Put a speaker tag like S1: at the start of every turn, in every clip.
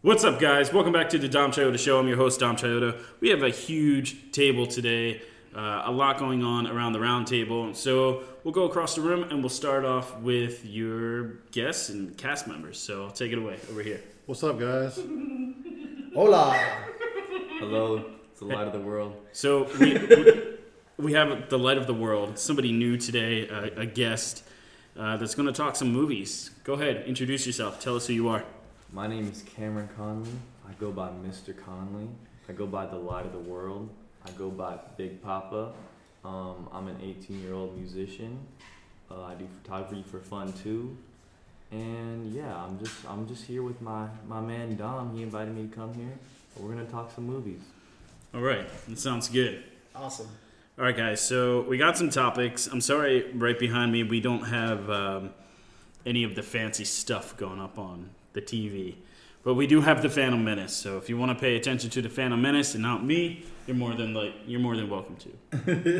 S1: What's up, guys? Welcome back to the Dom Chioda Show. I'm your host, Dom Chioda. We have a huge table today, uh, a lot going on around the round table. So we'll go across the room and we'll start off with your guests and cast members. So take it away over here.
S2: What's up, guys? Hola.
S3: Hello, it's the light of the world.
S1: So we, we, we have the light of the world, somebody new today, a, a guest uh, that's going to talk some movies. Go ahead, introduce yourself. Tell us who you are.
S3: My name is Cameron Conley. I go by Mr. Conley. I go by the light of the world. I go by Big Papa. Um, I'm an 18 year old musician. Uh, I do photography for fun too. And yeah, I'm just I'm just here with my, my man Dom. He invited me to come here. We're gonna talk some movies.
S1: All right, that sounds good.
S4: Awesome.
S1: All right, guys. So we got some topics. I'm sorry, right behind me, we don't have um, any of the fancy stuff going up on the TV, but we do have the Phantom Menace. So if you want to pay attention to the Phantom Menace and not me, you're more than like you're more than welcome to.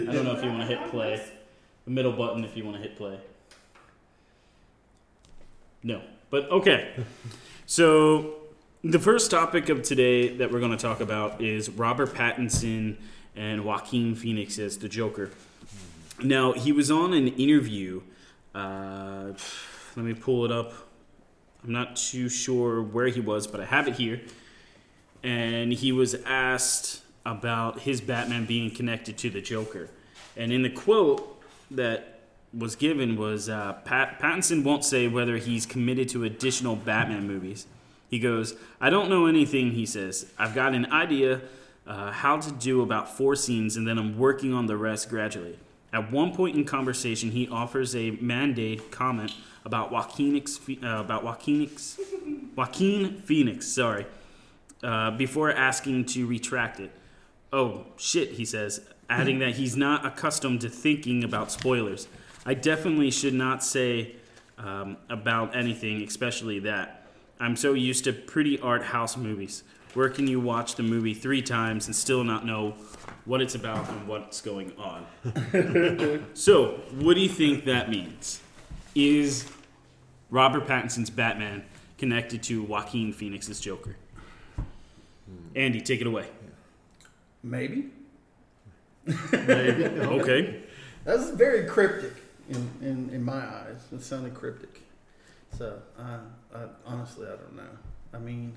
S1: I don't know if you want to hit play, the middle button if you want to hit play. No, but okay. So the first topic of today that we're going to talk about is Robert Pattinson and Joaquin Phoenix as the Joker. Now, he was on an interview. Uh, let me pull it up. I'm not too sure where he was, but I have it here. And he was asked about his Batman being connected to the Joker. And in the quote that was given was uh, Pat- Pattinson won't say whether he's committed to additional Batman movies. He goes, I don't know anything, he says. I've got an idea uh, how to do about four scenes, and then I'm working on the rest gradually. At one point in conversation, he offers a mandate comment about Joaquin, ex- uh, about Joaquin, ex- Joaquin Phoenix, sorry, uh, before asking to retract it. Oh, shit, he says, adding that he's not accustomed to thinking about spoilers. I definitely should not say um, about anything, especially that. I'm so used to pretty art house movies. Where can you watch the movie three times and still not know what it's about and what's going on? so, what do you think that means? Is Robert Pattinson's Batman connected to Joaquin Phoenix's Joker? Andy, take it away.
S4: Maybe.
S1: Okay.
S4: That's very cryptic in, in, in my eyes. It sounded cryptic. So, I, I, honestly, I don't know. I mean,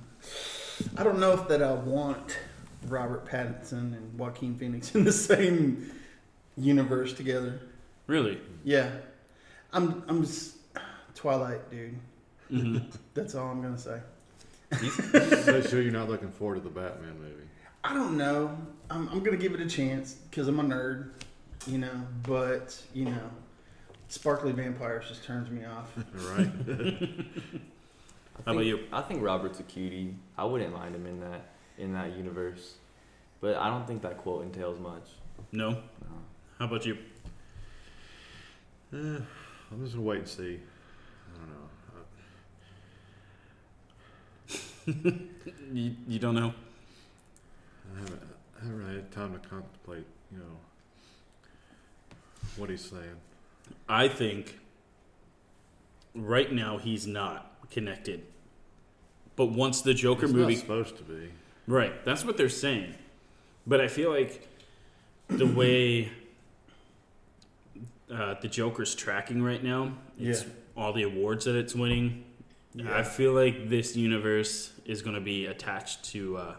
S4: I don't know if that I want Robert Pattinson and Joaquin Phoenix in the same universe together.
S1: Really?
S4: Yeah. I'm, I'm just Twilight, dude.
S1: hmm
S4: That's all I'm going to say.
S2: Make sure you're not looking forward to the Batman movie.
S4: I don't know. I'm, I'm gonna give it a chance because I'm a nerd, you know. But you know, sparkly vampires just turns me off.
S2: All right.
S3: I
S1: How about
S3: think-
S1: you?
S3: I think Robert's a cutie. I wouldn't mind him in that in that universe, but I don't think that quote entails much.
S1: No?
S3: No.
S1: How about you?
S2: Eh, I'm just gonna wait and see. I don't know.
S1: You, you don't know?
S2: I, I haven't. I haven't really had time to contemplate. You know what he's saying.
S1: I think right now he's not connected. But once the Joker
S2: it's
S1: movie
S2: Not supposed to be.
S1: Right. That's what they're saying. But I feel like the way uh, the Joker's tracking right now, it's
S4: Yeah.
S1: all the awards that it's winning. I feel like this universe is going to be attached to uh,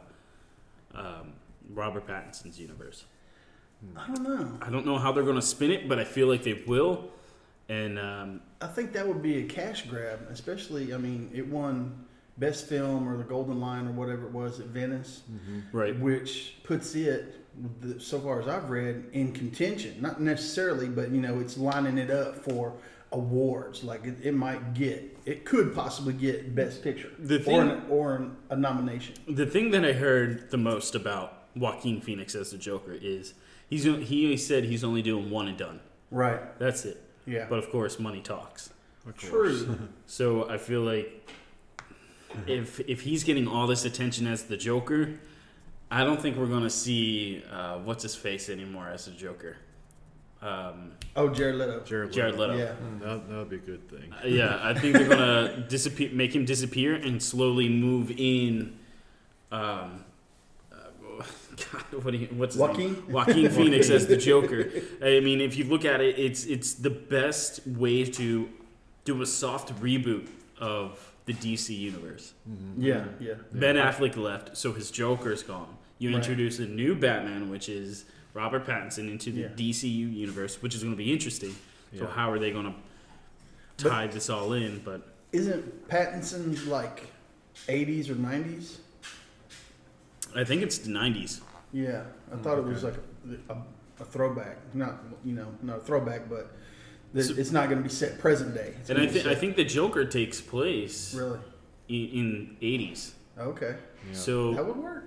S1: um, Robert Pattinson's universe.
S4: I don't know.
S1: I don't know how they're going to spin it, but I feel like they will. And um,
S4: I think that would be a cash grab, especially. I mean, it won best film or the Golden Lion or whatever it was at Venice,
S1: right,
S4: which puts it, the- so far as I've read, in contention. Not necessarily, but you know, it's lining it up for awards. Like it, it might get, it could possibly get best picture
S1: The
S4: or
S1: thing-
S4: an, or an, a nomination.
S1: The thing that I heard the most about Joaquin Phoenix as the Joker is he's he said he's only doing one and done.
S4: Right.
S1: That's it.
S4: Yeah.
S1: But of course, money talks.
S2: Of course.
S4: True.
S1: So I feel like if if he's getting all this attention as the Joker, I don't think we're gonna see uh, what's his face anymore as the Joker. Um,
S4: oh, Jared Leto.
S2: Jared.
S1: Jared Leto.
S4: Yeah.
S2: That that would be a good thing.
S1: Uh, Yeah, I think they're gonna disappear, make him disappear, and slowly move in um, uh, God, what do you, what's his name?
S4: Joaquin?
S1: Joaquin Phoenix as the Joker. I mean, if you look at it, it's it's the best way to do a soft reboot of the DC universe.
S2: Mm-hmm.
S4: Yeah, yeah.
S1: Ben Affleck left, so his Joker's gone. You
S4: Right.
S1: introduce a new Batman, which is Robert Pattinson, into the
S4: Yeah.
S1: DCU universe, which is going to be interesting. So
S2: Yeah.
S1: how are they going to tie this all in? But
S4: Isn't Pattinson like 80s or 90s?
S1: I think it's the '90s.
S4: Yeah, I thought it was
S2: okay.
S4: like a, a, a throwback. Not you know, not a throwback, but th-
S1: So-
S4: it's not going to be set present day. It's
S1: And I,
S4: gonna be
S1: th- I
S4: set-
S1: think the Joker takes place
S4: really
S1: in, in 80s.
S4: okay,
S2: Yeah.
S4: that
S1: So
S4: would work.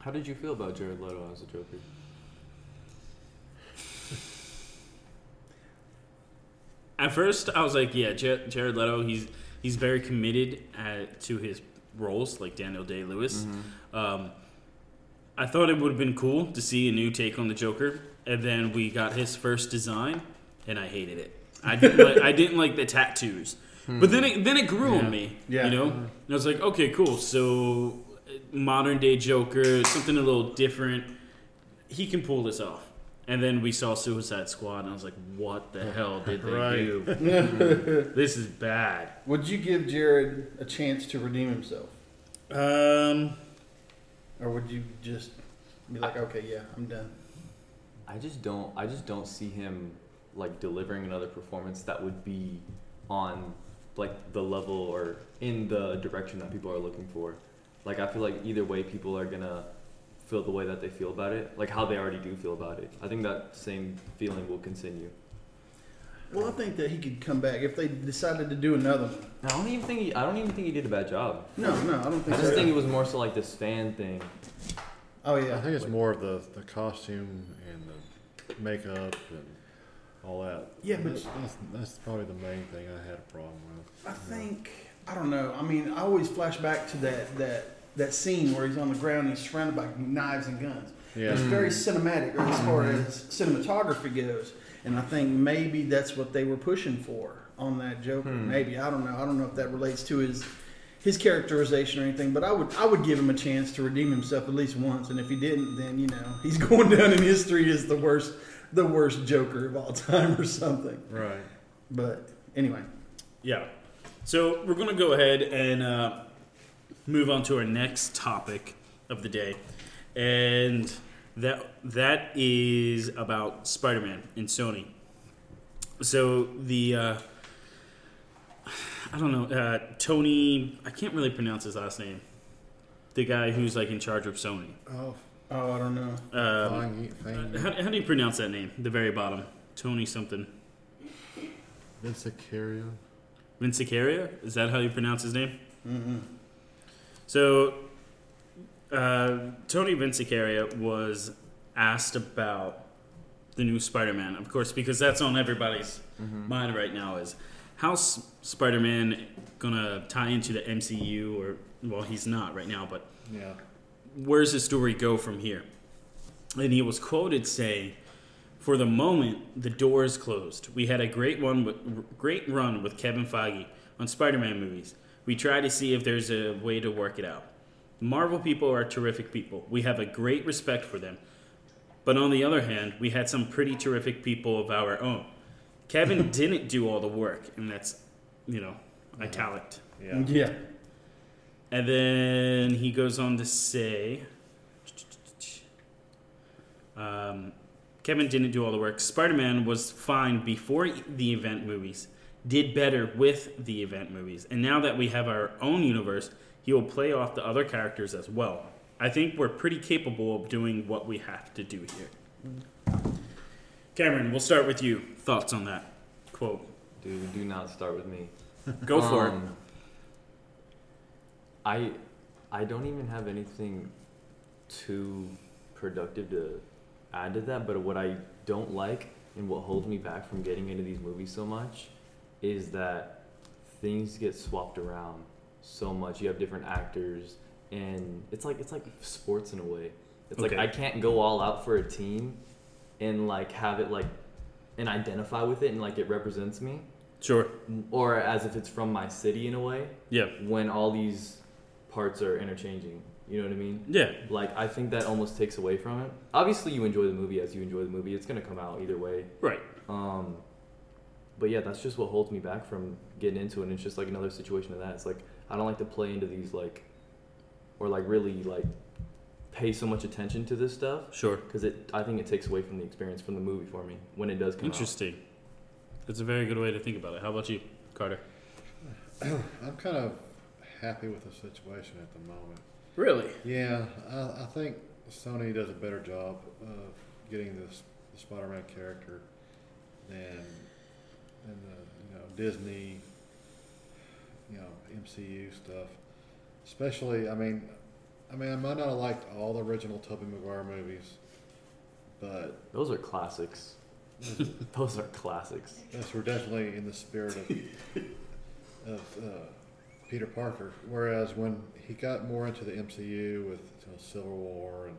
S3: How did you feel about Jared Leto as a Joker?
S1: at first I was like, yeah, Jar- Jared Leto, he's he's very committed uh to his roles, like Daniel Day Lewis.
S4: Mm-hmm.
S1: Um, I thought it would have been cool to see a new take on the Joker, and then we got his first design, and I hated it. I didn't like, I didn't like the tattoos, but then it then it grew on me.
S4: Hmm. Yeah. Mm-hmm.
S1: you know, and I was like, okay, cool. So uh, modern day Joker, something a little different. He can pull this off. And then we saw Suicide Squad, and I was like, "What the hell did they
S2: Right.
S1: do?" This is bad.
S4: would you give Jared a chance to redeem himself,
S1: Um,
S4: or would you just be like, okay, yeah, I'm done?
S3: I just don't. I just don't see him like delivering another performance that would be on like the level or in the direction that people are looking for. Like I feel like either way, people are gonna feel the way that they feel about it, like how they already do feel about it. I think that same feeling will continue.
S4: Well, I think that he could come back if they decided to do another one.
S3: I don't even think he. I don't even think he did a bad job.
S4: No, no, I don't
S3: I
S4: think.
S3: just
S4: so.
S3: think it was more so like this fan thing.
S4: oh
S2: I
S4: yeah,
S2: think it's more of the, the costume and the makeup and all that.
S4: Yeah, but-
S2: that's, that's, that's probably the main thing I had a problem with.
S4: I
S2: you know.
S4: think I don't know. I mean, I always flash back to that that that scene where he's on the ground and he's surrounded by knives and guns.
S2: Yeah.
S4: It's very cinematic as far as cinematography goes, and I think maybe that's what they were pushing for on that Joker. Maybe I don't know. I don't know if that relates to his his characterization or anything, but I would I would give him a chance to redeem himself at least once, and if he didn't, then you know he's going down in history as the worst the worst Joker of all time or something.
S2: Right.
S4: But anyway,
S1: yeah. So we're gonna go ahead and uh, move on to our next topic of the day, and that that is about Spider-Man and Sony. So the uh, I don't know uh, Tony. I can't really pronounce his last name. The guy who's like in charge of Sony.
S2: Oh,
S4: oh I don't know.
S1: Um,
S2: fine, fine.
S1: Uh, How, how do you pronounce that name? The very bottom. Tony something.
S2: Vince Sicario.
S1: Vincicaria? Is that how you pronounce his name? So, uh, Tony Vincicaria was asked about the new Spider-Man, of course, because that's on everybody's mind right now. Is how's Spider-Man gonna tie into the MCU? Or well, he's not right now, but
S2: Yeah.
S1: where's the story go from here? And he was quoted saying, "For the moment, the door is closed. We had a great one, with, great run with Kevin Feige on Spider-Man movies. We try to see if there's a way to work it out. Marvel people are terrific people. We have a great respect for them. But on the other hand, we had some pretty terrific people of our own. Kevin didn't do all the work, and that's, you know, italic."
S2: Yeah.
S4: Yeah.
S1: And then he goes on to say, um, Kevin didn't do all the work. Spider Man was fine before the event movies, did better with the event movies. And now that we have our own universe, he will play off the other characters as well. I think we're pretty capable of doing what we have to do here. Cameron, we'll start with you. Thoughts on that quote?
S3: Dude, do not start with me.
S1: Go for it.
S3: Um, I I don't even have anything too productive to add to that, but what I don't like and what holds me back from getting into these movies so much is that things get swapped around so much. You have different actors and it's like it's like sports in a way. It's
S1: Okay.
S3: like I can't go all out for a team and like have it like and identify with it and like it represents me
S1: Sure.
S3: or as if it's from my city in a way
S1: Yeah.
S3: when all these parts are interchanging You know what I mean?
S1: Yeah.
S3: Like I think that almost takes away from it. Obviously, you enjoy the movie as you enjoy the movie. It's gonna come out either way.
S1: Right.
S3: Um, but yeah, that's just what holds me back from getting into it. And it's just like another situation of that. It's like I don't like to play into these like, or like really like, pay so much attention to this stuff
S1: Sure.
S3: because it. I think it takes away from the experience from the movie for me when it does come out.
S1: Interesting. That's a very good way to think about it. How about you, Carter?
S2: I'm kind of happy with the situation at the moment.
S1: Really?
S2: Yeah, I, I think Sony does a better job of getting this the Spider-Man character than than the you know Disney you know MCU stuff. Especially, I mean, I mean, I might not have liked all the original Tobey Maguire movies, but
S3: Those are classics. Those are classics.
S2: Yes, we're definitely in the spirit of, of uh, Peter Parker. Whereas when he got more into the MCU with you know, Civil War and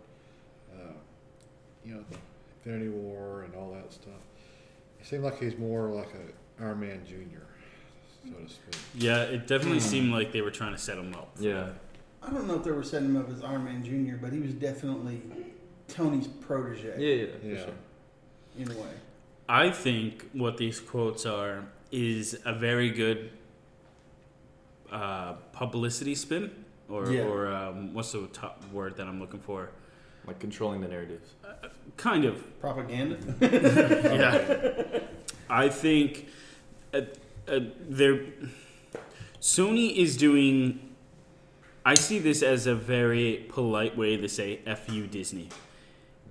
S2: uh, you know the Infinity War and all that stuff, it seemed like he's more like a Iron Man Junior, so to speak.
S1: Yeah, it definitely seemed like they were trying to set him up.
S3: Yeah.
S4: I don't know if they were setting him up as Iron Man Jr., but he was definitely Tony's protege
S3: Yeah. Yeah. for
S2: Yeah,
S3: sure.
S4: in a way.
S1: I think what these quotes are is a very good uh, publicity spin, or,
S4: Yeah.
S1: or um, what's the top word that I'm looking for?
S3: Like controlling the narratives.
S1: Kind of.
S4: Propaganda.
S1: yeah. I think uh, uh, they're Sony is doing. I see this as a very polite way to say "f you, Disney."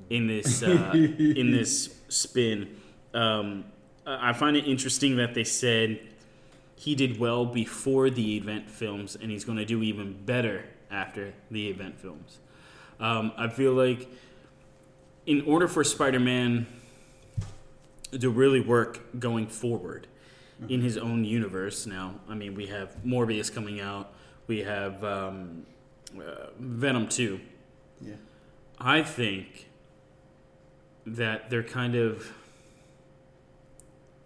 S1: In this, uh, in this spin, um, I I find it interesting that they said he did well before the event films, and he's going to do even better after the event films. Um, I feel like, in order for Spider-Man to really work going forward in his own universe. Now, I mean, we have Morbius coming out, we have um, uh, Venom 2.
S4: Yeah.
S1: I think that they're kind of.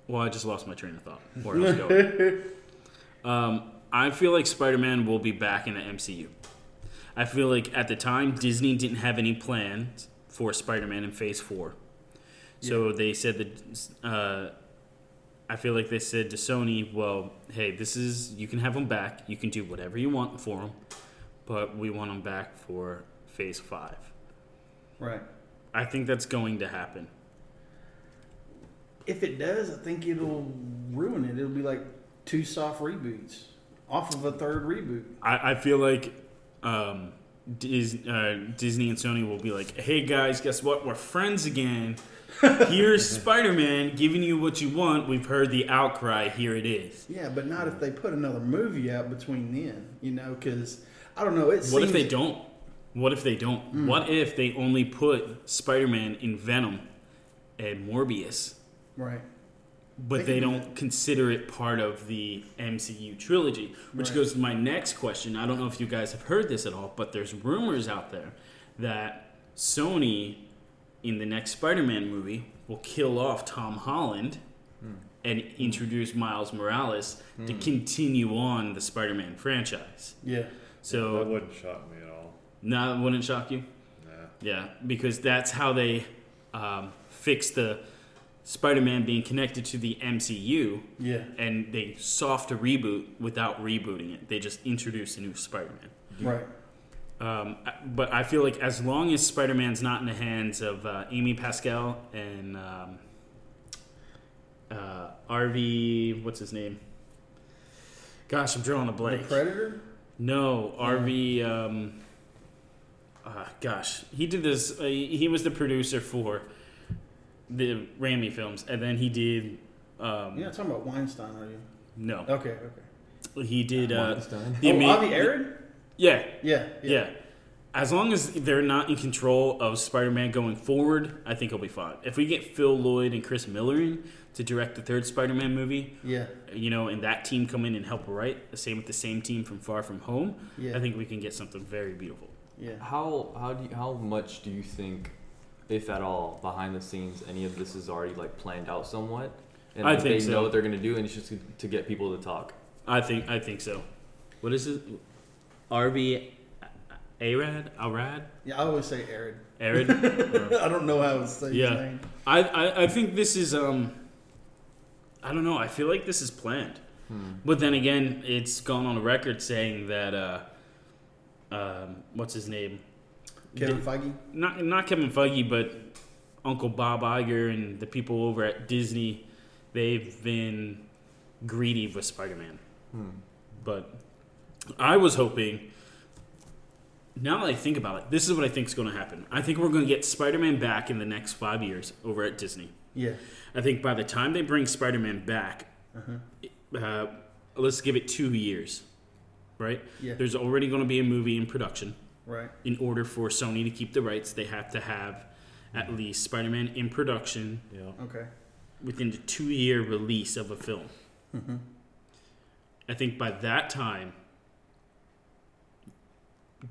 S1: Well, I just lost my train of thought. Where I was going. um, I feel like Spider Man will be back in the MCU. I feel like at the time, Disney didn't have any plans for Spider Man in Phase 4. So they said that. Uh, I feel like they said to Sony, well, hey, this is. You can have them back. You can do whatever you want for them. But we want them back for Phase 5.
S4: Right.
S1: I think that's going to happen.
S4: If it does, I think it'll ruin it. It'll be like two soft reboots off of a third reboot.
S1: I, I feel like um, Dis, uh, Disney and Sony will be like, hey guys, guess what? We're friends again. Here's Spider Man giving you what you want. We've heard the outcry. Here it is.
S4: Yeah, but not if they put another movie out between then, you know, because I don't know. It
S1: What if they
S4: seems- Hmm.
S1: don't? What if they don't? What if they only put Spider Man in Venom and Morbius,
S4: Right.
S1: but
S4: They
S1: they
S4: can do
S1: don't consider it part of the MCU trilogy? Which
S4: Right.
S1: goes to my next question. I don't know if you guys have heard this at all, but there's rumors out there that Sony in the next Spider-Man movie will kill off Tom Holland
S4: Hmm.
S1: and introduce Miles Morales to continue on the Spider-Man franchise.
S4: Yeah.
S2: that
S1: So
S2: wouldn't shock me at all.
S1: now wouldn't shock you,
S2: Nah.
S1: yeah, because that's how they um, fix the Spider-Man being connected to the MCU,
S4: Yeah.
S1: and they soft a reboot without rebooting it. They just introduce a new Spider-Man.
S4: Right.
S1: Um, I- but I feel like as long as Spider Man's not in the hands of uh, Amy Pascal and um, uh, RV, what's his name? Gosh, I'm drawing a
S4: The
S1: blank.
S4: Predator.
S1: no, RV. Um, uh, gosh, he did this. Uh, he he was the producer for the Raimi films, and then he did. Um,
S4: You're not talking about Weinstein, are you?
S1: No,
S4: Okay. Okay.
S1: he did. Uh,
S3: Weinstein.
S1: the
S4: oh,
S1: ama-
S4: Avi Arad?
S1: Yeah,
S4: Yeah, yeah.
S1: Yeah. As long as they're not in control of Spider Man going forward, I think he'll be fine. If we get Phil Lloyd and Chris Miller in to direct the third Spider Man movie,
S4: Yeah.
S1: you know, and that team come in and help write, the same with the same team from Far From Home,
S4: Yeah.
S1: I think we can get something very beautiful.
S4: Yeah.
S3: How how do you, how much do you think, if at all, behind the scenes, any of this is already like planned out somewhat, and
S1: I
S3: like,
S1: think
S3: they
S1: so.
S3: know what they're gonna do, and it's just to, to get people to talk.
S1: I think I think so. What is it? RV Arad, Arad,
S4: Yeah, I always say Arid.
S1: Arad.
S4: I don't know how to say
S1: Yeah.
S4: his name.
S1: I, I I think this is um. I don't know. I feel like this is planned, but then again, it's gone on record saying that uh, um, what's his name?
S4: Kevin Feige.
S1: not not Kevin Feige, but Uncle Bob Iger and the people over at Disney, they've been greedy with Spider-Man.
S3: Hmm.
S1: But I was hoping. Now that I think about it, this is what I think is going to happen. I think we're going to get Spider-Man back in the next five years over at Disney.
S4: Yeah.
S1: I think by the time they bring Spider-Man back,
S4: Uh-huh.
S1: uh, let's give it two years, right?
S4: Yeah.
S1: There's already going to be a movie in production
S4: Right.
S1: in order for Sony to keep the rights, they have to have at least Spider-Man in production
S2: Yeah.
S4: Okay.
S1: within the two-year release of a film.
S4: Mm-hmm.
S1: I think by that time,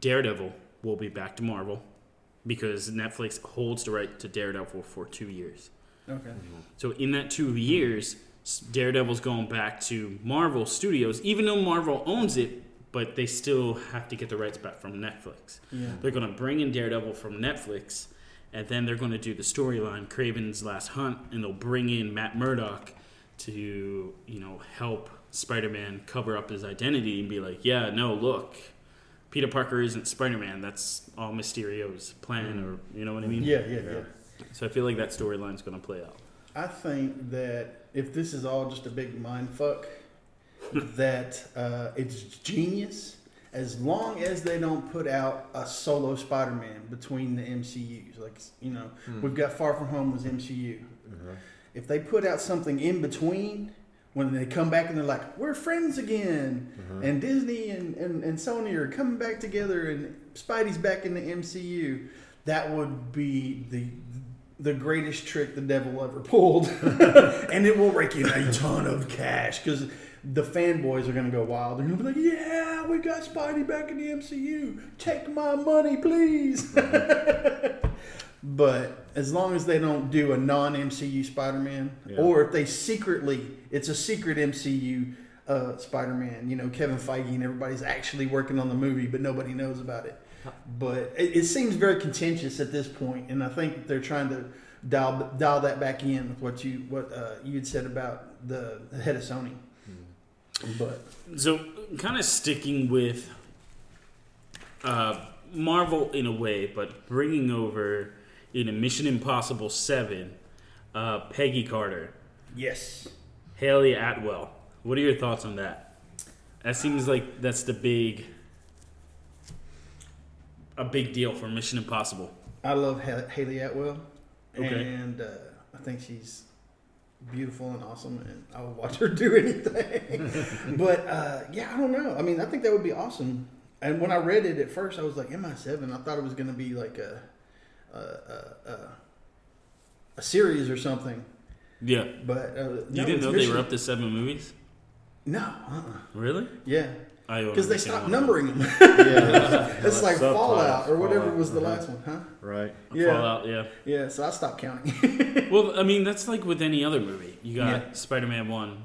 S1: Daredevil will be back to Marvel because Netflix holds the right to Daredevil for two years.
S4: Okay.
S1: So in that two years, s- Daredevil's going back to Marvel Studios, even though Marvel owns it, but they still have to get the rights back from Netflix.
S4: Yeah.
S1: They're going to bring in Daredevil from Netflix, and then they're going to do the storyline Craven's Last Hunt, and they'll bring in Matt Murdock to you know help Spider-Man cover up his identity and be like, yeah, no, look, Peter Parker isn't Spider-Man. That's all Mysterio's plan, or you know what I mean.
S4: Yeah. Yeah. Yeah.
S1: So I feel like that storyline's going to play out.
S4: I think that if this is all just a big mind fuck, that uh, it's genius as long as they don't put out a solo Spider-Man between the MCUs. Like you know, we've got Far From Home was MCU. If they put out something in between, when they come back and they're like, "We're friends again," and Disney and, and, and Sony are coming back together, and Spidey's back in the MCU, that would be the the greatest trick the devil ever pulled, and it will rake in a ton of cash because the fanboys are going to go wild. They're going to be like, "Yeah, we got Spidey back in the MCU. Take my money, please." But as long as they don't do a non MCU Spider Man,
S1: Yeah.
S4: or if they secretly, it's a secret MCU uh, Spider Man, you know, Kevin Feige and everybody's actually working on the movie, but nobody knows about it. But it, it seems very contentious at this point, and I think that they're trying to dial dial that back in with what you what uh, you had said about the, the head of Sony. But
S1: So, kind of sticking with uh, Marvel in a way, but bringing over in a Mission Impossible 7, uh, Peggy Carter,
S4: yes,
S1: Haley Atwell. What are your thoughts on that? That seems like that's the big. A big deal for Mission Impossible.
S4: I love Ha- Haley Atwell,
S1: Okay.
S4: and uh, I think she's beautiful and awesome, and I would watch her do anything. but uh, yeah, I don't know. I mean, I think that would be awesome. And when I read it at first, I was like MI7. I thought it was going to be like a a, a, a a series or something.
S1: Yeah,
S4: But uh,
S1: you didn't know they were up to seven movies.
S4: No, uh-uh.
S1: Really?
S4: yeah,
S1: I only
S4: because they
S1: seen
S4: stopped
S1: one.
S4: numbering them.
S2: Uh-huh. Yeah.
S4: it's like
S2: subtitles,
S4: Fallout or whatever
S2: Fallout,
S4: was the
S2: uh-huh.
S4: last one, huh?
S2: Right.
S4: Yeah.
S1: Fallout, yeah.
S4: Yeah, so I stopped counting.
S1: Well, I mean, that's like with any other movie. You got
S4: Yeah.
S1: Spider Man 1.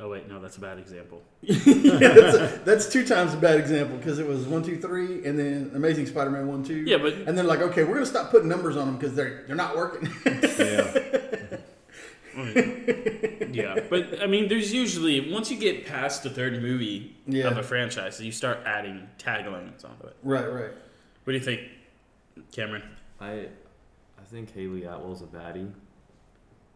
S1: Oh, wait, no, that's a bad example.
S4: yeah, that's, that's two times a bad example because it was one, two, three, and then Amazing Spider-Man one, two.
S1: Yeah, but
S4: And then like, okay, we're gonna stop putting numbers on them because they're they're not working.
S2: Yeah.
S1: yeah, but I mean, there's usually, once you get past the third movie
S4: Yeah.
S1: of a franchise, you start adding taglines onto it.
S4: right, right.
S1: What do you think, Cameron?
S3: I, I think Haley Atwell's a baddie,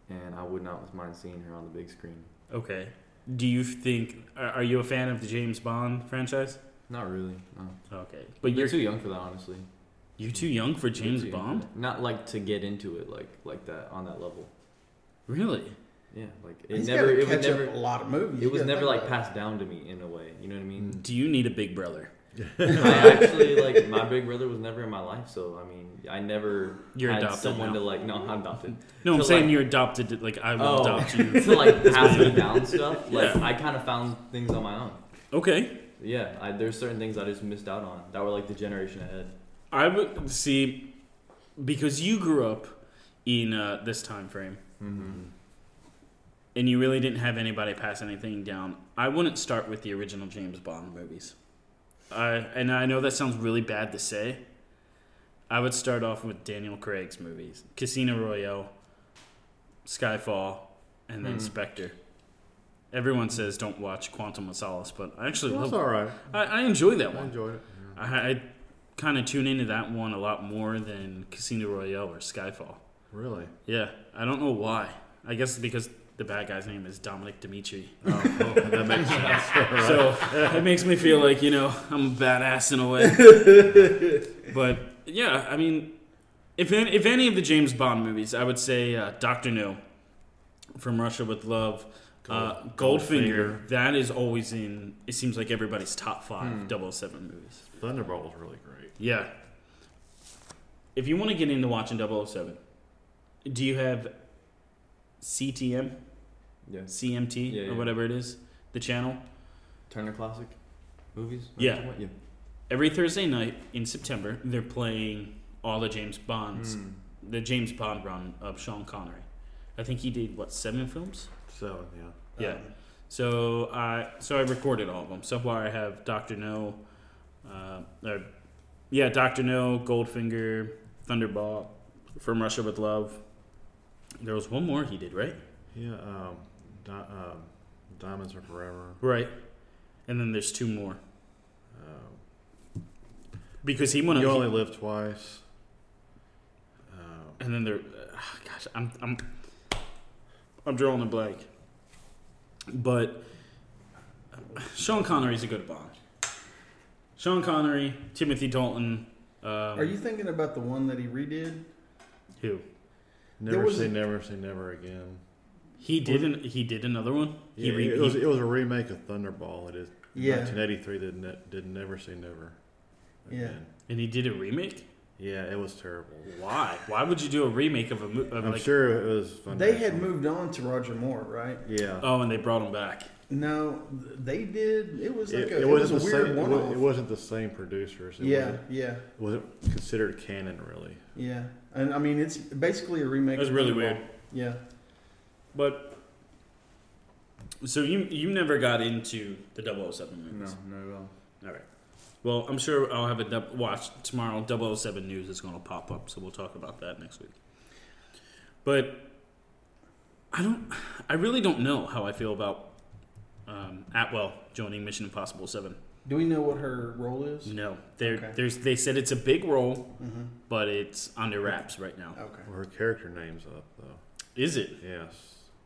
S3: and I would not mind seeing her on the big screen.
S1: Okay. Do you think, are are you a fan of the James Bond franchise?
S3: Not really. No.
S1: Okay.
S3: But
S1: But you're
S3: too young for that, honestly.
S1: you're too young for James
S3: Too young for
S1: Bond?
S3: that. Not like to get into it like like that on that level.
S1: Really?
S3: Yeah, like it
S4: He's
S3: never
S4: gotta
S3: it was
S4: catch up
S3: never
S4: a lot of movies.
S3: it
S4: You
S3: was
S4: gotta
S3: never
S4: think
S3: like
S4: about
S3: passed down to me in a way. You know what I mean?
S1: Do you need a big brother?
S3: I actually like my big brother was never in my life, so I mean I never
S1: You're
S3: had
S1: adopted
S3: someone
S1: now.
S3: to like no I'm adopted
S1: No, I'm
S3: So,
S1: saying
S3: like-
S1: you're adopted. Like, I will
S3: Oh.
S1: adopt you.
S3: to like pass me down stuff. Like
S1: Yeah.
S3: I kind of found things on my own.
S1: Okay.
S3: Yeah, I, there's certain things I just missed out on that were like the generation ahead.
S1: I would see because you grew up in uh, this time frame
S3: Mm-hmm.
S1: and you really didn't have anybody pass anything down. I wouldn't start with the original James Bond movies. I and I know that sounds really bad to say. I would start off with Daniel Craig's movies: Casino Royale, Skyfall, and then
S3: Hmm.
S1: Spectre. Everyone says don't watch Quantum of Solace, but I actually
S2: Well,
S1: love.
S2: it's all right.
S1: I, I enjoy
S2: I
S1: that one.
S2: enjoyed it.
S1: I, I kind of tune into that one a lot more than Casino Royale or Skyfall.
S2: Really?
S1: Yeah, I don't know why. I guess because the bad guy's name is Dominic Dimitri.
S2: Oh, oh, that makes sense.
S1: So uh, it makes me feel like, you know, I'm a badass in a way. but yeah, I mean, if any, if any of the James Bond movies, I would say uh, Dr. No, From Russia with Love, uh, Goldfinger, that is always in, it seems like everybody's top five 007 movies.
S2: Thunderbolt was really great.
S1: Yeah. If you want to get into watching 007, do you have CTM,
S3: Yes.
S1: CMT,
S3: Yeah,
S1: or
S3: yeah.
S1: whatever it is, the channel?
S3: Turner Classic movies.
S1: Yeah.
S3: Yeah.
S1: Every Thursday night in September, they're playing all the James Bonds,
S3: Mm.
S1: the James Bond run of Sean Connery. I think he did what seven films.
S2: So yeah.
S1: Yeah. So I so I recorded all of them. So far, I have Doctor No, uh, or, yeah, Doctor No, Goldfinger, Thunderball, From Russia with Love. There was one more he did, right?
S2: Yeah. Um, di- um, Diamonds Are Forever.
S1: Right. And then there's two more
S2: Um,
S1: because he went.
S2: you
S1: on-
S2: Only Live Twice. Um,
S1: and then there, uh, gosh, I'm I'm I'm drawing a blank. But Sean Connery's a good Bond. Sean Connery, Timothy Dalton. Um,
S4: Are you thinking about the one that he redid?
S1: who?
S4: There
S2: never
S4: was
S2: say
S4: a-
S2: never say never again.
S1: He did an, he did another one. He
S2: Yeah,
S1: re-
S2: it was
S1: he-
S2: it was a remake of Thunderball. It is
S4: Yeah.
S2: 1983. Did ne- did never say never.
S4: Yeah.
S2: Again.
S1: and he did a remake.
S2: Yeah, it was terrible.
S1: Why? Why would you do a remake of a movie?
S2: I'm
S1: Like,
S2: sure it was. Fun
S4: They had moved on to Roger Moore, right?
S2: Yeah.
S1: oh, and they brought him back.
S4: No, they did. It was like
S2: it,
S4: a,
S2: it
S4: it was
S2: wasn't
S4: a
S2: the
S4: weird
S2: same. It,
S4: one.
S2: wa- it wasn't the same producers. It
S4: yeah,
S2: wasn't,
S4: yeah,
S2: wasn't considered canon really.
S4: yeah. And I mean, it's basically a remake.
S1: That was
S4: of
S1: really
S4: Thunderball.
S1: weird.
S4: Yeah.
S1: But so you you never got into the 007 movies.
S3: No, not at all.
S1: All right. Well, I'm sure I'll have a dub- watch tomorrow. 007 News is going to pop up, so we'll talk about that next week. But I don't. I really don't know how I feel about um, Atwell joining Mission Impossible Seven.
S4: Do we know what her role is?
S1: No, there.
S4: Okay.
S1: There's. They said it's a big role,
S4: Mm-hmm.
S1: but it's under wraps right now.
S4: Okay.
S2: Well, her character name's up though.
S1: Is it?
S2: Yes.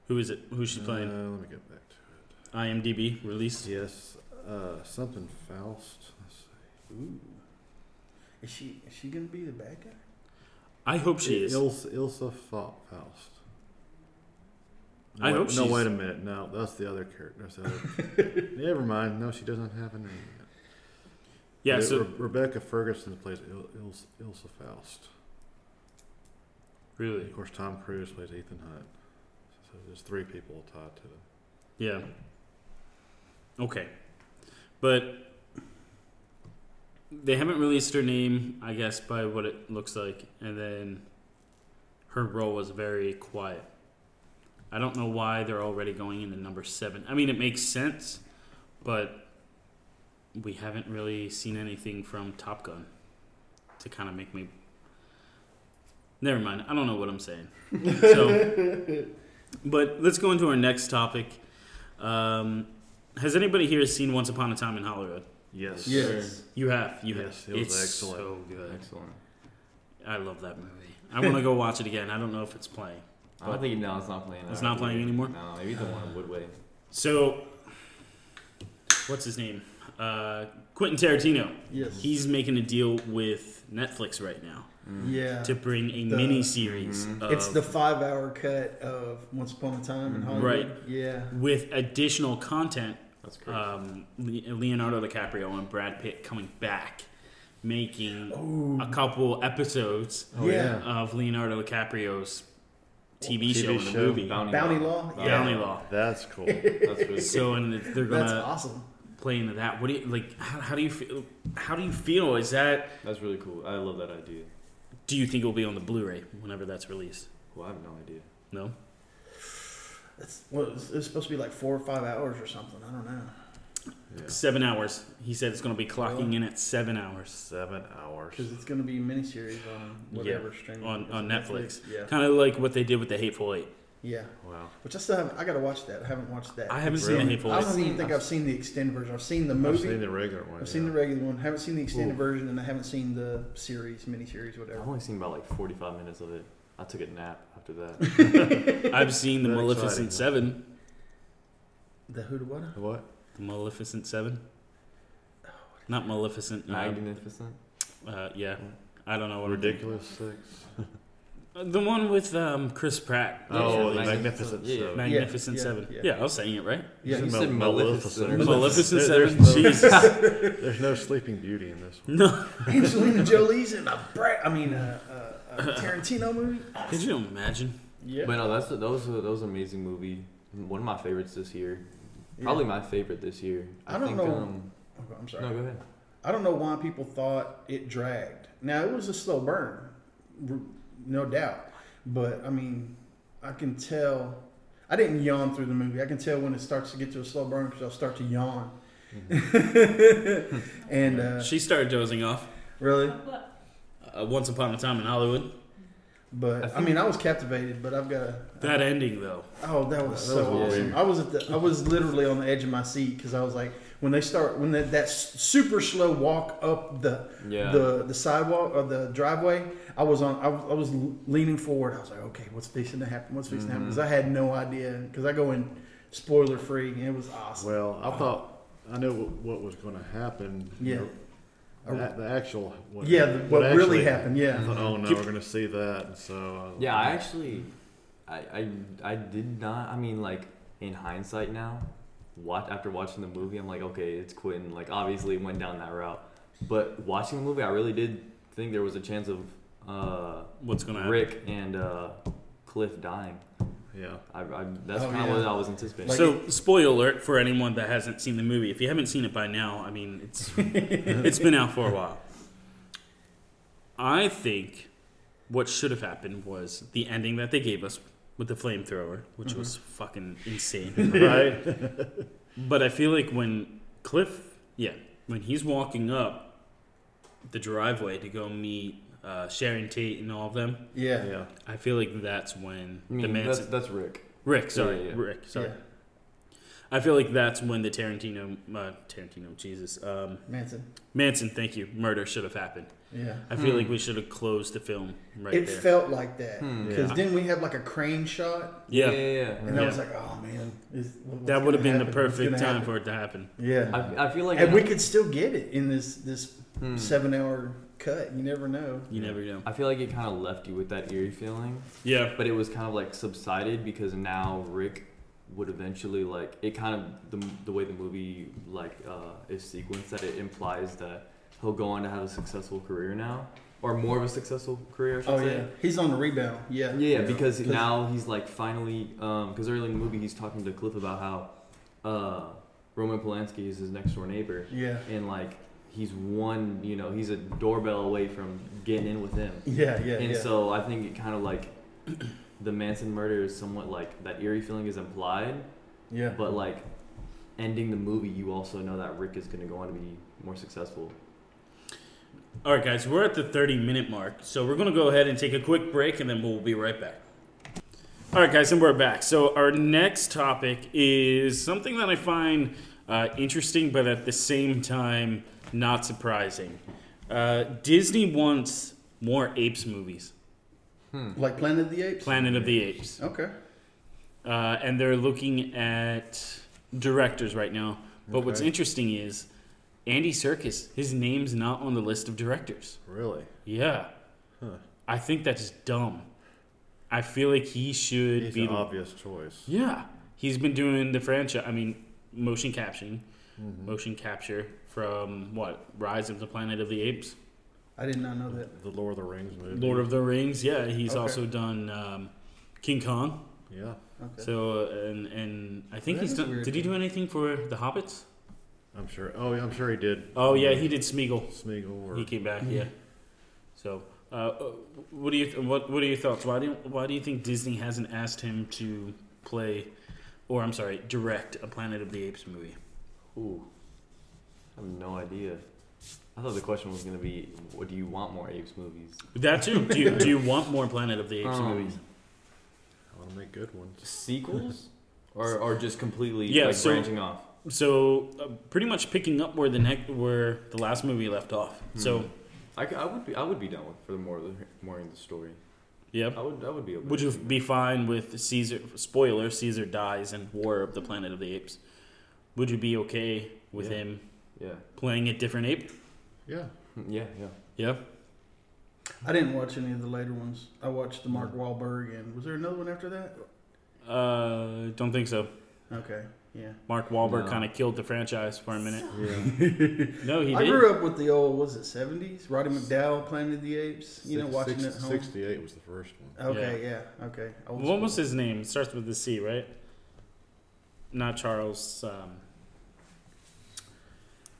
S1: Who is it? Who's she playing?
S2: Uh, let me get back to
S1: IMDb release.
S2: it. Yes. Uh, something Faust. Let's see.
S4: Ooh. Is she is she gonna be the bad guy?
S1: I hope she is.
S2: Ilsa, Ilsa Fa- Faust. No,
S1: I
S2: wait-
S1: hope
S2: No,
S1: she's-
S2: wait a minute. No, that's the other character. That's the other. Never mind. No, she doesn't have a name. Yet.
S1: Yeah.
S2: Re-
S1: So
S2: Re- Rebecca Ferguson plays Il- Ilse, Ilsa Faust. And
S1: really.
S2: of course, Tom Cruise plays Ethan Hunt. So there's three people tied to them.
S1: Yeah. Okay. But they haven't released her name, I guess, by what it looks like. And then her role was very quiet. I don't know why they're already going into number seven. I mean, it makes sense, but we haven't really seen anything from Top Gun to kind of make me. Never mind. I don't know what I'm saying. So, but let's go into our next topic. Um, has anybody here seen Once Upon a Time in Hollywood?
S2: Yes.
S4: Yes.
S1: You have. You
S2: Yes,
S1: have.
S2: it was
S1: it's
S2: excellent.
S1: so good.
S3: Excellent.
S1: I love that movie. I want to go watch it again. I don't know if it's playing.
S3: I don't think no, it's not playing.
S1: It's
S3: I don't
S1: not playing
S3: think-
S1: anymore?
S3: No, maybe the one in Woodway.
S1: So, what's his name? Uh, Quentin Tarantino.
S4: Yes.
S1: He's making a deal with Netflix right now
S3: Mm.
S4: yeah.
S1: to bring a
S4: The-
S1: mini series.
S3: Mhm.
S2: Mm-hmm.
S1: of Mm-hmm.
S4: It's the five hour cut of Once Upon a Time in
S3: Mhm.
S4: Hollywood. Yeah.
S1: with additional content
S3: That's crazy.
S1: um, Le- Leonardo DiCaprio and Brad Pitt coming back, making
S4: Oh.
S1: a couple episodes
S4: Oh, yeah.
S1: of Leonardo DiCaprio's TV,
S2: TV
S1: show and a
S2: show.
S1: movie,
S3: Bounty,
S4: Bounty Law.
S3: Bounty
S4: Yeah.
S1: Bounty Law.
S2: That's cool.
S3: That's really
S1: So, and they're gonna
S4: That's awesome.
S1: play into that. What do you like? How, how do you feel? How do you feel? Is that?
S3: That's really cool. I love that idea.
S1: Do you think it'll be on the Blu-ray whenever that's released?
S3: Well, I have no idea.
S1: No.
S4: It's, well, it's, it's supposed to be like four or five hours or something. I don't know.
S2: Yeah.
S1: Seven hours. He said it's going to be clocking in at seven hours.
S2: Seven hours.
S4: because it's going to be a miniseries on whatever streaming
S1: on-
S4: is.
S1: on Netflix.
S4: Yeah,
S1: Kind of like what they did with the Hateful Eight.
S4: yeah.
S2: Wow.
S4: Which I still haven't. I got to watch that. I haven't watched that.
S1: I haven't seen
S2: Really?
S1: the Hateful
S4: I
S1: Eight.
S4: don't even think I've seen the extended version. I've seen the movie.
S2: I've seen the regular one.
S4: I've seen the regular one. Haven't seen the extended
S2: Ooh.
S4: version, and I haven't seen the series, miniseries,
S3: I've
S4: whatever.
S3: only seen about like 45 minutes of it. I took a nap after that.
S1: I've seen the
S2: That
S1: Maleficent
S2: exciting.
S1: Seven.
S4: The Who to What?
S2: the what?
S1: The Maleficent Seven. Not Maleficent. Uh,
S3: Magnificent.
S1: uh, yeah, I don't know what I'm thinking.
S2: Ridiculous Six.
S1: Uh, The one with um, Chris Pratt.
S3: Yeah,
S2: oh,
S3: yeah,
S2: the
S3: Magnificent
S2: Magnificent
S3: Seven. Yeah,
S2: Seven.
S1: Magnificent
S4: yeah,
S1: Seven.
S4: yeah.
S1: Yeah. I was saying it right.
S4: Yeah,
S3: You
S4: you
S3: said Maleficent.
S2: There's-
S1: Maleficent
S2: there-
S1: Seven.
S2: There's no,
S1: Jesus.
S2: there's no Sleeping Beauty in this one.
S1: No.
S4: Angelina Jolie's in a brat. I mean, a, a, a Tarantino movie.
S1: Could you imagine?
S4: Yeah.
S3: But no, that's that was a, that was an amazing movie. One of my favorites this year. Probably my favorite this year.
S4: I don't know.
S3: Um,
S4: Yeah. Okay, I'm sorry.
S3: no, go ahead.
S4: I don't know why people thought it dragged. Now it was a slow burn, r- no doubt. But I mean, I can tell. I didn't yawn through the movie. I can tell when it starts to get to a slow burn because I'll start to yawn. and uh,
S1: She started dozing off.
S4: really,
S1: Uh, Once upon a time in Hollywood.
S4: but I, mean, I was captivated. But I've got a
S1: That ending though.
S4: Oh, that was
S2: That was
S4: so awesome!
S2: weird.
S4: I was at the, I was literally on the edge of my seat because I was like, when they start, when that, that s- super slow walk up the
S3: Yeah.
S4: the the sidewalk or the driveway, I was on, I was, I was leaning forward. I was like, okay, what's fixing to happen? What's fixing to happen? Because
S1: Mm-hmm.
S4: I had no idea. Because I go in spoiler free, and it was awesome.
S2: Well, I thought I knew what, what was going to happen.
S4: Yeah.
S2: The, the, the actual. What,
S4: yeah, the, what, really
S2: actually
S4: happened? Yeah,
S2: I thought, oh no,
S1: Keep-
S2: we're going to see that. And so. uh,
S3: Yeah, I actually, I, I, I did not. I mean, like in hindsight now, what after watching the movie, I'm like, okay, it's Quentin. Like obviously, it went down that route. But watching the movie, I really did think there was a chance of uh,
S1: What's gonna happen?
S3: Rick and uh, Cliff dying.
S2: Yeah.
S3: I, I, that's
S4: Oh,
S3: kind of
S4: yeah.
S3: what I was anticipating.
S4: Like-
S1: so, spoiler alert for anyone that hasn't seen the movie. If you haven't seen it by now, I mean, it's it's been out for a while. I think what should have happened was the ending that they gave us with the flamethrower, which was fucking insane.
S2: Right?
S1: but I feel like when Cliff, yeah, when he's walking up the driveway to go meet uh, Sharon Tate and all of them,
S4: yeah,
S2: yeah.
S1: I feel like that's when
S3: I mean,
S1: the man's
S3: that's, that's Rick.
S1: Rick, sorry,
S3: Yeah, yeah.
S1: Rick, sorry.
S4: Yeah.
S1: I feel like that's when the Tarantino, uh, Tarantino, Jesus, um,
S4: Manson.
S1: Manson, thank you, murder should have happened.
S4: Yeah,
S1: I feel
S3: Hmm.
S1: like we should have closed the film right
S4: it
S1: there.
S4: felt like that
S3: Hmm.
S4: because
S1: Yeah.
S4: then we had like a crane shot,
S1: yeah,
S3: yeah, yeah. yeah.
S4: and I
S1: Yeah.
S4: was like, oh man, is- what's
S1: that would have
S4: gonna
S1: been the
S4: happen? What's
S1: perfect
S4: gonna
S1: time
S4: happen?
S1: for it to happen.
S4: Yeah.
S3: I, I feel like
S4: and we could still get it in this this
S3: Hmm.
S4: seven hour cut. You never know.
S1: You never know.
S3: I feel like it kind of left you with that eerie feeling.
S1: Yeah,
S3: but it was kind of like subsided because now Rick would eventually like it kind of the, the way the movie like uh, is sequenced that it implies that he'll go on to have a successful career now or more of a successful career. I should
S4: Oh
S3: say.
S4: yeah, he's on the rebound. Yeah.
S3: Yeah, because now he's like finally, because early in the movie he's talking to Cliff about how uh, Roman Polanski is his next door neighbor,
S4: Yeah.
S3: and like he's one, you know, he's a doorbell away from getting in with him.
S4: Yeah. Yeah.
S3: And
S4: yeah.
S3: so I think it kind of like the Manson murder is somewhat like that eerie feeling is implied,
S4: yeah.
S3: but like ending the movie, you also know that Rick is going to go on to be more successful.
S1: All right, guys, we're at the 30 minute mark, so we're going to go ahead and take a quick break and then we'll be right back. All right, guys, and we're back. So, our next topic is something that I find uh, interesting, but at the same time, not surprising. Uh, Disney wants more apes movies,
S4: like Planet of the Apes.
S1: Planet of the Apes.
S4: okay.
S1: Uh, and they're looking at directors right now. But what's
S2: Okay.
S1: interesting is Andy Serkis, his name's not on the list of directors.
S2: Really?
S1: Yeah.
S2: Huh.
S1: I think that's dumb. I feel like he should
S2: He's
S1: be.
S2: an
S1: the-
S2: obvious choice.
S1: yeah. He's been doing the franchise. I mean, motion captioning,
S2: Mm-hmm.
S1: motion capture from what? Rise of the Planet of the Apes,
S4: I did not know that.
S2: The Lord of the Rings movie.
S1: Lord of the Rings. Yeah. He's
S4: Okay.
S1: also done um, King Kong.
S2: Yeah.
S4: Okay.
S1: So, uh, and, and I think
S4: That
S1: he's
S4: is
S1: done.
S4: weird.
S1: Did he do anything for The Hobbits?
S2: I'm sure. Oh, yeah, I'm sure he did.
S1: Oh, yeah. He did Smeagol.
S2: Smeagol or
S1: He came back,
S3: Mm-hmm.
S1: yeah. So, uh, uh, what do you th- what what are your thoughts? Why do you, why do you think Disney hasn't asked him to play, or I'm sorry, direct a Planet of the Apes movie?
S3: Ooh, I have no idea. I thought the question was going to be, what do you want more apes movies?
S1: That too. Do you, do you want more Planet of the Apes
S3: Um,
S1: movies?
S2: I want to make good ones.
S3: Sequels? or, or just completely
S1: Yeah,
S3: like,
S1: so-
S3: branching off?
S1: So, uh, pretty much picking up where the neck where the last movie left off.
S3: Hmm.
S1: So,
S3: I, c- I would be I would be down with for the more of the, more in the story.
S1: yep.
S3: I would I would be. open
S1: Would
S3: to
S1: you
S3: seeing
S1: be fine with Caesar? Spoiler: Caesar dies in War of the Planet of the Apes. Would you be okay with
S3: Yeah.
S1: him
S3: that. Yeah.
S1: playing a different ape?
S2: Yeah.
S3: Yeah, yeah.
S1: Yeah.
S4: I didn't watch any of the later ones. I watched the Mark Wahlberg and was there another one after that?
S1: Uh, don't think so.
S4: Okay, yeah.
S1: Mark Wahlberg
S3: No.
S1: kind of killed the franchise for a minute.
S2: Yeah.
S1: No, he
S4: I
S1: did.
S4: grew up with the old was it seventies? Roddy McDowell, Planet of the Apes. You know,
S2: Six-
S4: watching
S2: six-
S4: it at home. Uh,
S2: 68 was the first one.
S4: Okay, yeah, okay. Old
S1: What was
S4: school.
S1: his name? It starts with the C, right? Not Charles. Um,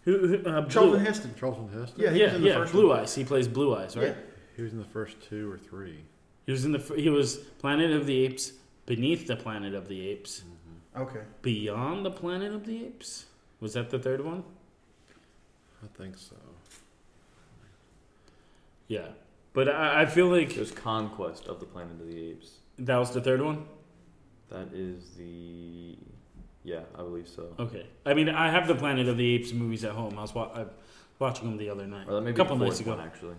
S1: who? who uh,
S4: Charlton
S1: Blue,
S4: Heston?
S2: Charlton Heston?
S4: Yeah, he was
S1: yeah,
S4: in the
S1: yeah.
S4: first
S1: Blue
S4: one.
S1: Eyes. He plays Blue Eyes, right?
S4: Yeah.
S2: He was in the first two or three.
S1: He was in the. fir- He was Planet of the Apes, Beneath the Planet of the Apes,
S4: Okay.
S1: Beyond the Planet of the Apes. Was that the third one?
S2: I think so.
S1: Yeah, but I, I feel like
S3: There's Conquest of the Planet of the Apes.
S1: that was the third one.
S3: That is the. Yeah, I believe so.
S1: Okay, I mean I have the Planet of the Apes movies at home. I was wa- I, was watching them the other night,
S3: Or that may
S1: a
S3: be
S1: couple
S3: the
S1: nights
S3: fourth
S1: ago.
S3: one, actually.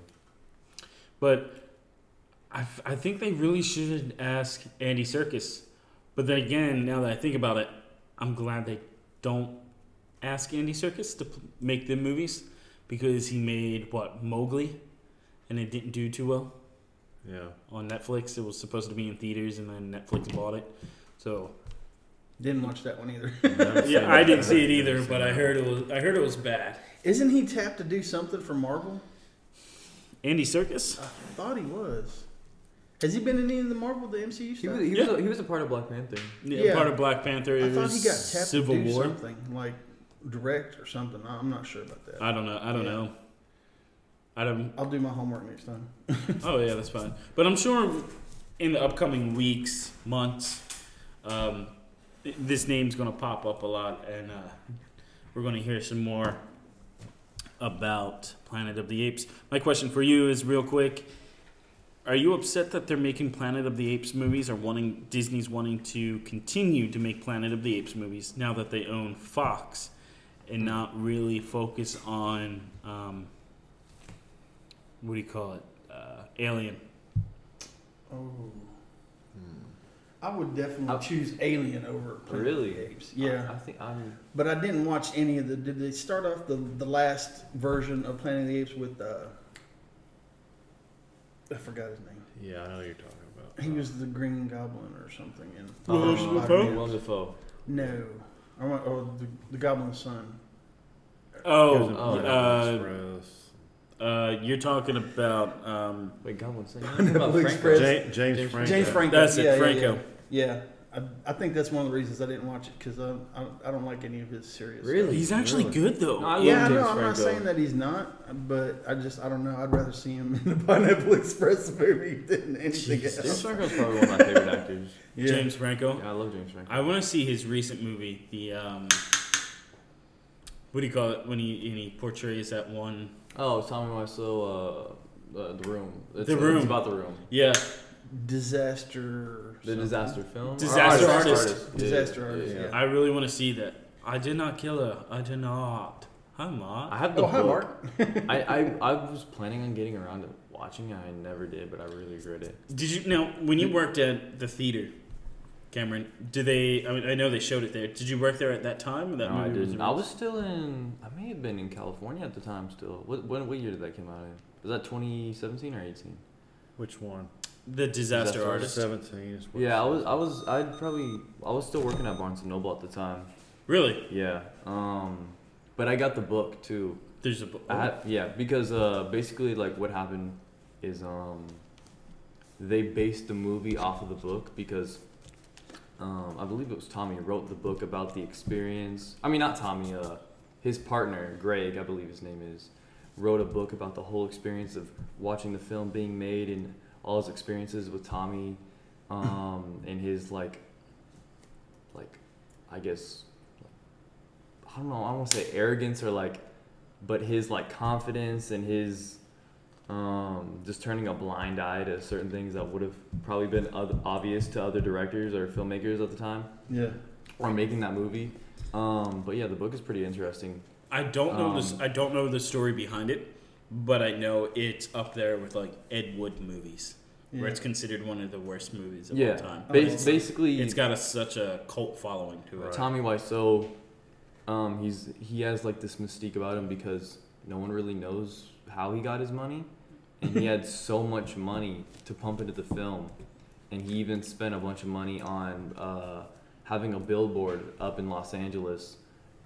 S1: But I, f- I think they really should ask Andy Circus. But then again, now that I think about it, I'm glad they don't ask Andy Circus to p- make the movies because he made what Mowgli, and it didn't do too well
S2: Yeah.
S1: on Netflix. It was supposed to be in theaters, and then Netflix bought it. So
S4: Didn't watch that one either.
S1: yeah, I didn't see it either, but I heard it was I heard it was bad.
S4: Isn't he tapped to do something for Marvel?
S1: Andy Circus?
S4: I thought he was. Has he been in any of the Marvel, the MCU
S3: He
S4: stuff?
S3: was, he,
S1: Yeah.
S3: was a, he was a part of Black Panther.
S1: Yeah,
S4: Yeah.
S1: part of Black Panther.
S4: I
S1: It
S4: thought
S1: was
S4: he got tapped
S1: Civil
S4: to do
S1: War.
S4: something like direct or something. I- I'm not sure about that.
S1: I don't know. I don't
S4: Yeah.
S1: know. I don't.
S4: I'll do my homework next time.
S1: Oh yeah, that's fine. But I'm sure in the upcoming weeks, months, um, th- this name's gonna pop up a lot, and uh, we're gonna hear some more about Planet of the Apes. My question for you is real quick: Are you upset that they're making Planet of the Apes movies, or wanting Disney's wanting to continue to make Planet of the Apes movies now that they own Fox, and not really focus on um, what do you call it? Uh, Alien.
S4: Oh.
S2: Hmm.
S4: I would definitely
S3: I-
S4: choose Alien over Planet
S3: Really?
S4: of the Apes. Yeah.
S3: I, I think I'm.
S4: But I didn't watch any of the. Did they start off the the last version of Planet of the Apes with? Uh, I forgot his name.
S2: Yeah, I know who you're talking about.
S4: He
S3: Uh.
S4: was the Green Goblin or something. In
S3: Uh-huh.
S1: Willem
S4: Spider-Man.
S1: Dafoe?
S3: Willem Dafoe.
S4: No, I want oh the, the Goblin's son.
S2: He
S1: Oh,
S2: was in
S3: oh,
S1: uh,
S2: Pineapple Express.
S1: uh, you're talking about um,
S3: Wait, Goblin Slayer?
S4: Pineapple
S3: Frank-
S4: Express.
S2: Ja- James,
S3: James
S2: Franco.
S4: James Franco.
S1: That's it,
S4: yeah, yeah,
S1: Franco.
S4: Yeah, yeah. I, I think that's one of the reasons I didn't watch it because I, I I don't like any of his serious. stuff.
S3: Really?
S1: he's actually
S3: Really?
S1: good though. Um,
S3: No, I love
S4: Yeah, I
S3: James
S4: know. I'm not
S3: Franco.
S4: saying that he's not, but I just I don't know. I'd rather see him in the Pineapple Express movie than anything
S3: James
S4: else.
S3: Franco's probably one of my favorite actors.
S4: Yeah.
S1: James Franco.
S3: Yeah, I love James Franco.
S1: Oh. I want to see his recent movie. The um, what do you call it when he and he portrays that one?
S3: Oh, Tommy Wiseau, uh, uh, The Room. It's,
S1: The
S3: uh,
S1: Room.
S3: It's about The Room.
S1: Yeah,
S4: disaster.
S3: The
S4: something.
S3: disaster film?
S1: Disaster
S3: Or
S1: Artist.
S3: Yeah,
S4: Disaster Artist, yeah.
S1: I really want to see that. I did not kill her. I did not. I'm
S3: I
S1: not.
S3: have the
S4: Oh, hi,
S3: book.
S4: Mark.
S3: I, I, I was planning on getting around to watching it. I never did, but I really regret it.
S1: Did you now when you worked at the theater, Cameron? Did they? I mean, I know they showed it there. Did you work there at that time? Or that
S3: no, I
S1: movie
S3: didn't. I
S1: released?
S3: was still in. I may have been in California at the time. Still, what when, what year did that come out in? Was that 2017 or 18?
S2: Which one?
S1: the disaster,
S3: Disaster
S1: artist.
S2: 17 is what
S3: Yeah, I was. I was. I'd probably. I was still working at Barnes and Noble at the time.
S1: Really?
S3: Yeah. Um, but I got the book too.
S1: There's a. oh,
S3: I had- yeah, because uh, basically, like what happened is um, they based the movie off of the book because um, I believe it was Tommy wrote the book about the experience. I mean, not Tommy. Uh, his partner Greg, I believe his name is, wrote a book about the whole experience of watching the film being made and all his experiences with Tommy, um, and his like, like, I guess, I don't know. I don't want to say arrogance or like but his like confidence and his um, just turning a blind eye to certain things that would have probably been oth- obvious to other directors or filmmakers at the time
S4: Yeah.
S3: or making that movie. Um, but yeah, the book is pretty interesting.
S1: I don't know this.
S3: Um,
S1: I don't know the story behind it, but I know it's up there with like Ed Wood movies,
S4: yeah.
S1: where it's considered one of the worst movies of
S3: yeah,
S1: all time.
S3: ba-
S4: It's-
S3: basically,
S1: It's got a, such a cult following to it.
S2: Right.
S3: Tommy Wiseau, um, he's he has like this mystique about him because no one really knows how he got his money, and he had so much money to pump into the film, and he even spent a bunch of money on uh, having a billboard up in Los Angeles,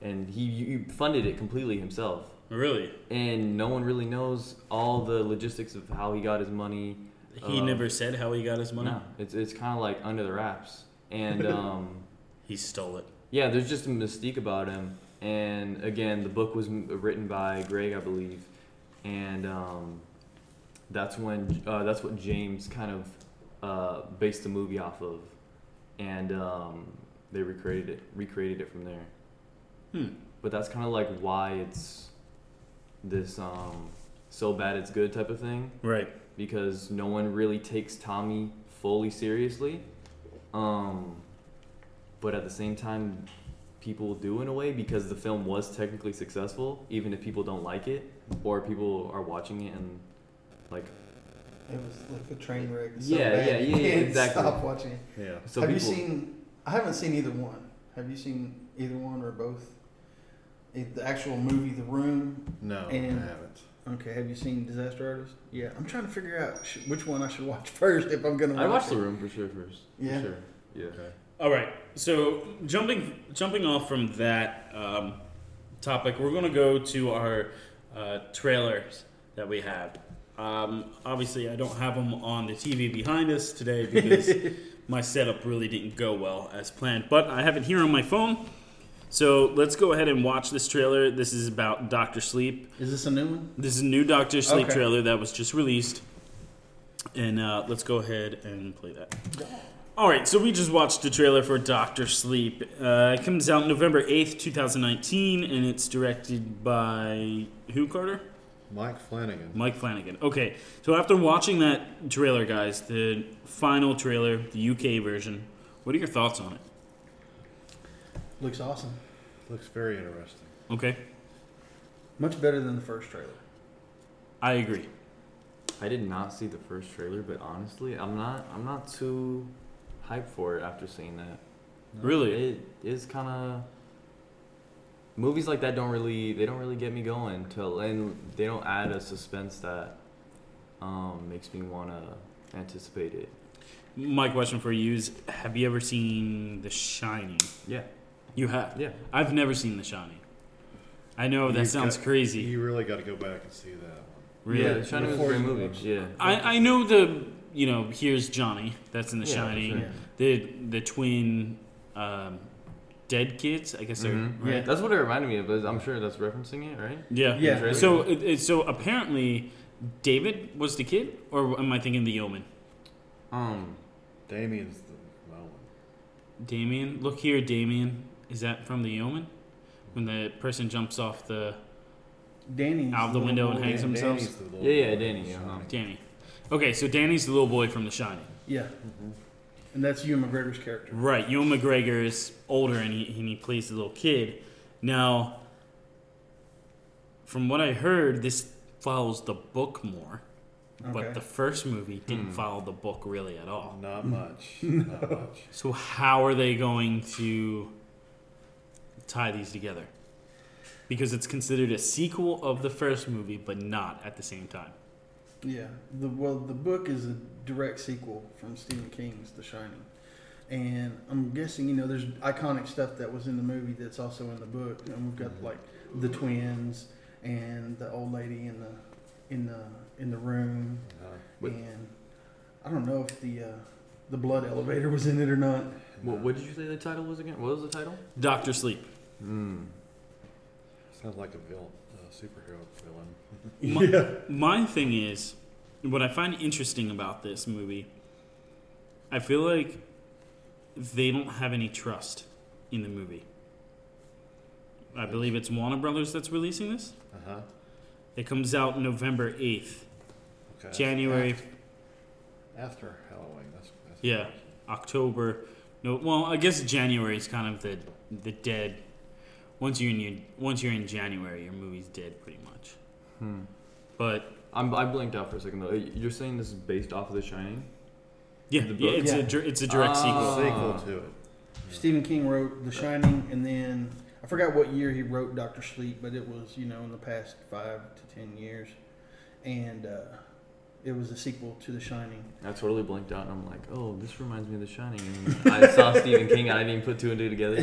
S3: and he, he funded it completely himself,
S1: Really,
S3: and no one really knows all the logistics of how he got his money.
S1: he
S3: Um,
S1: never said how he got his money.
S3: No, it's it's kind of like under the wraps, and. Um,
S1: He stole it.
S3: Yeah, there's just a mystique about him. And again, the book was m- written by Greg, I believe, and um, that's when uh, that's what James kind of uh, based the movie off of, and um, they recreated it, recreated it from there.
S1: Hmm.
S3: But that's kind of like why it's this um, so bad it's good type of thing
S1: Right.
S3: because no one really takes Tommy fully seriously. Um, but at the same time, people do in a way because the film was technically successful, even if people don't like it or people are watching it and like
S4: It was like a train wreck. It's
S3: Yeah,
S4: so bad
S3: yeah,
S4: you
S3: yeah, yeah,
S4: can't
S3: exactly.
S4: Stop watching. it.
S2: Yeah.
S3: so
S4: Have
S3: people.
S4: you seen? I haven't seen either one. Have you seen either one or both? It, the actual movie, The Room.
S2: No,
S4: And-
S2: I haven't.
S4: Okay. Have you seen Disaster Artist? Yeah. I'm trying to figure out sh- which one I should watch first if I'm gonna.
S3: I
S4: watch
S3: watched The Room for sure first.
S4: Yeah.
S3: For sure. Yeah.
S2: Okay.
S1: All right. So jumping jumping off from that um, topic, we're gonna go to our uh, trailers that we have. Um, obviously, I don't have them on the TV behind us today because my setup really didn't go well as planned. But I have it here on my phone. So let's go ahead and watch this trailer. This is about Doctor Sleep.
S4: Is this a new one?
S1: This is a new Doctor Sleep
S4: Okay.
S1: trailer that was just released. And uh, let's go ahead and play that. All right, so we just watched the trailer for Doctor Sleep. Uh, it comes out November 8th, 2019, and it's directed by who, Carter?
S2: Mike Flanagan.
S1: Mike Flanagan. Okay, so after watching that trailer, guys, the final trailer, the UK version, what are your thoughts on it?
S4: Looks awesome.
S2: Looks very interesting.
S1: Okay,
S4: Much better than the first trailer.
S1: I agree.
S3: I did not see the first trailer, but honestly, I'm not I'm not too hyped for it after seeing that.
S1: Really?
S3: it is kind of movies like that don't really they don't really get me going till and they don't add a suspense that um, makes me want to anticipate it
S1: My question for you is Have you ever seen The Shining?
S3: yeah
S1: You have.
S3: yeah
S1: I've never seen The Shining. I know that
S2: You've
S1: sounds
S2: got-
S1: crazy.
S2: You really got to go back and see that one.
S1: Really?
S3: yeah Shining was a
S2: Before
S3: great
S2: you
S3: movie
S2: watch-
S3: yeah
S1: I, I know the you know here's Johnny that's in The
S3: Yeah, for
S1: Shining.
S3: sure.
S1: The the twin um, dead kids. I guess they're
S3: Mhm.
S1: right.
S4: Yeah.
S3: that's what it reminded me of but I'm sure that's referencing it right
S1: Yeah.
S4: Yeah.
S3: Right.
S1: So it, it- so apparently David was the kid, or am I thinking the Yeoman?
S3: um
S2: Damien's the moment.
S1: Damien, look here, Damien. Is that from the Yeoman? When the person jumps off the
S4: Danny
S1: Out of the window and hangs
S2: Dan-
S1: themselves?
S2: Danny's the little
S3: Yeah, yeah,
S2: boy
S3: Danny,
S2: in The
S3: uh-huh.
S2: Shining.
S1: Danny. Okay, so Danny's the little boy from The Shining.
S4: Yeah, and that's Ewan McGregor's character.
S1: Right, Ewan McGregor is older and he, and he plays the little kid. Now, from what I heard, this follows the book more,
S4: Okay.
S1: but the first movie didn't
S3: Hmm.
S1: follow the book really at all.
S2: Not much. Not much.
S1: So, how are they going to tie these together? Because it's considered a sequel of the first movie, but not at the same time.
S4: Yeah, the well, the book is a direct sequel from Stephen King's The Shining, and I'm guessing you know there's iconic stuff that was in the movie that's also in the book, and we've got like the twins and the old lady in the in the in the room,
S2: Uh,
S3: Wait.
S4: and I don't know if the uh, the blood elevator was in it or not.
S3: what, what did you say the title was again what was the title
S1: Doctor Sleep.
S3: Hmm.
S2: Sounds like a villain, a superhero villain.
S1: My, my thing is, what I find interesting about this movie, I feel like they don't have any trust in the movie. I believe it's Warner Brothers that's releasing this.
S2: Uh huh.
S1: It comes out November 8th,
S2: Okay.
S1: January,
S2: After Halloween. That's, that's
S1: Yeah. October. No, well, I guess January is kind of the the dead. Once you're in your, once you're in January, your movie's dead pretty much.
S3: Hmm.
S1: But
S3: I'm, I blanked out for a second though. You're saying this is based off of The Shining?
S1: yeah, yeah
S3: The book?
S1: it's a
S4: Yeah.
S1: dir- it's a direct
S3: Ah.
S1: sequel.
S4: Uh,
S2: Sequel to it.
S4: Stephen King wrote The Shining, and then I forgot what year he wrote Doctor Sleep, but it was you know in the past five to ten years, and uh, it was a sequel to The Shining.
S3: I totally blanked out and I'm like, oh, this reminds me of The Shining. And I saw Stephen King and I didn't even put two and two together.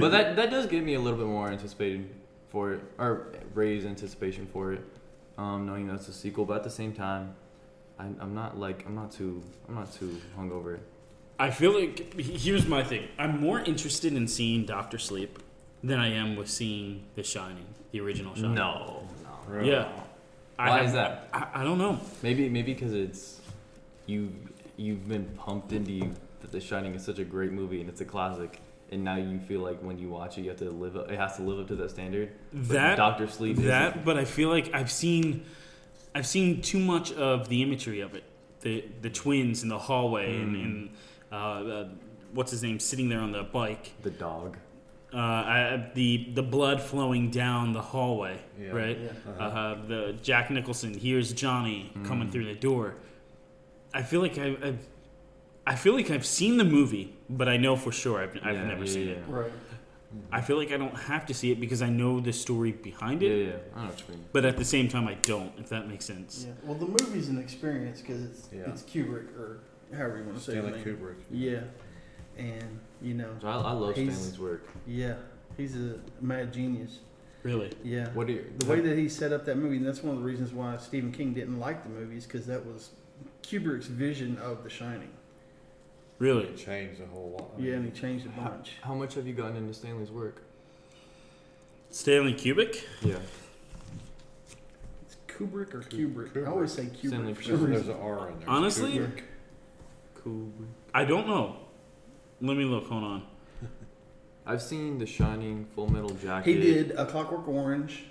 S3: But that, that does give me a little bit more anticipated for it, or raise anticipation for it, um, knowing that's a sequel. But at the same time, I, I'm not like, I'm not too, I'm not too hungover.
S1: I feel like here's my thing. I'm more interested in seeing Doctor Sleep than I am with seeing The Shining, the original Shining.
S3: No. no.
S2: Really?
S1: Yeah. I
S3: Why
S1: have-
S3: is that?
S1: I, I don't know.
S3: Maybe maybe because it's you you've been pumped into you that The Shining is such a great movie and it's a classic, and now you feel like when you watch it, you have to live up, it has to live up to that standard. But
S1: That
S3: Doctor Sleep
S1: that, but I feel like I've seen, I've seen too much of the imagery of it. The the twins in the hallway and,
S3: Mm.
S1: and uh, uh, what's his name sitting there on the bike.
S3: isn't. the dog.
S1: Uh, I, the the blood flowing down the hallway,
S2: Yeah.
S1: right?
S2: Uh-huh.
S1: Uh, the Jack Nicholson here's Johnny coming
S3: Mm.
S1: through the door. I feel like I, I've, I feel like I've seen the movie, but I know for sure I've, I've
S3: Yeah,
S1: never
S3: yeah,
S1: seen
S3: yeah.
S1: it.
S4: Right.
S2: Hmm.
S1: I feel like I don't have to see it because I know the story behind
S3: Yeah,
S1: it.
S3: yeah. I know what you mean.
S1: But at the same time, I don't. If that makes sense.
S4: Yeah. Well, the movie's an experience because it's
S2: Yeah.
S4: it's Kubrick or however you want to say
S2: Stanley
S4: his name.
S2: Kubrick.
S4: Yeah. And you know,
S3: So I, I love
S4: He's-
S3: Stanley's work.
S4: yeah, he's a mad genius.
S1: Really.
S4: Yeah.
S3: What do you?
S4: The way that he set up that movie, and that's one of the reasons why Stephen King didn't like the movies, because that was Kubrick's vision of The Shining.
S1: Really.
S2: It changed a whole lot. I
S4: Yeah, and he
S2: mean,
S4: changed a bunch.
S3: How much have you gotten into Stanley's work?
S1: Stanley Kubrick?
S3: Yeah.
S4: It's Kubrick or
S2: Ku-
S4: Kubrick. I always say Kubrick
S3: Stanley
S4: for
S2: There's,
S4: some
S2: there's
S4: reason.
S2: an R in there.
S1: Honestly?
S2: Kubrick.
S3: Cool.
S1: I don't know. Let me look. Hold on.
S3: I've seen The Shining, Full Metal Jacket.
S4: He did A Clockwork Orange.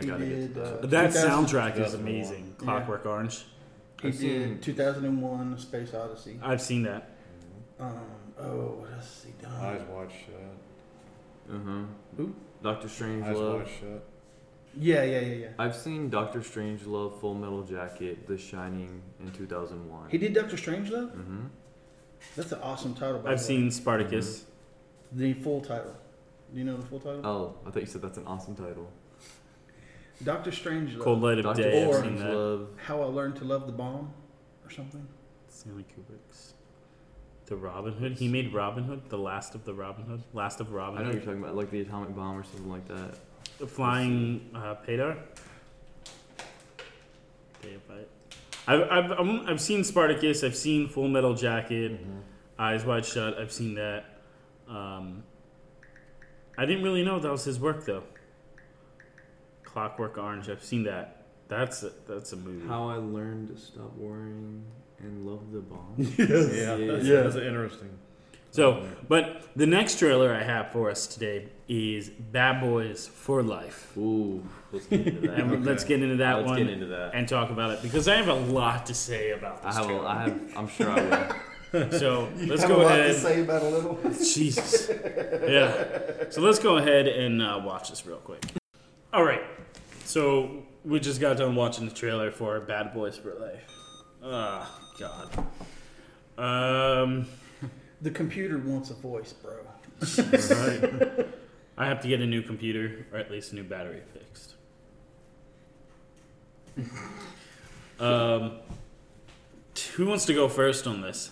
S3: I
S4: he
S3: gotta get to
S4: did,
S3: those.
S4: uh,
S1: That
S4: 2000
S1: soundtrack is
S2: 2001.
S1: amazing.
S4: Yeah.
S1: Clockwork Orange.
S4: He
S3: I've seen-
S4: did 2001: A Space Odyssey.
S1: I've seen that.
S4: Um, oh, what else has he done?
S2: Mm-hmm. Eyes Wide Shut.
S3: Uh huh.
S4: Who?
S3: Doctor Strange
S2: Eyes
S3: Love.
S2: Wide Shut.
S4: Yeah, yeah, yeah, yeah.
S3: I've seen Doctor Strange Love, Full Metal Jacket, The Shining in 2001.
S4: He did Doctor Strangelove.
S3: hmm
S4: That's an awesome title. By
S1: I've
S4: the way.
S1: seen Spartacus.
S4: the full title. Do you know the full title?
S3: Oh, I thought you said that's an awesome title.
S4: Doctor Strangelove.
S1: Cold Light of
S3: Mm-hmm. Doctor
S1: Day. I've
S4: Strange
S1: seen
S3: Strange
S1: that.
S3: Love.
S4: How I Learned to Love the Bomb, or something.
S1: Stanley Kubrick's. The Robin Hood. He made Robin Hood. The Last of the Robin Hood. Last of
S3: I
S1: Robin
S3: know what you're
S1: Hood.
S3: talking about, like the atomic bomb or something like that.
S1: The Flying uh, Pedar. Day of Fight. I've, I've, I'm- I've seen Spartacus. I've seen Full Metal Jacket.
S2: Mm-hmm.
S1: Eyes Wide Shut. I've seen that. Um, I didn't really know that was his work though. Clockwork Orange. I've seen that. That's a, that's a movie.
S3: How I learned to stop worrying and love the bomb.
S2: Yeah,
S3: Yeah.
S2: that's,
S3: Yeah.
S2: that's interesting. Mm-hmm.
S1: So, but the next trailer I have for us today is Bad Boys for Life,
S3: Ooh, let's get into that.
S1: and
S2: Okay.
S1: let's get into that
S3: let's
S1: one
S3: get into that.
S1: and talk about it because I have a lot to say about
S3: I
S1: this
S3: have, a,
S1: trailer.
S3: I have, I'm sure I will.
S1: So let's go ahead.
S4: say about a little.
S1: Jesus. Yeah. So let's go ahead and uh, watch this real quick. All right. So we just got done watching the trailer for Bad Boys for Life. Ah, God. Um,
S4: The computer wants a voice, bro.
S1: I have to get a new computer or at least a new battery fixed. um, who wants to go first on this?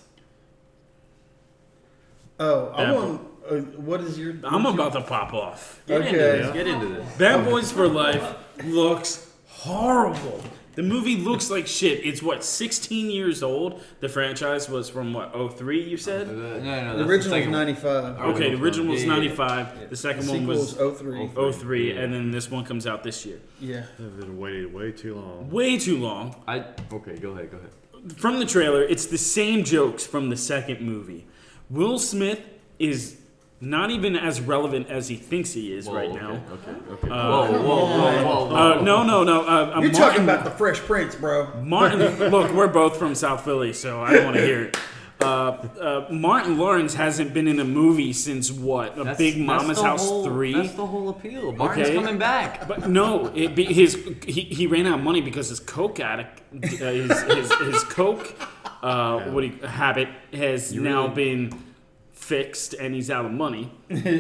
S4: Oh, I
S1: Bad
S4: want. Uh, what is your?
S1: I'm
S4: what's your-
S1: about to pop off.
S3: Get into
S4: Okay.
S3: this. Get into this.
S1: Bad Boys for Life looks horrible. The movie looks like shit. It's what 16 years old. The franchise was from what 03 you
S3: Uh,
S1: said?
S3: No, no, no.
S4: The
S3: that's
S4: original is
S3: second one.
S4: 95.
S3: Oh,
S1: Okay, the original was
S3: Yeah, yeah, yeah.
S1: 95. The
S4: the
S1: second one
S4: sequel
S1: was
S4: was 03.
S3: Oh.
S1: 03
S3: Yeah.
S1: and then this one comes out this year.
S4: Yeah.
S2: I've been waiting way too long.
S1: Way too long.
S3: I okay. Go ahead. Go ahead.
S1: From the trailer, it's the same jokes from the second movie. Will Smith is not even as relevant as he thinks he is right now.
S3: Okay, okay.
S1: Uh,
S3: whoa, whoa, whoa, whoa, whoa.
S1: Uh, no, no, no. Uh, uh,
S4: You're
S1: Martin,
S4: talking about the Fresh Prince, bro.
S1: Martin. look, we're both from South Philly, so I don't want to hear it. Uh, uh, Martin Lawrence hasn't been in a movie since what? A
S3: That's-
S1: Uh, Big
S3: that's
S1: Mama's
S3: the
S1: House
S3: whole-
S1: three.
S3: That's the whole appeal. Martin's
S1: Okay.
S3: coming back.
S1: But no, it, be- his he, he ran out of money because his coke addict, uh, his, his his coke, uh, what do you, habit has now been fixed, and he's out of money.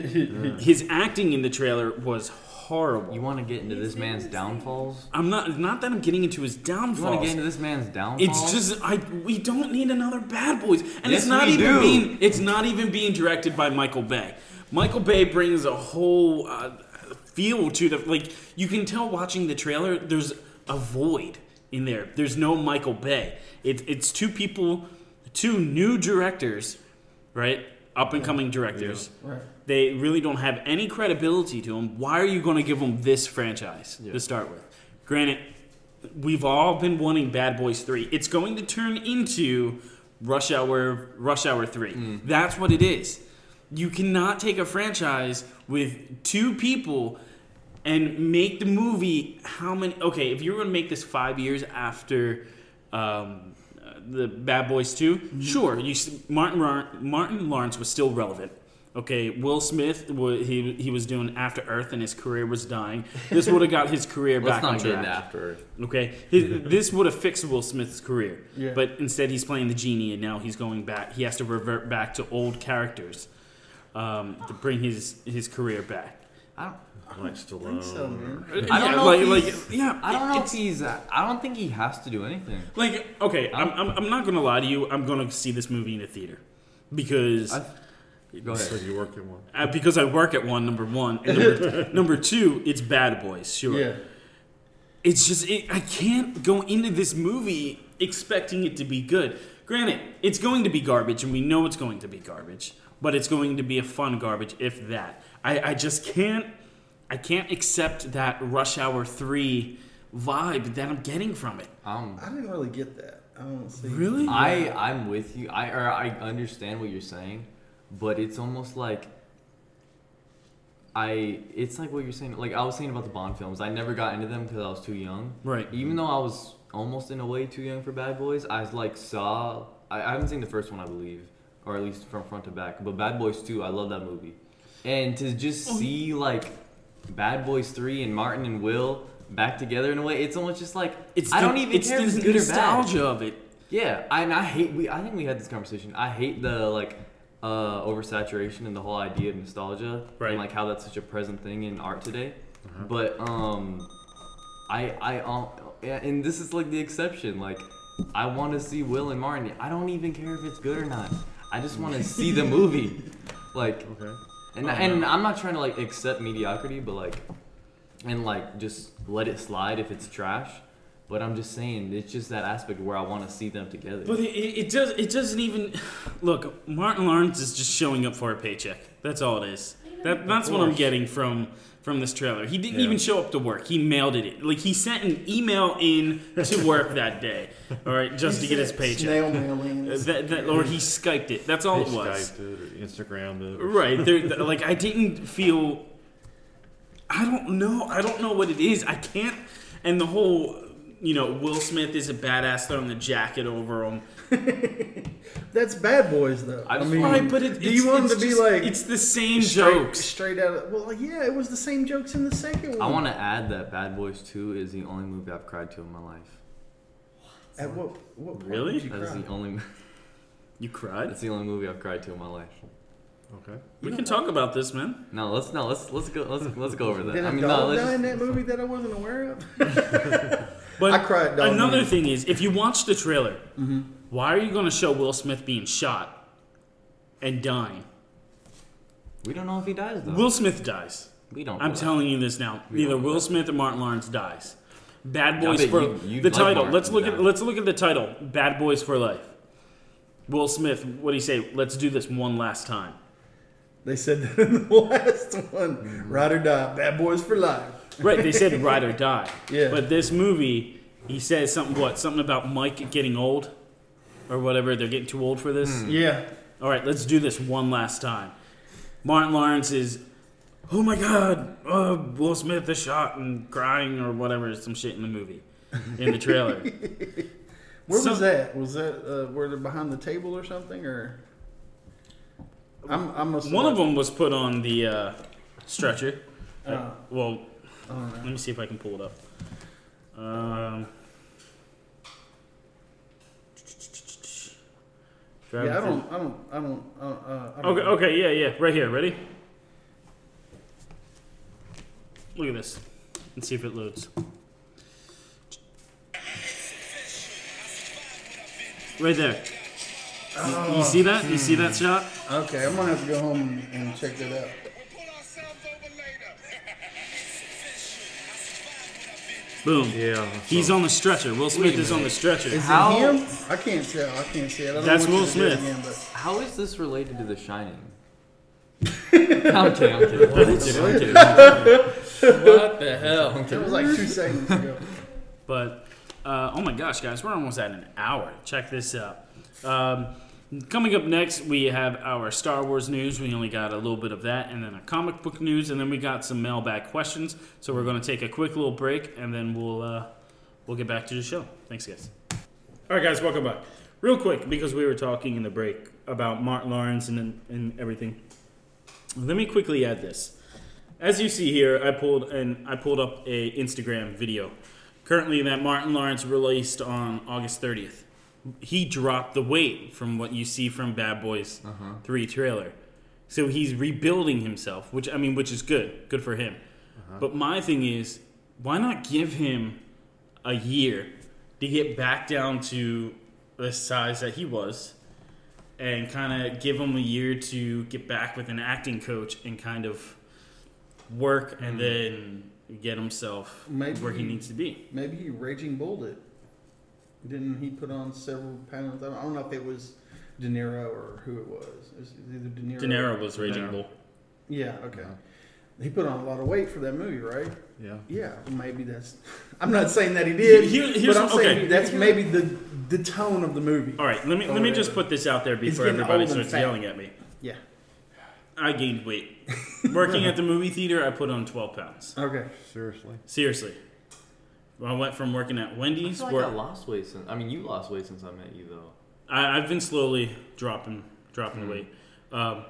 S1: his acting in the trailer was horrible.
S3: You want to get into this man's downfalls?
S1: I'm not not that I'm getting into his
S3: You want to
S1: downfalls.
S3: get into this man's downfalls?
S1: It's just I we don't need another Bad Boys, and
S3: Yes,
S1: it's not
S3: we
S1: even
S3: do.
S1: being it's not even being directed by Michael Bay. Michael Bay brings a whole uh, feel to the like you can tell watching the trailer. There's a void in there. There's no Michael Bay. It, it's two people, two new directors, right? Up and coming directors.
S4: Right.
S1: They really don't have any credibility to them. Why are you going to give them this franchise
S3: Yeah.
S1: to start with? Granted, we've all been wanting Bad Boys 3. It's going to turn into Rush Hour Rush Hour 3.
S3: Mm.
S1: That's what it is. You cannot take a franchise with two people and make the movie how many okay, if you were going to make this 5 years after um, uh, the Bad Boys 2,
S3: Mm-hmm.
S1: sure, you s- Martin Rar- Martin Lawrence was still relevant. Okay, Will Smith, wa- he he was doing After Earth, and his career was dying. This would have got his career
S3: Let's
S1: back on
S3: not
S1: track.
S3: get into after.
S1: Okay, His, this would have fixed Will Smith's career,
S4: Mm-hmm. Yeah.
S1: but instead he's playing the genie, and now he's going back. He has to revert back to old characters um, to bring his his career back.
S3: I don't,
S2: Like
S4: I think so, man.
S2: Stallone.
S3: I don't know if
S1: like,
S3: he's-
S1: like, yeah,
S3: I don't know if
S1: it's-
S3: he's. uh, I don't think he has to do anything.
S1: Like, okay, I'm, I'm, I'm not gonna lie to you. I'm gonna see this movie in a theater because
S3: I, go
S2: So
S3: ahead.
S2: you work in one.
S1: uh, because I work at one. Number one, and number, number two, it's Bad Boys. Sure,
S4: Yeah.
S1: it's just it, I can't go into this movie expecting it to be good. Granted, it's going to be garbage, and we know it's going to be garbage, but it's going to be a fun garbage, if that. I, I just can't I can't accept that Rush Hour Three vibe that I'm getting from it.
S3: Um,
S4: I didn't really get that. I don't see.
S1: Really?
S3: I I'm with you. I or I understand what you're saying, but it's almost like I it's like what you're saying. Like I was saying about the Bond films. I never got into them because I was too young.
S1: Right.
S3: Even though I was almost in a way too young for Bad Boys, I like saw. I, I haven't seen the first one, I believe, or at least from front to back. But Bad Boys Two, I love that movie, and to just
S1: Oh,
S3: see like Bad Boys Three and Martin and Will back together in a way, it's almost just like
S1: It's
S3: I
S1: the-
S3: don't even
S1: it's
S3: care
S1: the
S3: if it's good or bad.
S1: nostalgia of it.
S3: Yeah, I, and I hate. We I think we had this conversation. I hate the like uh, oversaturation and the whole idea of nostalgia,
S1: Right.
S3: And like how that's such a present thing in art today.
S2: Uh-huh.
S3: But um, I I um, and this is like the exception. Like I want to see Will and Martin. I don't even care if it's good or not. I just want to see the movie. Like,
S2: Okay.
S3: and and I'm not trying to like accept mediocrity, but like, and like just let it slide if it's trash. But I'm just saying, it's just that aspect where I want to see them together.
S1: But it, it, it does. It doesn't even look. Martin Lawrence is just showing up for a paycheck. That's all it is. That, that's what I'm getting from from this trailer. He didn't
S2: Yeah.
S1: even show up to work. He mailed it. In. Like he sent an email in to work that day. All right, just to get his paycheck.
S4: Snail mail in.
S1: Uh, That, that, or he skyped it. That's all
S2: They
S1: it was.
S2: Skyped it or Instagrammed it. or-
S1: Right. There, th- like I didn't feel. I don't know. I don't know what it is. I can't. And the whole, you know, Will Smith is a badass throwing the jacket over him.
S4: That's Bad Boys, though.
S3: I
S4: I,
S3: just
S4: mean,
S3: wanna-
S1: Right, but it,
S4: do
S1: it's-
S4: you want
S1: it's
S4: them to be
S1: just-
S4: like
S1: it's the same
S4: straight,
S1: jokes?
S4: straight out of. Well, yeah, it was the same jokes in the second one.
S3: I want to add that Bad Boys 2 is the only movie I've cried to in my life.
S4: At what? What? point
S1: Really?
S4: did You
S3: That is
S4: cry?
S3: the only.
S1: You cried.
S3: That's the only movie I've cried to in my life.
S2: Okay.
S1: We can talk about this, man.
S3: No, let's no, let's let's go let's let's go over that.
S4: Did
S3: I
S4: a
S3: mean, no,
S4: dog
S3: let's
S4: die
S3: just,
S4: in that movie that I wasn't aware of?
S1: But
S4: I cried, dog,
S1: another
S4: man.
S1: thing is, if you watch the trailer,
S3: Mm-hmm.
S1: why are you going to show Will Smith being shot and dying?
S3: we don't know if he dies though.
S1: Will Smith dies.
S3: we don't.
S1: I'm
S3: know.
S1: telling you this now.
S3: We
S1: Either
S3: don't know
S1: Will
S3: that.
S1: Smith or Martin Lawrence dies. Bad
S3: I
S1: Boys
S3: bet
S1: for
S3: you- you'd
S1: the
S3: like
S1: title.
S3: Martin
S1: let's
S3: to
S1: look
S3: die.
S1: at let's look at the title. Bad Boys for Life. Will Smith, what do you say? Let's do this one last time.
S4: They said that in the last one. Ride or die, bad boys for life.
S1: Right, they said ride or die.
S4: Yeah.
S1: But this movie, he says something what? Something about Mike getting old
S4: Hmm.
S1: or whatever. They're getting too old for this.
S4: Yeah.
S1: All right, let's do this one last time. Martin Lawrence is, oh my God, uh, Will Smith is shot and crying or whatever, some shit in the movie, in the trailer.
S4: Where
S1: Some-
S4: was that? Was that uh, where they're behind the table or something? Or I'm I'm assuming,
S1: One of them was put on the uh, stretcher.
S4: Uh,
S1: Well,
S4: I don't
S1: let
S4: know.
S1: me see if I can pull it up. Um,
S4: Yeah, I don't I don't I don't. I don't, uh, I don't
S1: Okay, okay, yeah, yeah, right here. Ready? Look at this. Let's see if it loads. Right there. You- You see that? You see that shot?
S4: Okay, I'm gonna have to go home and, and check that out.
S5: We'll pull ourselves over later.
S1: Boom.
S2: Yeah.
S1: He's on the stretcher. Will Smith is on the stretcher.
S4: Is
S3: How-
S4: it him? I can't tell. I can't see it. I don't
S1: That's
S4: want you
S1: Will
S4: to do it
S1: Smith.
S4: Again, but
S3: How is this related to The Shining? I'm kidding. I'm kidding. I'm kidding. I'm kidding.
S6: What the hell?
S4: it was like two seconds ago.
S1: But uh, oh my gosh, guys, we're almost at an hour. Check this out. Um, coming up next, we have our Star Wars news. We only got a little bit of that, and then a comic book news, and then we got some mailbag questions. So we're going to take a quick little break, and then we'll uh, we'll get back to the show. Thanks, guys. All right, guys, welcome back. Real quick, because we were talking in the break about Martin Lawrence and and everything. Let me quickly add this. As you see here, I pulled and I pulled up a Instagram video. Currently, that Martin Lawrence released on August 30th. He dropped the weight from what you see from Bad Boys 3 trailer. So he's rebuilding himself, which I mean, which is good, good for him. But my thing is, why not give him a year to get back down to the size that he was? and kind of give him a year to get back with an acting coach and kind of work and then get himself
S4: Maybe-
S1: where he needs to be.
S4: Maybe he raging bulled it. Didn't he put on several pounds? I don't- I don't know if it was De Niro or who it was. It was either De Niro.
S1: De Niro was Raging
S2: Yeah.
S1: Bull.
S4: Yeah. Okay. He put on a lot of weight for that movie, right?
S2: Yeah.
S4: Yeah, maybe that's. I'm not saying that he did,
S1: Here- here's-
S4: but I'm saying
S1: okay.
S4: that's maybe the the tone of the movie.
S1: All right, let me
S4: Oh,
S1: let me
S4: yeah.
S1: just put this out there
S4: He's
S1: before
S4: getting
S1: everybody
S4: old and
S1: starts
S4: fat.
S1: yelling at me.
S4: Yeah.
S1: I gained weight. Working at the movie theater, I put on 12 pounds.
S4: Okay.
S2: Seriously.
S1: Seriously. I went from working at
S3: I
S1: Wendy's
S3: feel like
S1: where
S3: I lost weight since. I mean, you lost weight since I met you, though.
S1: I, I've been slowly dropping
S3: Hmm.
S1: dropping weight. Um,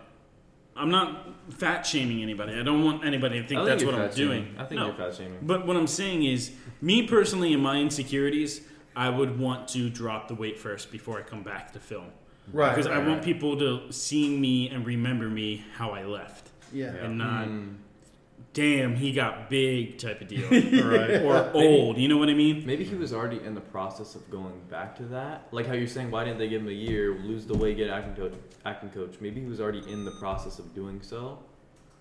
S1: I'm not fat shaming anybody. I don't want anybody to think,
S3: I
S1: that's
S3: you're
S1: what I'm
S3: fat
S1: doing.
S3: shaming. I think
S1: No.
S3: you're fat shaming.
S1: But what I'm saying is, me personally, in my insecurities, I would want to drop the weight first before I come back to film
S4: Right.
S1: because I
S4: right,
S1: want people to see me and remember me how I left,
S4: Yeah. Mm-hmm.
S1: and not
S3: Hmm.
S1: damn he got big type of deal
S2: Right.
S1: or old. You know what I mean?
S3: Maybe he was already in the process of going back to that. Like how you're saying, why didn't they give him a year, lose the weight, get acting coach? Acting coach. Maybe he was already in the process of doing so,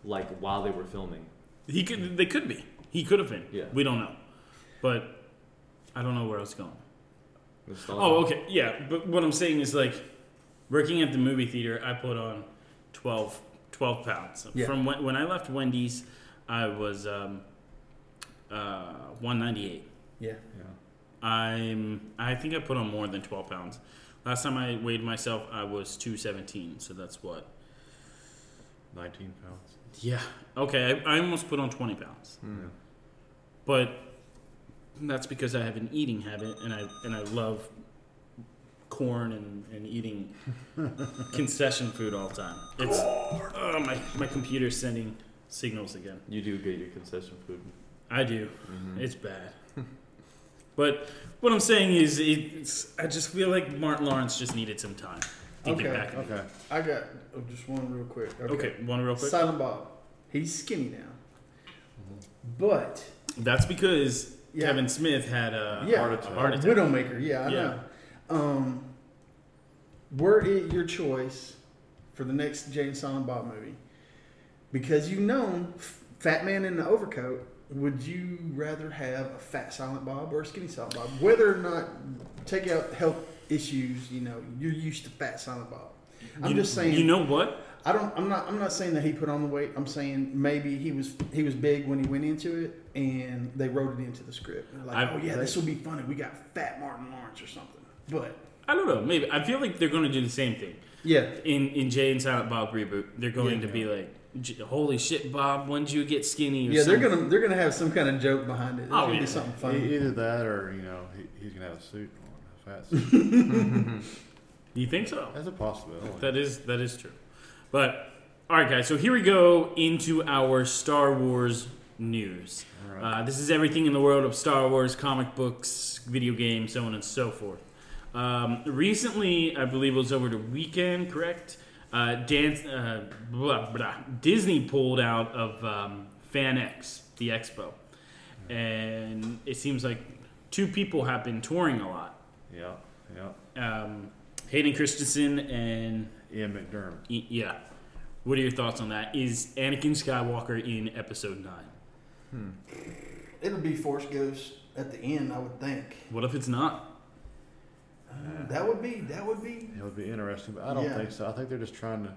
S3: like while they were filming.
S1: He could. They could be. He could have been.
S3: Yeah.
S1: We don't know, but I don't know where I was going.
S3: Nostalgia.
S1: Oh, okay. Yeah, but what I'm saying is like working at the movie theater, I put on 12, 12 pounds.
S4: Yeah.
S1: From when, when I left Wendy's, I was um, uh, 198.
S4: Yeah.
S1: I'm I think I put on more than 12 pounds. Last time I weighed myself, I was 217, so that's what.
S2: 19 pounds.
S1: Yeah. Okay, I, I almost put on 20 pounds.
S3: Hmm.
S1: But that's because I have an eating habit and I and I love corn and, and eating concession food all the time. It's oh, my my computer's sending signals again.
S3: You do get your concession food.
S1: I do. It's bad. but what I'm saying is it's I just feel like Martin Lawrence just needed some time to
S4: Okay,
S1: get back. in.
S2: Okay.
S4: I got oh, just one real quick. Okay.
S1: Okay. one real quick.
S4: Silent Bob. He's skinny now, but
S1: That's because
S4: Yeah.
S1: Kevin Smith had a
S4: Yeah.
S1: heart attack. Heart attack.
S4: Widowmaker. Yeah, I
S1: Yeah.
S4: know. Um, were it your choice for the next Jane Silent Bob movie, because you've known F- Fat Man in the Overcoat, would you rather have a fat Silent Bob or a skinny Silent Bob? Whether or not take out health issues, you know, you're used to fat Silent Bob. I'm
S1: You-
S4: just saying.
S1: You know what?
S4: I don't. I'm not. I'm not saying that he put on the weight. I'm saying maybe he was he was big when he went into it, and they wrote it into the script. They're Like,
S1: I-
S4: oh yeah, this will be funny. We got Fat Martin Lawrence or something. But
S1: I don't know. Maybe I feel like they're going to do the same thing
S4: yeah,
S1: in in Jay and Silent Bob reboot. They're going
S4: Yeah.
S1: to be like, J- Holy shit, Bob! When did you get skinny? Or
S4: Yeah, they're
S1: something?
S4: gonna they're gonna have some kind of joke behind it. There's
S1: Oh,
S4: gonna
S1: yeah.
S4: be something
S2: E-
S4: funny.
S2: Either that or, you know, he, he's going to have a suit on, a fat suit.
S1: You think so?
S2: That's a possibility.
S1: That is that is true. But all right, guys. So here we go into our Star Wars news.
S2: All right.
S1: Uh, this is everything in the world of Star Wars, comic books, video games, so on and so forth. Um, recently, I believe it was over the weekend, correct? Uh, dance, uh, blah, blah. Disney pulled out of um, FanX, the expo. And it seems like two people have been touring a lot
S2: yeah, yeah.
S1: um, Hayden Christensen and
S2: Ian McDermott.
S1: Y- Yeah. What are your thoughts on that? Is Anakin Skywalker in episode 9?
S3: Hmm.
S4: It'll be Force Ghost at the end, I would think.
S1: What if it's not? Ah.
S4: That would be that would be
S2: It would be interesting, but I don't
S4: Yeah.
S2: think so. I think they're just trying to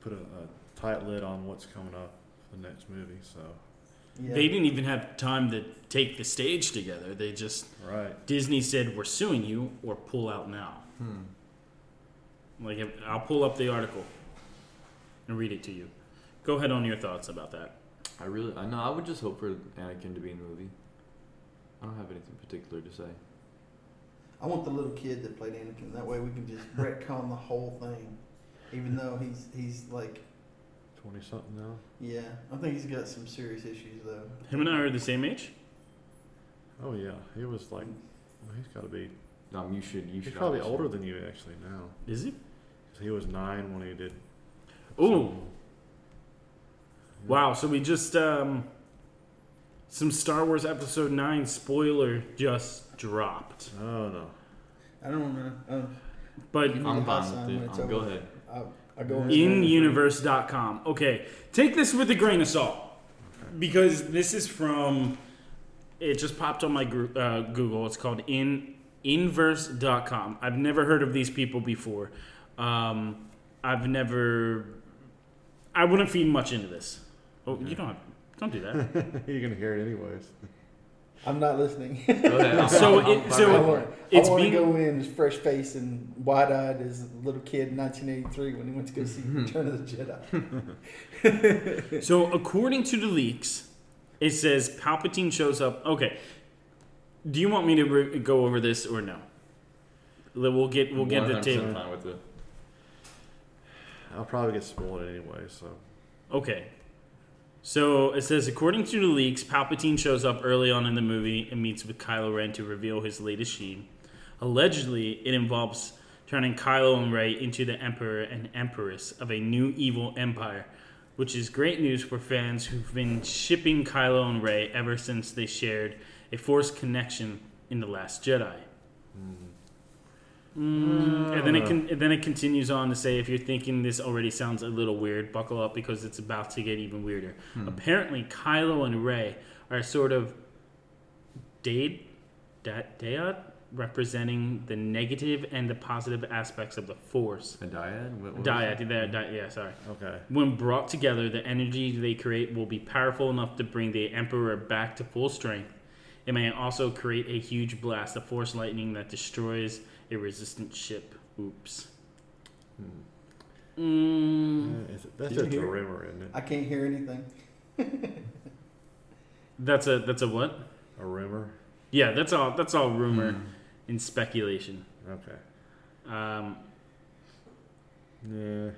S2: put a, a tight lid on what's coming up for the next movie. So,
S4: yeah.
S1: They didn't even have time to take the stage together. They just
S2: right.
S1: Disney said we're suing you or pull out now. Like if- I'll pull up the article and read it to you. Go ahead on your thoughts about that.
S3: I really, I know. I would just hope for Anakin to be in the movie. I don't have anything particular to say.
S4: I want the little kid that played Anakin. That way we can just retcon the whole thing, even though he's he's like
S2: 20 something now?
S4: yeah. I think he's got some serious issues though.
S1: Him and I are the same age.
S2: Oh, yeah. He was like, well, he's got to be.
S3: Um, you should. You
S2: He's
S3: should.
S2: probably
S3: obviously-
S2: older than you actually now.
S1: Is it?
S2: 'Cause he was nine when he did.
S1: Ooh. Wow, so we just um some Star Wars episode 9 spoiler just dropped.
S2: Oh, no.
S4: I don't know. Um,
S1: But
S4: You need
S3: I'm
S4: a hot
S3: fine
S4: sign
S3: with
S4: when
S3: it.
S4: it's
S3: Um, go
S4: over.
S3: ahead.
S4: I, I go with that.
S1: inuniverse.com. Okay, take this with a grain of salt because this is from. It just popped on my group, uh, Google. It's called in inverse.com. I've never heard of these people before. Um, I've never. I wouldn't feed much into this. Oh, you don't. Have, don't do that.
S2: You're going to hear it anyways.
S4: I'm not listening.
S3: Go ahead. I'm-
S1: So
S3: I'm-
S1: it-
S3: I'm
S1: so-
S4: I
S3: fine.
S4: want,
S1: It's
S4: I want
S1: being-
S4: to go in as fresh faced and wide eyed as a little kid in 1983 when he went to go see
S3: Mm-hmm.
S4: Return of the Jedi.
S1: So, according to the leaks, it says Palpatine shows up. Okay, do you want me to re- go over this or no? We'll get we'll get the
S3: 100%
S1: table.
S3: Fine with it.
S2: I'll probably get spoiled anyway, so.
S1: Okay. So it says, according to the leaks, Palpatine shows up early on in the movie and meets with Kylo Ren to reveal his latest scheme. Allegedly, it involves turning Kylo and Rey into the Emperor and Empress of a new evil empire, which is great news for fans who've been shipping Kylo and Rey ever since they shared a Force connection in The Last Jedi.
S2: Hmm.
S1: Mm, and then it can, and then it continues on to say, if you're thinking this already sounds a little weird, buckle up because it's about to get even weirder. Apparently, Kylo and Rey are sort of dade, da, dayad, representing the negative and the positive aspects of the Force.
S3: A dyad? What, what was
S1: Dyad,
S3: it?
S1: there, di- yeah, sorry.
S2: Okay.
S1: When brought together, the energy they create will be powerful enough to bring the Emperor back to full strength. It may also create a huge blast of force lightning that destroys a resistant ship. Oops. Mm,
S2: Yeah, it's- that's
S3: Did you
S2: just Hmm. a
S3: hear it?
S2: rumor, isn't it?
S4: I can't hear anything.
S1: that's a that's a what?
S2: A rumor?
S1: Yeah, that's all that's all rumor
S2: Hmm.
S1: and speculation.
S2: Okay.
S1: Um,
S2: Yeah.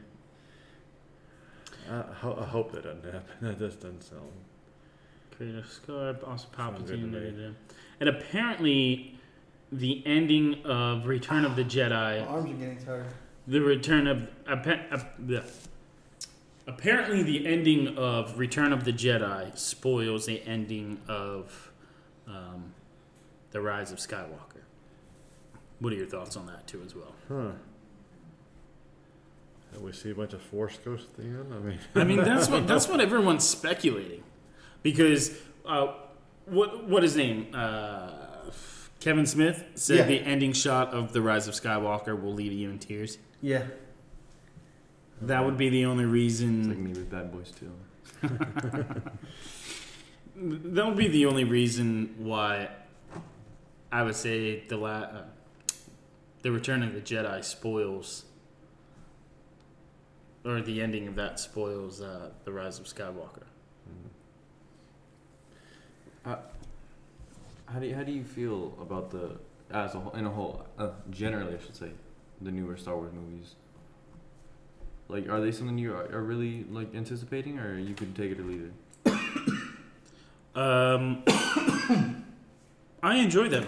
S2: I, ho- I hope that doesn't happen. That just doesn't sound.
S1: Creative Scarp, also
S2: Sounds good to
S1: Palpatine.
S2: me.
S1: da, da, da. And apparently, the ending of Return of the Jedi.
S4: My arms are getting tired.
S1: the return of appa- ap- the- apparently the ending of Return of the Jedi spoils the ending of um, the Rise of Skywalker. What are your thoughts on that too, as well?
S2: Huh. And we see a bunch of force ghosts at the end? I mean,
S1: I mean, that's what that's what everyone's speculating, because uh, what what his name uh, Kevin Smith said
S4: Yeah.
S1: the ending shot of the Rise of Skywalker will leave you in tears.
S4: Yeah.
S1: That would be the only reason.
S3: It's like me with Bad Boys too.
S1: That would be the only reason why I would say the la- uh, the Return of the Jedi spoils
S6: or the ending of that spoils uh, the Rise of Skywalker.
S2: hmm.
S3: How do you, how do you feel about the as a whole, in a whole uh, generally I should say the newer Star Wars movies? Like, are they something you are, are really like anticipating, or you could take it or leave it?
S1: Um, I enjoy them.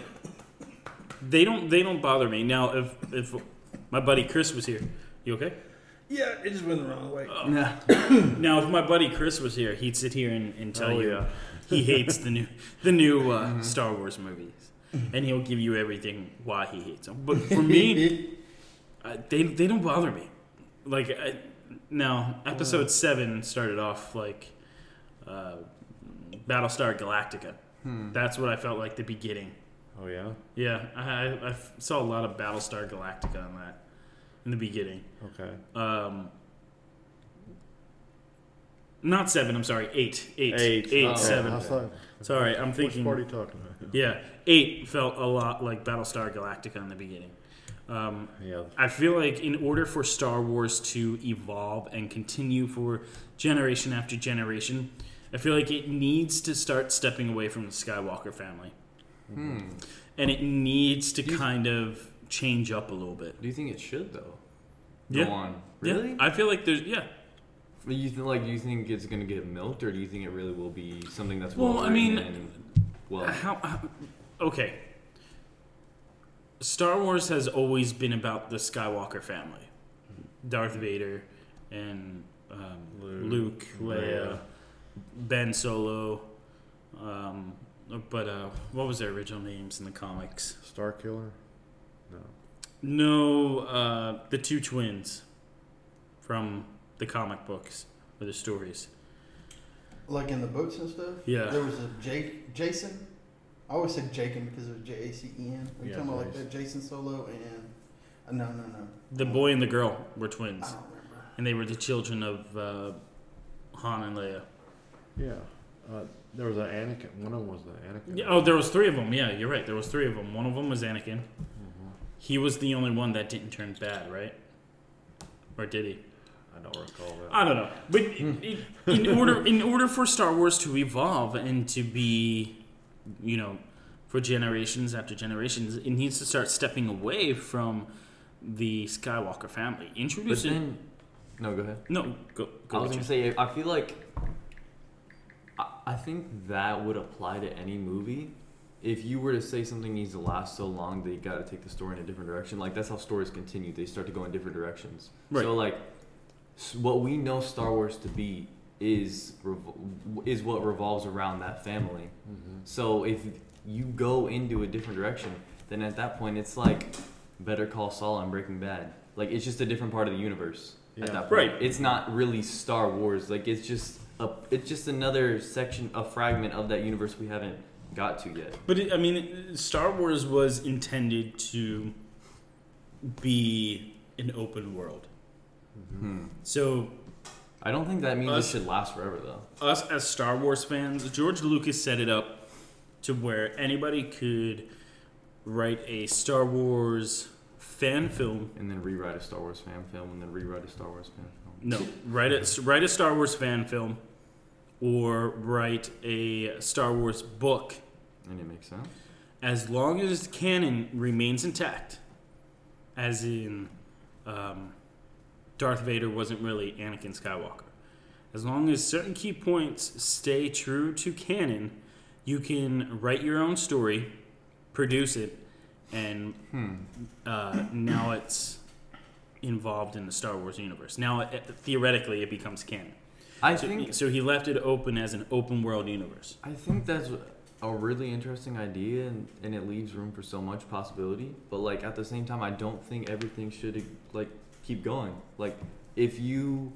S1: They don't. They don't bother me now. If if my buddy Chris was here, you okay?
S4: Yeah, it just went the wrong way.
S3: Yeah.
S1: Now, if my buddy Chris was here, he'd sit here and, and tell
S3: Oh,
S1: you
S3: yeah. Mm-hmm.
S1: he hates the new the new uh, Star Wars movies, and he'll give you everything why he hates them. But for me, uh, they they don't bother me. Like I, now, Episode Seven started off like uh, Battlestar Galactica.
S3: Hmm.
S1: That's what I felt like the beginning.
S3: Oh yeah.
S1: Yeah, I, I- I f- saw a lot of Battlestar Galactica on that in the beginning.
S3: Okay.
S1: Um, not seven. I'm sorry. Eight. Eight.
S6: Eight.
S1: Eight,
S6: Oh.
S1: seven.
S2: I was like,
S1: Sorry, I'm
S2: which
S1: thinking.
S2: part are you talking about?
S1: Yeah, eight felt a lot like Battlestar Galactica in the beginning. Um,
S2: Yeah.
S1: I feel like in order for Star Wars to evolve and continue for generation after generation, I feel like it needs to start stepping away from the Skywalker family,
S3: Hmm.
S1: and it needs to
S3: You-
S1: kind of change up a little bit.
S3: Do you think it should though?
S1: Yeah.
S3: Go on.
S1: Yeah,
S3: Really?
S1: I feel like there's yeah.
S3: But You think like you think it's gonna get milked, or do you think it really will be something that's
S1: Well, I
S3: written
S1: mean,
S3: and well,
S1: How, how? Okay. Star Wars has always been about the Skywalker family, Darth Vader, and um, Mm-hmm. Luke,
S2: Luke,
S1: Leia,
S2: Leia.
S1: Ben Solo. Um, but uh, what was their original names in the comics?
S2: Star Killer? No.
S1: No, uh, the two twins from the comic books or the stories.
S4: Like in the books and stuff.
S1: Yeah.
S4: There was a Jake, Jason. I always said Jacob because it was J A C E N. Are you
S2: Yeah,
S4: talking about like
S2: Jason.
S4: that Jason Solo and uh, no, no, no.
S1: The boy and the girl were
S4: I
S1: twins,
S4: don't remember.
S1: and they were the children of uh, Han and Leia.
S2: Yeah. Uh, there was an Anakin. One of them was the Anakin.
S1: Yeah, oh, there was three of them. Yeah, you're right. There was three of them. One of them was Anakin. Mm-hmm. He was the only one that didn't turn bad, right? Or did he?
S2: I don't recall that.
S1: I don't know. But in, in order in order for Star Wars to evolve and to be, you know, for generations after generations, it needs to start stepping away from the Skywalker family.
S3: but
S1: Introducing
S3: then no, go ahead.
S1: no, go go.
S3: I was
S1: with
S3: gonna
S1: you.
S3: say, I feel like I, I think that would apply to any movie. If you were to say something needs to last so long that you got to take the story in a different direction, like that's how stories continue. They start to go in different directions.
S1: Right.
S3: So like, s- what we know Star Wars to be is revol- is what revolves around that family.
S2: Mm-hmm.
S3: So if you go into a different direction, then at that point it's like Better Call Saul and Breaking Bad. Like it's just a different part of the universe
S2: Yeah.
S3: at that point.
S1: Right.
S3: It's not really Star Wars. Like it's just a it's just another section, a fragment of that universe we haven't got to yet.
S1: But it, I mean, it- Star Wars was intended to be an open world.
S2: Mm-hmm.
S1: So
S3: I don't think that means
S1: Us-
S3: it should last forever though.
S1: us as Star Wars fans, George Lucas set it up to where anybody could write a Star Wars fan film.
S3: And then rewrite a Star Wars fan film, and then rewrite a Star Wars fan film.
S1: No, write a write a Star Wars fan film, or write a Star Wars book.
S3: And it makes sense.
S1: as long as the canon remains intact, as in um, Darth Vader wasn't really Anakin Skywalker, as long as certain key points stay true to canon, you can write your own story, produce it, and
S3: Hmm.
S1: uh, now it's involved in the Star Wars universe. Now, it, theoretically, it becomes canon.
S3: I
S1: So,
S3: think
S1: so he left it open as an open world universe.
S3: I think that's a really interesting idea, and, and it leaves room for so much possibility. But like at the same time, I don't think everything should like keep going. Like if you,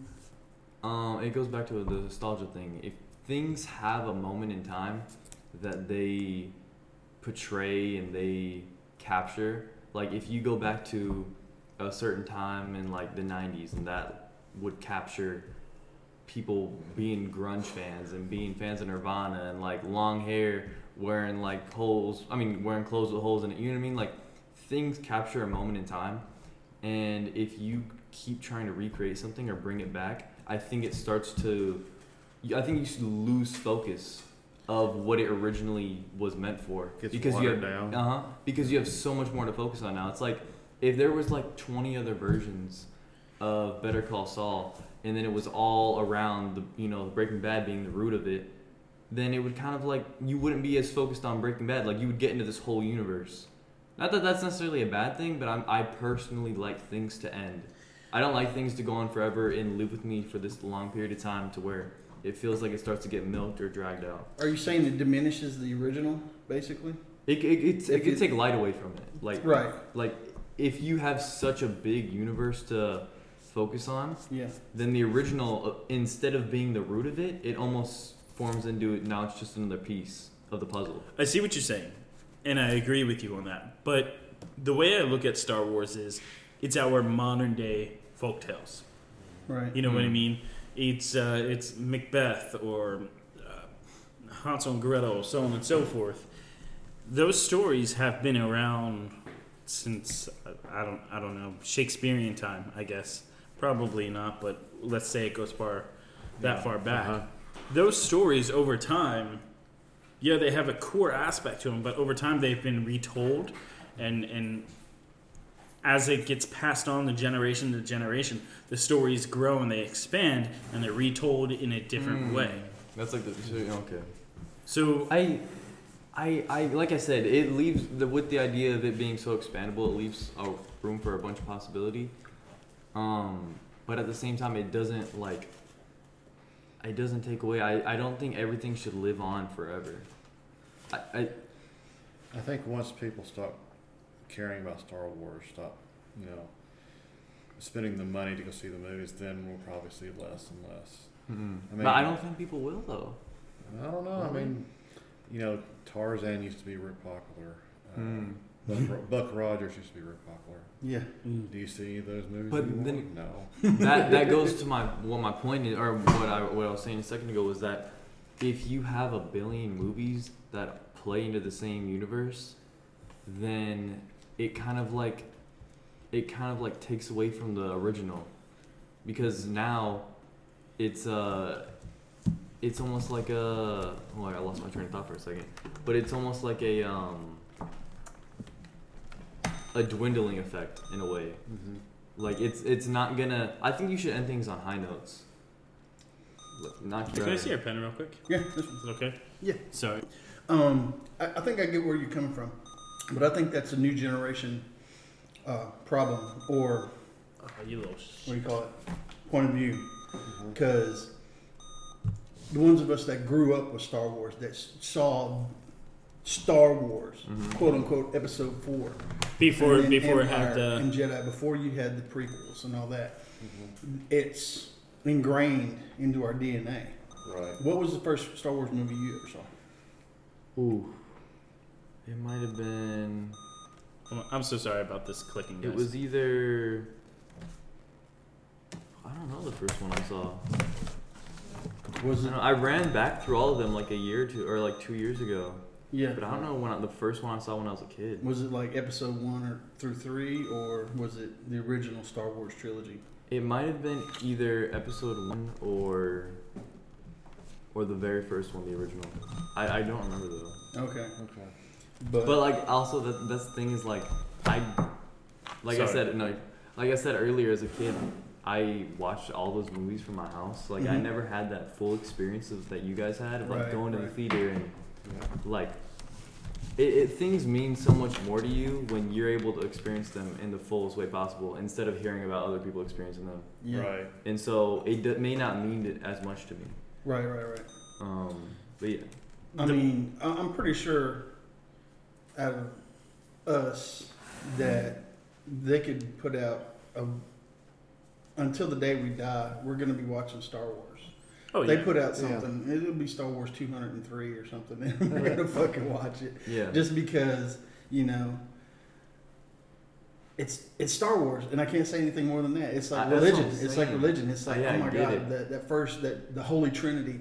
S3: um, it goes back to the nostalgia thing. If things have a moment in time that they portray and they capture, like if you go back to a certain time in like the '90s, and that would capture people being grunge fans and being fans of Nirvana and like long hair, wearing like holes. I mean, wearing clothes with holes in it. You know what I mean? Like things capture a moment in time, and if you keep trying to recreate something or bring it back, I think it starts to, you- I think you should lose focus of what it originally was meant for
S2: Gets
S3: because you
S2: watered
S3: have
S2: down.
S3: uh
S4: Uh-huh.
S3: huh because you have so much more to focus on now. It's like if there was like 20 other versions of Better Call Saul, and then it was all around the you know Breaking Bad being the root of it, then it would kind of like you wouldn't be as focused on Breaking Bad. Like you would get into this whole universe. Not that that's necessarily a bad thing, but I'm, I personally like things to end. I don't like things to go on forever and live with me for this long period of time to where it feels like it starts to get milked or dragged out.
S4: Are you saying it diminishes the original, basically?
S3: It it, it's, it
S4: If
S3: could
S4: it-
S3: take light away from it. Like
S4: Right.
S3: like if you have such a big universe to focus on,
S4: Yeah.
S3: then the original uh, instead of being the root of it, it almost forms into now it's just another piece of the puzzle.
S1: I see what you're saying, and I agree with you on that. But the way I look at Star Wars is it's our modern day folktales.
S4: Right.
S1: You know what I
S3: Mm.
S1: mean? It's uh, it's Macbeth or uh, Hansel and Gretel, so on and so forth. Those stories have been around since uh, I don't I don't know Shakespearean time, I guess. Probably not, but let's say it goes far that far back.
S2: Uh-huh.
S1: Those stories over time, yeah, they have a core aspect to them, but over time they've been retold, and and as it gets passed on to generation to generation, the stories grow and they expand and they're retold in a different
S3: Mm.
S1: way.
S3: That's like the okay.
S1: So
S3: I, I, I like I said, it leaves the, with the idea of it being so expandable. It leaves a room for a bunch of possibility. Um, but at the same time, it doesn't like. It doesn't take away. I, I don't think everything should live on forever. I, I
S2: I think once people stop caring about Star Wars, stop, you know, spending the money to go see the movies, then we'll probably see less and less. I mean-
S3: but I don't think people will though.
S2: I don't
S1: Oh,
S2: know. I mean, you know, Tarzan used to be real popular. Uh,
S3: Hmm.
S2: Buck, Buck Rogers used to be real popular.
S4: Yeah.
S2: Do you see those movies?
S3: But
S2: anymore?
S3: then-
S2: no.
S3: that that goes to my what my point is, or what I what I was saying a second ago was that if you have a billion movies that play into the same universe, then it kind of like it kind of like takes away from the original because now it's uh it's almost like a oh I lost my train of thought for a second but it's almost like a um a dwindling effect in a way like it's it's not gonna. I think you should end things on high notes. L- Not
S1: can I
S3: driving.
S1: see your pen real quick?
S4: Yeah. that's-
S1: Is it okay?
S4: Yeah.
S1: Sorry.
S4: Um, I, I think I get where you're coming from, but I think that's a new generation uh, problem or
S1: Oh,
S6: Uh,
S1: you little. Sh-
S4: what do you call it? Point of view. Because the ones of us that grew up with Star Wars, that s- saw Star Wars,
S3: Mm-hmm.
S4: quote unquote, episode four,
S1: before
S4: and then
S1: before it
S4: Empire
S1: had the
S4: and Jedi, before you had the prequels and all that,
S3: Mm-hmm.
S4: it's ingrained into our DNA.
S2: Right.
S4: What was the first Star Wars movie you ever saw?
S3: Ooh, it might have been.
S1: I'm- I'm so sorry about this clicking. Guys.
S3: It was either. I don't know the first one I saw. I,
S4: Was
S3: don't
S4: it?
S3: know, I ran back through all of them like a year or two, or like two years ago.
S4: Yeah.
S3: But I don't know when I, the first one I saw when I was a kid.
S4: Was it like episode one or through three, or was it the original Star Wars trilogy?
S3: It might have been either episode one or. Or the very first one, the original. I, I don't remember though.
S4: Okay,
S2: Okay.
S4: but,
S3: But like also that that's the thing is like I like I
S1: Sorry.
S3: said no like I said earlier as a kid I watched all those movies from my house. Like I
S4: Mhm.
S3: never had that full experience of, that you guys had of like
S4: Right,
S3: going to the
S4: right.
S3: theater and
S2: Yeah.
S3: like it, it things mean so much more to you when you're able to experience them in the fullest way possible instead of hearing about other people experiencing them.
S4: yeah, right,
S2: Right.
S3: And so it d- may not mean it as much to me.
S4: right, right,
S3: Um, but yeah,
S4: I
S1: The-
S4: mean, I- I'm pretty sure out of us that they could put out a until the day we die, we're gonna be watching Star Wars.
S1: Oh
S4: they
S1: yeah.
S4: put out
S2: Yeah.
S4: something. It'll be Star Wars 203 or something, and we're gonna fucking watch it.
S3: yeah.
S4: just because you know it's it's Star Wars, and I can't say anything more than that. It's like
S3: I- that's what
S4: religion.
S3: I'm
S4: It's like
S3: saying.
S4: religion. It's like
S3: Yeah, I
S4: oh my
S3: get
S4: god,
S3: it.
S4: that that first that the Holy Trinity.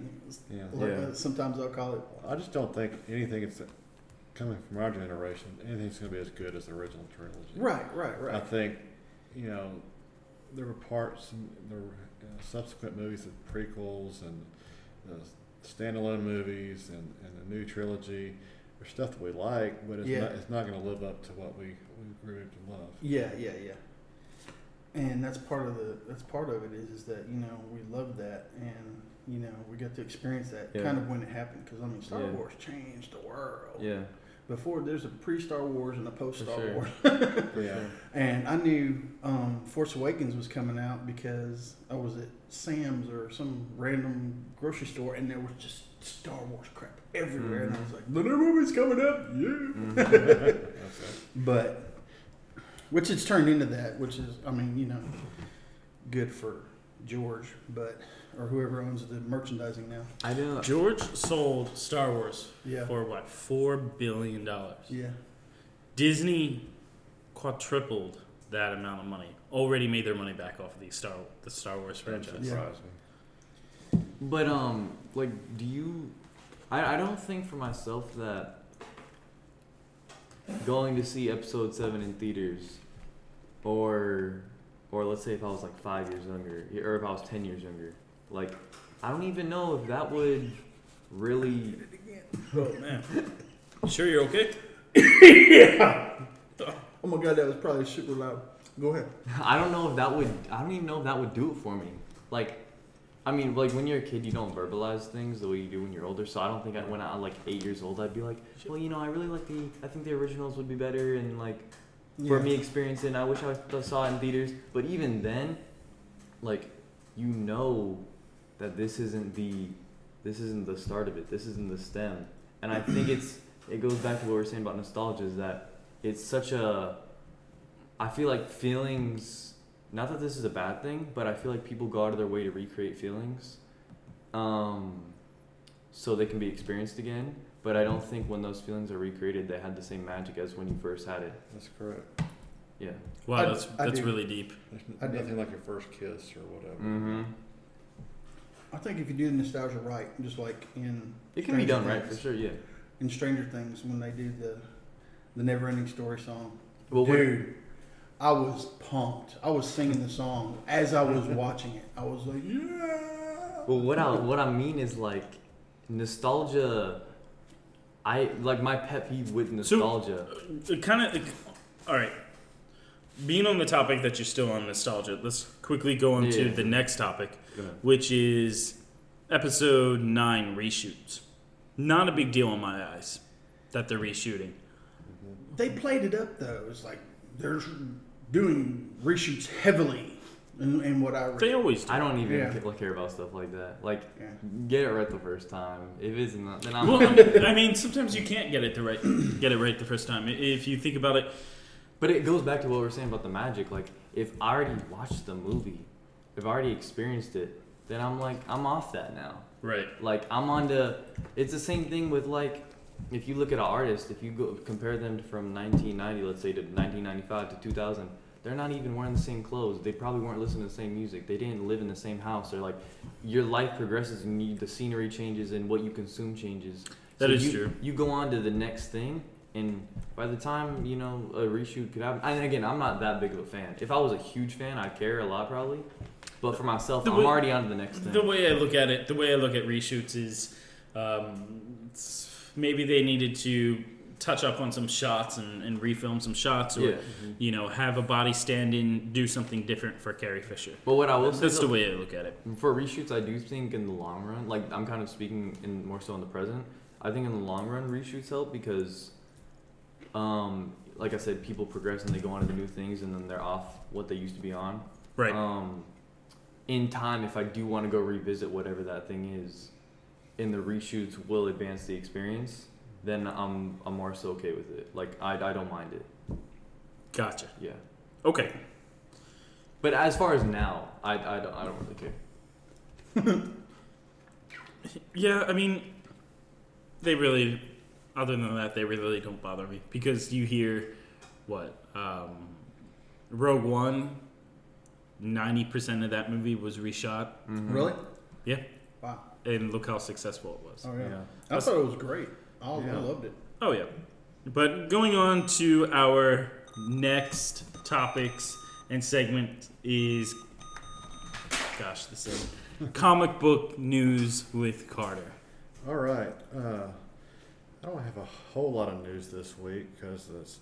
S2: Yeah.
S4: or,
S3: Yeah.
S4: uh, sometimes I'll call it.
S2: I just don't think anything that's coming from our generation, anything's going to be as good as the original trilogy.
S4: Right, right,
S2: I
S4: right.
S2: think, you know, there were parts in the uh, subsequent movies, the prequels and the standalone movies and, and the new trilogy. There's stuff that we like, but it's
S4: Yeah.
S2: not it's not going to live up to what we we grew to love.
S4: Yeah, yeah, yeah. And that's part of the that's part of it is is that you know we love that and you know we got to experience that
S3: Yeah.
S4: kind of when it happened because I mean Star
S3: Yeah.
S4: Wars changed the world.
S3: Yeah.
S4: Before there's a pre Star Wars and a post Star
S3: sure.
S4: Wars.
S3: for
S2: Yeah.
S3: sure.
S4: And I knew um, Force Awakens was coming out because I was at Sam's or some random grocery store, and there was just Star Wars crap everywhere.
S3: Mm-hmm.
S4: And I was like, "The new movie's coming up, yeah!"
S2: That's it.
S4: But which it's turned into that, which is, I mean, you know, good for George, but or whoever owns the merchandising now.
S3: I know.
S6: George sold Star Wars
S4: Yeah,
S6: for what? Four billion dollars.
S4: yeah,
S6: Disney quadrupled that amount of money. Already made their money back off of the Star the Star Wars franchise.
S4: Yeah.
S2: Surprised me.
S3: But um, like, do you? I I don't think for myself that going to see episode seven in theaters, or or let's say if I was like five years younger, or if I was ten years younger, like I don't even know if that would really.
S1: Oh man. Sure, you're okay.
S4: Oh my God, that was probably super loud. Go ahead.
S3: I don't know if that would. I don't even know if that would do it for me. Like, I mean, like when you're a kid, you don't verbalize things the way you do when you're older. So I don't think I, when I like eight years old, I'd be like, well, you know, I really like the. I think the originals would be better, and like for
S4: Yeah.
S3: me experiencing, I wish I th- saw it in theaters. But even then, like, you know, that this isn't the, this isn't the start of it. This isn't the stem. And I think it's it goes back to what we were saying about nostalgia is that it's such a I feel like feelings. Not that this is a bad thing, but I feel like people go out of their way to recreate feelings, um, so they can be experienced again. But I don't think when those feelings are recreated, they had the same magic as when you first had it.
S2: That's correct.
S3: Yeah.
S6: Wow,
S4: I-
S6: that's
S4: I
S6: that's
S4: do.
S6: really deep.
S2: There's
S4: I
S2: n-
S4: did.
S2: nothing like your first kiss or whatever.
S3: Mm-hmm.
S4: I think if you do the nostalgia right, just like in
S3: It can be
S4: Stranger
S3: done right
S4: Things.
S3: for sure. Yeah.
S4: in Stranger Things when they do the the Never Ending Story song.
S3: Well, we're-
S4: Dude, I was pumped. I was singing the song as I was watching it. I was like, yeah.
S3: Well, what I what I mean is like nostalgia. I like my pet peeve with nostalgia.
S6: It kind of. All right.
S1: Being on the topic that you're still on nostalgia, let's quickly go on to
S3: Yeah.
S1: the next topic,
S3: Go ahead.
S1: which is episode nine reshoots. Not a big deal in my eyes that they're reshooting.
S4: They played it up though. It's like they're doing reshoots heavily, and, and what I read.
S1: They always do.
S3: I don't even
S4: Yeah.
S3: ca- care about stuff like that. Like,
S4: Yeah.
S3: get it right the first time. If it's not, then I'm.
S1: Well, I mean, I mean, sometimes you can't get it the right get it right the first time. I- If you think about it,
S3: But it goes back to what we we're saying about the magic. Like, if I already watched the movie, if I already experienced it, then I'm like, I'm off that now.
S1: right?
S3: Like, I'm on to. It's the same thing with like, if you look at an artist, if you go compare them from 1990, let's say to 1995 to 2000, they're not even wearing the same clothes. They probably weren't listening to the same music. They didn't live in the same house. They're like, your life progresses and you, the scenery changes and what you consume changes.
S1: That
S3: That is
S1: is true.
S3: You go on to the next thing, and by the time you know a reshoot could happen, and again, I'm not that big of a fan. If I was a huge fan, I'd care a lot probably. But for myself,
S1: The
S3: I'm
S1: way-
S3: already on to the next thing.
S1: The way I look at it, the way I look at reshoots is um, it's- maybe they needed to touch up on some shots and, and refilm some shots, or
S3: yeah.
S1: you know, have a body stand in, do something different for Carrie Fisher.
S3: But what I will say
S1: That's
S3: though-
S1: the way I look at it.
S3: for reshoots, I do think in the long run, like I'm kind of speaking in more so in the present. I think in the long run, reshoots help because, um, like I said, people progress and they go on to the new things, and then they're off what they used to be on.
S1: Right.
S3: Um, in time, if I do want to go revisit whatever that thing is, and the reshoots will advance the experience, then I'm I'm more so okay with it. Like I I don't mind it.
S1: Gotcha.
S3: Yeah.
S1: Okay.
S3: But as far as now, I, I don't I don't really care.
S1: Yeah, I mean, they really, other than that, they really don't bother me because you hear what? Um, Rogue One, 90% of that movie was reshot.
S3: Mhm.
S4: really?
S1: Yeah.
S4: Wow.
S1: And look how successful it was.
S4: Oh yeah.
S3: Yeah.
S4: I thought it was great. I, I
S2: Yeah.
S4: loved it.
S1: Oh yeah. But going on to our next topics and segment is, gosh, this is comic book news with Carter.
S2: All right. Uh, I don't have a whole lot of news this week because it's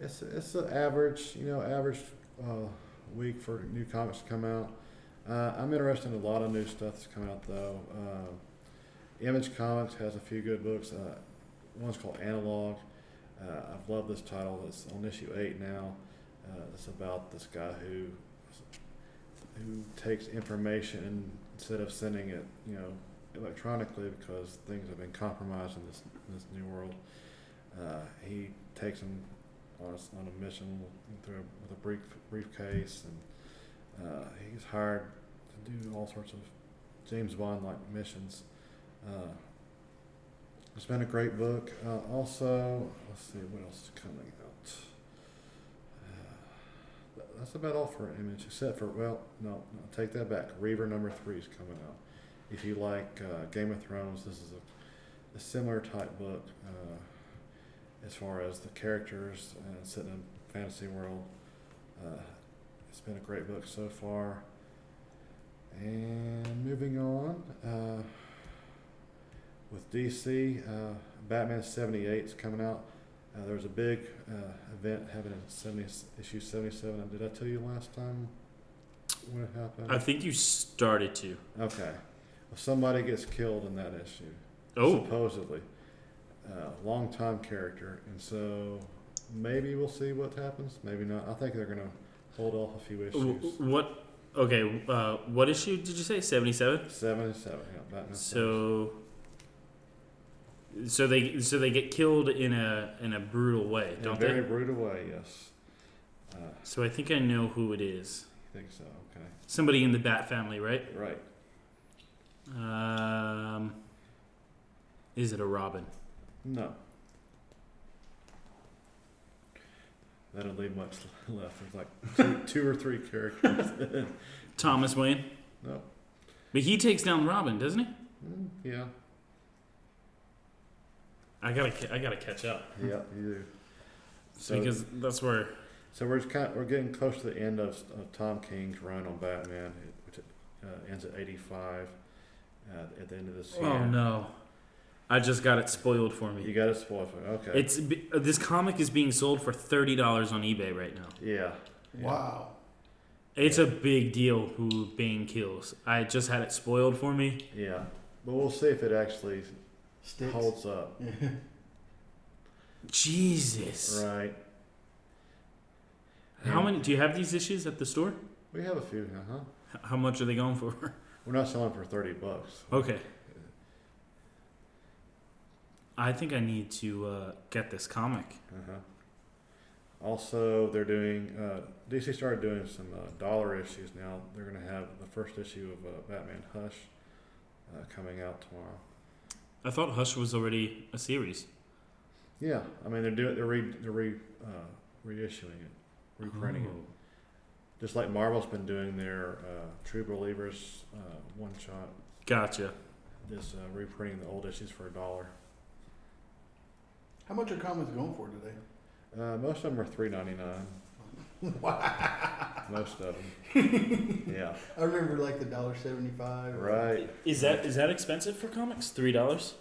S2: it's it's the average you know average uh, week for new comics to come out. Uh, I'm interested in a lot of new stuff that's coming out though. Uh, Image Comics has a few good books. Uh, one's called Analog. Uh, I've loved this title. It's on issue eight now. Uh, it's about this guy who who takes information and instead of sending it you know electronically because things have been compromised in this in this new world. Uh, he takes them on a, s- on a mission through a, with a brief briefcase, and uh, he's hired to do all sorts of James Bond like missions. Uh, it's been a great book. Uh, also, let's see what else is coming out. Uh, That's about all for Image, except for well, no, no, take that back. Reaver number three is coming out if you like uh, Game of Thrones, this is a, a similar type book uh, as far as the characters and set in a fantasy world. Uh, it's been a great book so far. And moving on uh, with DC, uh, Batman 78 is coming out. Uh, there was a big uh, event having in 70, issue 77. Did I tell you last time when it happened?
S1: I think you started to.
S2: Okay. Well, somebody gets killed in that issue.
S1: Oh,
S2: Supposedly. Uh, long time character. And so maybe we'll see what happens. Maybe not. I think they're going to hold off a few
S1: w-
S2: issues.
S1: what? Okay, uh, what issue did you say? Seventy-seven.
S2: 77. Yeah, Batman
S1: So, so they so they get killed in a in a brutal way,
S2: 77. In a
S1: don't
S2: very
S1: they?
S2: rude way, yes. Uh,
S1: So I think I know who it is.
S2: I think so. Okay.
S1: Somebody in the Bat family, right?
S2: Right.
S1: Um, is it a Robin?
S2: No. That'll leave much left. There's like two, two or three characters. Hmm,
S1: Thomas Wayne.
S2: no.
S1: But he takes down Robin, doesn't he?
S2: Mm, yeah.
S1: I gotta ca- I gotta catch up
S2: Yeah, you do.
S1: so,
S2: So-
S1: because that's where
S2: So we're just kind of, we're getting close to the end of, of Tom King's run on Batman, which uh, ends at eighty five uh, at the end of this year.
S1: oh no, I just got it spoiled for
S2: You
S1: me.
S2: got a spoil for okay.
S1: It's b- uh, this comic is being sold for thirty dollars on eBay right now.
S2: yeah. yeah.
S4: Wow.
S1: It's a big deal who Bane kills. I just had it spoiled for me.
S2: Yeah, but we'll see if it actually
S4: Sticks.
S2: holds up.
S1: Jesus.
S2: Right.
S1: How many do you have these issues at the store?
S2: We have a few. Uh huh.
S1: H- How much are they going for?
S2: We're not selling for thirty bucks.
S1: okay. I think I need to uh, get this comic.
S2: Uh-huh. Also, they're doing uh, DC started doing some uh, dollar issues now. They're going to have the first issue of uh, Batman Hush uh, coming out tomorrow.
S1: I thought Hush was already a series.
S2: Yeah, I mean they're doing they're re they're re uh, reissuing it, reprinting it,
S1: Oh.
S2: just like Marvel's been doing their uh, True Believers uh, one shot,
S1: Gotcha.
S2: just uh, reprinting the old issues for a dollar.
S4: How much are comics going for today?
S2: Uh, most of them are three ninety nine. most of them. Yeah.
S4: I remember like the dollar seventy-five.
S2: Right.
S1: Is that is that expensive for comics? Three dollars?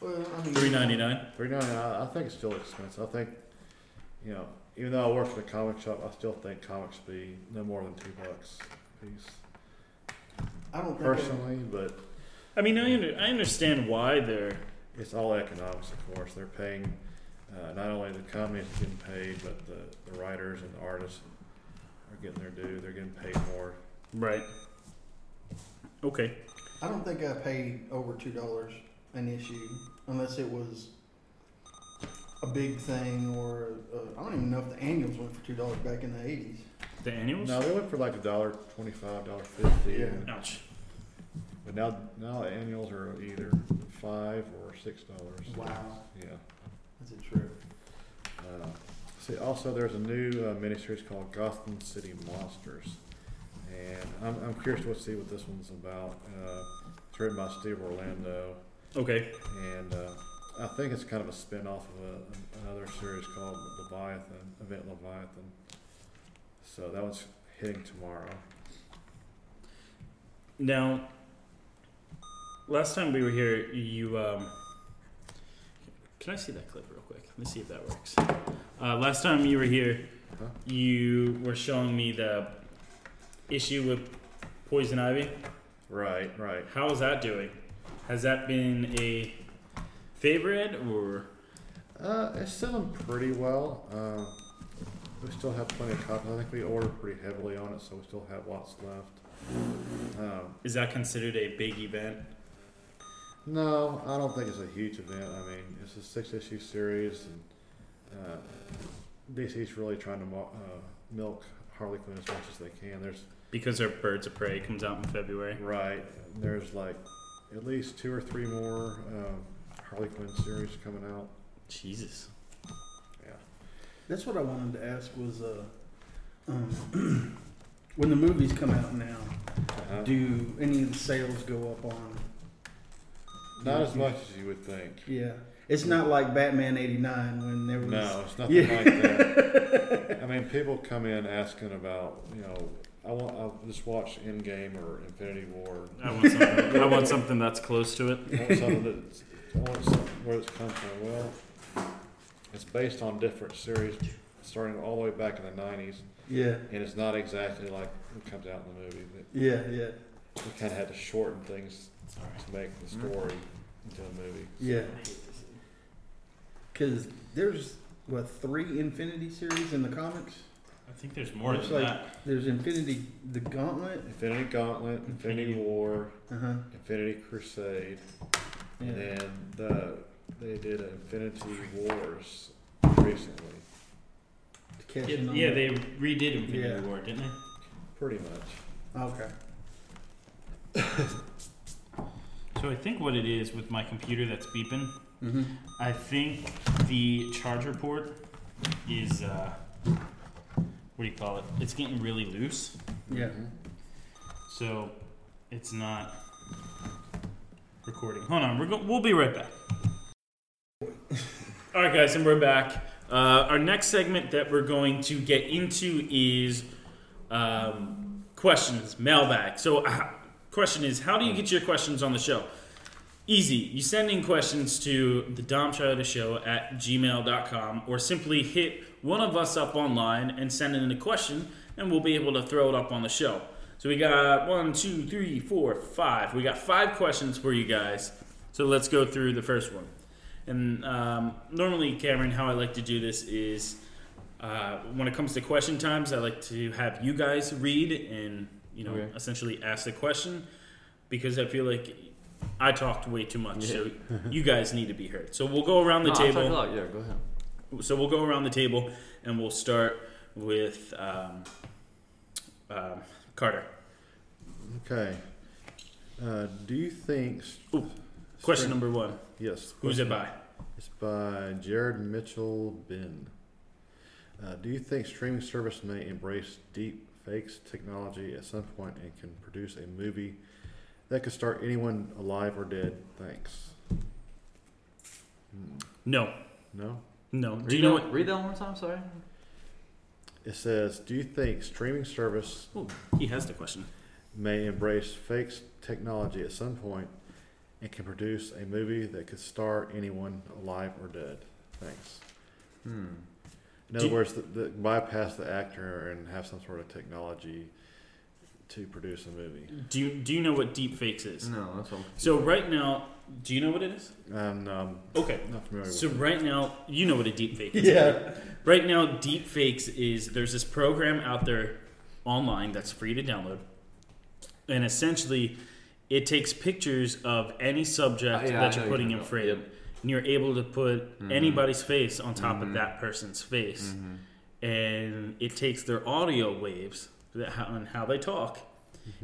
S4: Well, I mean,
S1: Three ninety nine?
S2: Three ninety nine. I think it's still expensive. I think, you know, even though I work in a comic shop, I still think comics be no more than two bucks a piece
S4: I don't think
S2: personally, but.
S1: I mean, I under, I understand why they're
S2: It's all economics, of course. They're paying uh, not only the companies are getting paid, but the, the writers and the artists are getting their due. They're getting paid more.
S1: right. Okay.
S4: I don't think I paid over two dollars an issue unless it was a big thing or uh, I don't even know if the annuals went for two dollars back in the eighties.
S1: The annuals?
S2: No, they went for like a dollar twenty-five, dollar fifty,
S4: Yeah.
S2: and-
S1: Ouch.
S2: but now now the annuals are either five or six dollars.
S4: Wow,
S2: Yeah.
S4: is it true?
S2: Uh, see, also there's a new uh, miniseries called Gotham City Monsters, and I'm, I'm curious to see what this one's about. Uh, it's written by Steve Orlando.
S1: Okay.
S2: and uh, I think it's kind of a spin-off of a, another series called Leviathan, Event Leviathan. So that one's hitting tomorrow.
S1: Now, last time we were here, you. Um, can I see that clip real quick? Let me see if that works. Uh, last time you were here,
S2: Huh?
S1: you were showing me the issue with poison ivy.
S2: Right, right.
S1: How is that doing? Has that been a favorite or
S2: Uh, it's selling pretty well. Um, we still have plenty of copies. I think we ordered pretty heavily on it, so we still have lots left. Um,
S1: is that considered a big event?
S2: no, I don't think it's a huge event. I mean, it's a six-issue series, and uh, DC's really trying to mo- uh, milk Harley Quinn as much as they can. There's
S1: Because our Birds of Prey comes out in February.
S2: right. There's like at least two or three more um, Harley Quinn series coming out.
S1: Jesus.
S2: Yeah.
S4: That's what I wanted to ask was uh, um, when the movies come out now,
S2: Uh-huh.
S4: do any of the sales go up on?
S2: Not as much as you would think.
S4: Yeah. It's not like Batman 89 when there was.
S2: No, it's nothing
S4: Yeah.
S2: like that. I mean, people come in asking about, you know, I want, I just watched Endgame or Infinity War.
S1: I want something, I want something that's close to it.
S2: I want something that's, I want something where it's come from. Well, it's based on different series, starting all the way back in the '90s,
S4: Yeah.
S2: and it's not exactly like it comes out in the movie. But
S4: Yeah, yeah,
S2: we kind of had to shorten things to make the story into a movie.
S4: yeah. Because there's, what, three Infinity series in the comics?
S1: I think there's more
S4: Looks
S1: than
S4: like-
S1: that.
S4: There's Infinity the Gauntlet.
S2: Infinity Gauntlet, Infinity
S1: Infinity-
S2: War,
S4: Uh huh.
S2: Infinity Crusade.
S4: Yeah.
S2: And then the, they did Infinity Wars recently,
S4: To catch
S1: Yeah,
S4: in on
S1: yeah,
S4: that.
S1: they redid Infinity
S4: Yeah.
S1: War, didn't they?
S2: pretty much.
S4: Okay.
S1: So I think what it is with my computer that's beeping,
S4: Mm-hmm.
S1: I think the charger port is uh, what do you call it? It's getting really loose,
S4: Yeah.
S1: Mm-hmm. so it's not recording. Hold on, we're go- we'll be right back. All right, guys, and we're back. Uh, our next segment that we're going to get into is um, questions, mailbag. So, uh, question is, how do you get your questions on the show? Easy. You send in questions to the Dom Show at gmail.com or simply hit one of us up online and send in a question, and we'll be able to throw it up on the show. So, we got one, two, three, four, five. We got five questions for you guys. So, let's go through the first one. And um, normally, Cameron, how I like to do this is uh, when it comes to question times, I like to have you guys read and you know
S3: Okay.
S1: essentially ask the question because I feel like I talked way too much. So you guys need to be heard. So we'll go around the
S3: No, I'll talk a
S1: table.
S3: lot. Yeah, go ahead.
S1: So we'll go around the table and we'll start with um, um, Carter.
S2: Okay. Uh, do you think? s-
S1: Ooh, Question
S2: strength-
S1: number one:
S2: Yes.
S1: Who's it
S2: question-
S1: by?
S2: It's by Jared Mitchell Bin. Uh, do you think streaming service may embrace deep fakes technology at some point and can produce a movie that could start anyone alive or dead? Thanks. Hmm.
S1: No,
S2: No.
S1: no.
S3: Read
S1: Do you know
S3: that,
S1: what?
S3: Read that one more time. Sorry.
S2: It says, do you think streaming service
S1: He has the question.
S2: may embrace fake technology at some point and can produce a movie that could star anyone alive or dead. Thanks.
S3: Hmm.
S2: In
S1: Do
S2: other
S1: you-
S2: words, the, the, bypass the actor and have some sort of technology to produce a movie.
S1: Do you do you know what deep fakes is?
S3: No, that's all.
S1: So right now, do you know what it is?
S2: Um, no, I'm
S1: Okay.
S2: not familiar
S1: So
S2: with
S1: right now, you know what a deep fake is.
S4: Yeah.
S1: Right now, deep fakes is there's this program out there online that's free to download, and essentially, it takes pictures of any subject
S3: Uh, yeah, I
S1: that
S3: know
S1: you're
S3: you
S1: putting
S3: know.
S1: in frame,
S3: Yep. Mm-hmm.
S1: and you're able to put anybody's face on top of that person's face,
S3: Mm-hmm.
S1: and it takes their audio waves that how, and how they talk,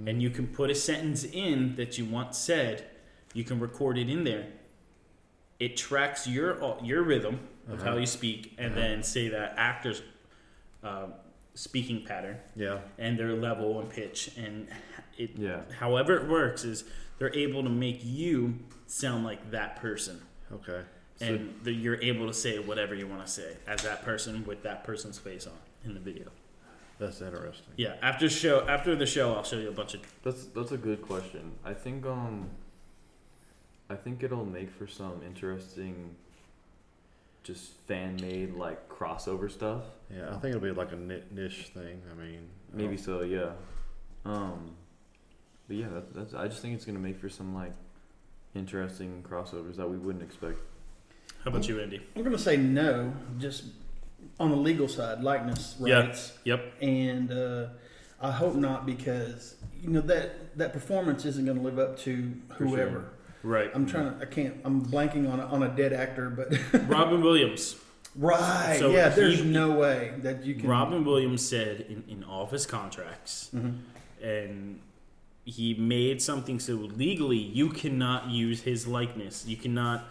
S1: and you can put a sentence in that you want said. You can record it in there. It tracks your au- your rhythm of how
S2: Uh-huh.
S1: you speak, and
S2: Uh-huh.
S1: then say that actor's um, speaking pattern
S2: Yeah.
S1: and their level and pitch, and it
S3: Yeah.
S1: however it works is they're able to make you sound like that person,
S2: Okay. So,
S1: and that you're able to say whatever you want to say as that person with that person's face on in the video.
S2: That's interesting.
S1: Yeah, after show after the show, I'll show you a bunch of.
S3: That's that's a good question. I think um I think it'll make for some interesting just fan made like crossover stuff.
S2: Yeah, I think it'll be like a ni- niche thing. I mean, uh-huh. I
S3: Maybe
S2: don't-
S3: so, yeah. Um but yeah, that, that's I just think it's going to make for some like interesting crossovers that we wouldn't expect.
S1: How about you, Andy?
S4: I'm going to say no, just on the legal side, likeness
S1: Yeah.
S4: rights.
S1: Yep.
S4: And uh, I hope not because you know that that performance isn't going to live up to
S3: For sure.
S4: whoever.
S1: Right.
S4: I'm trying to. I can't. I'm blanking on a, on a dead actor, but
S1: Robin Williams.
S4: right.
S1: So
S4: yeah.
S1: he-
S4: There's no way that you can.
S1: Robin Williams said in, in all of his contracts,
S4: Mhm.
S1: and he made something so legally you cannot use his likeness. You cannot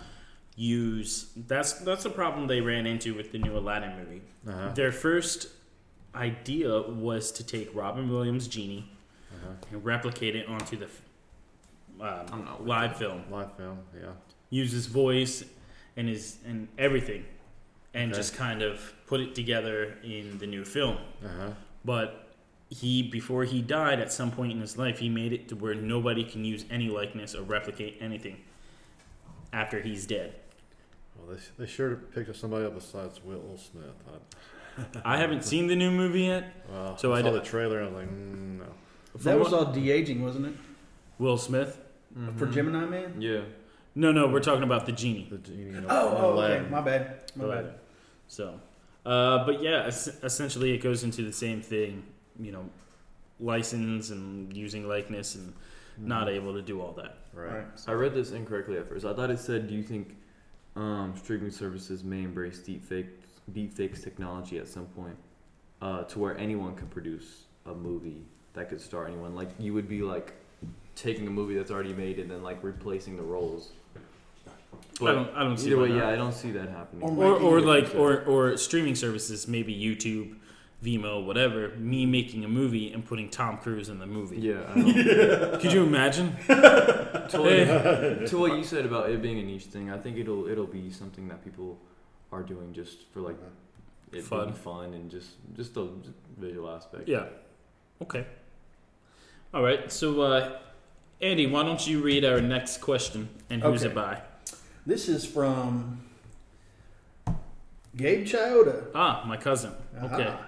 S1: use that's that's the problem they ran into with the new Aladdin movie.
S2: Uh-huh.
S1: Their first idea was to take Robin Williams' genie
S2: Uh-huh.
S1: and replicate it onto the f- um,
S3: I'm not with
S1: live film.
S2: Live film, yeah.
S1: Use his voice and his and everything, and
S2: Okay.
S1: just kind of put it together in the new film.
S2: Uh huh.
S1: But he, before he died, at some point in his life, he made it to where nobody can use any likeness or replicate anything after he's dead.
S2: Well, they, they sure picked up somebody up besides Will Smith. I,
S1: I haven't seen the new movie yet.
S2: well,
S1: So
S2: I
S1: I
S2: saw
S1: d-
S2: the trailer. I was like, mm, no.
S4: That
S1: From what-
S4: was
S1: Mm-hmm.
S4: all de aging, wasn't it?
S1: Will Smith.
S3: Mm-hmm.
S4: For Gemini Man.
S3: Yeah.
S1: No, no, we're talking about the genie.
S2: The genie. in
S4: Oh, oh, okay.
S2: Aladdin.
S4: My bad. My bad.
S1: So, uh, but yeah, es- essentially it goes into the same thing. You know, license and using likeness and
S4: Mm-hmm.
S1: not able to do all that.
S2: Right.
S4: Right.
S3: I read this incorrectly at first. I thought it said, "Do you think um, streaming services may embrace deepfake deepfakes technology at some point, uh, to where anyone could produce a movie that could star anyone? Like you would be like taking a movie that's already made and then like replacing the roles."
S1: I don't. I don't see
S3: either
S1: why
S3: way,
S1: not.
S3: yeah, I don't see that happening.
S4: Or-
S1: or, or
S4: Making
S1: like or, or streaming services maybe youtube vimeo whatever me making a movie and putting tom cruise in the movie
S3: yeah, I don't.
S1: could you imagine
S3: to, what, to what you said about it being a niche thing, I think it'll it'll be something that people are doing just for like it
S1: Fun.
S3: being fun and just just the visual aspect.
S1: yeah okay all right so uh, andy why don't you read our next question and who's
S4: Okay.
S1: it by
S4: This is from Gabe Chioda.
S1: ah my cousin okay
S4: Ah.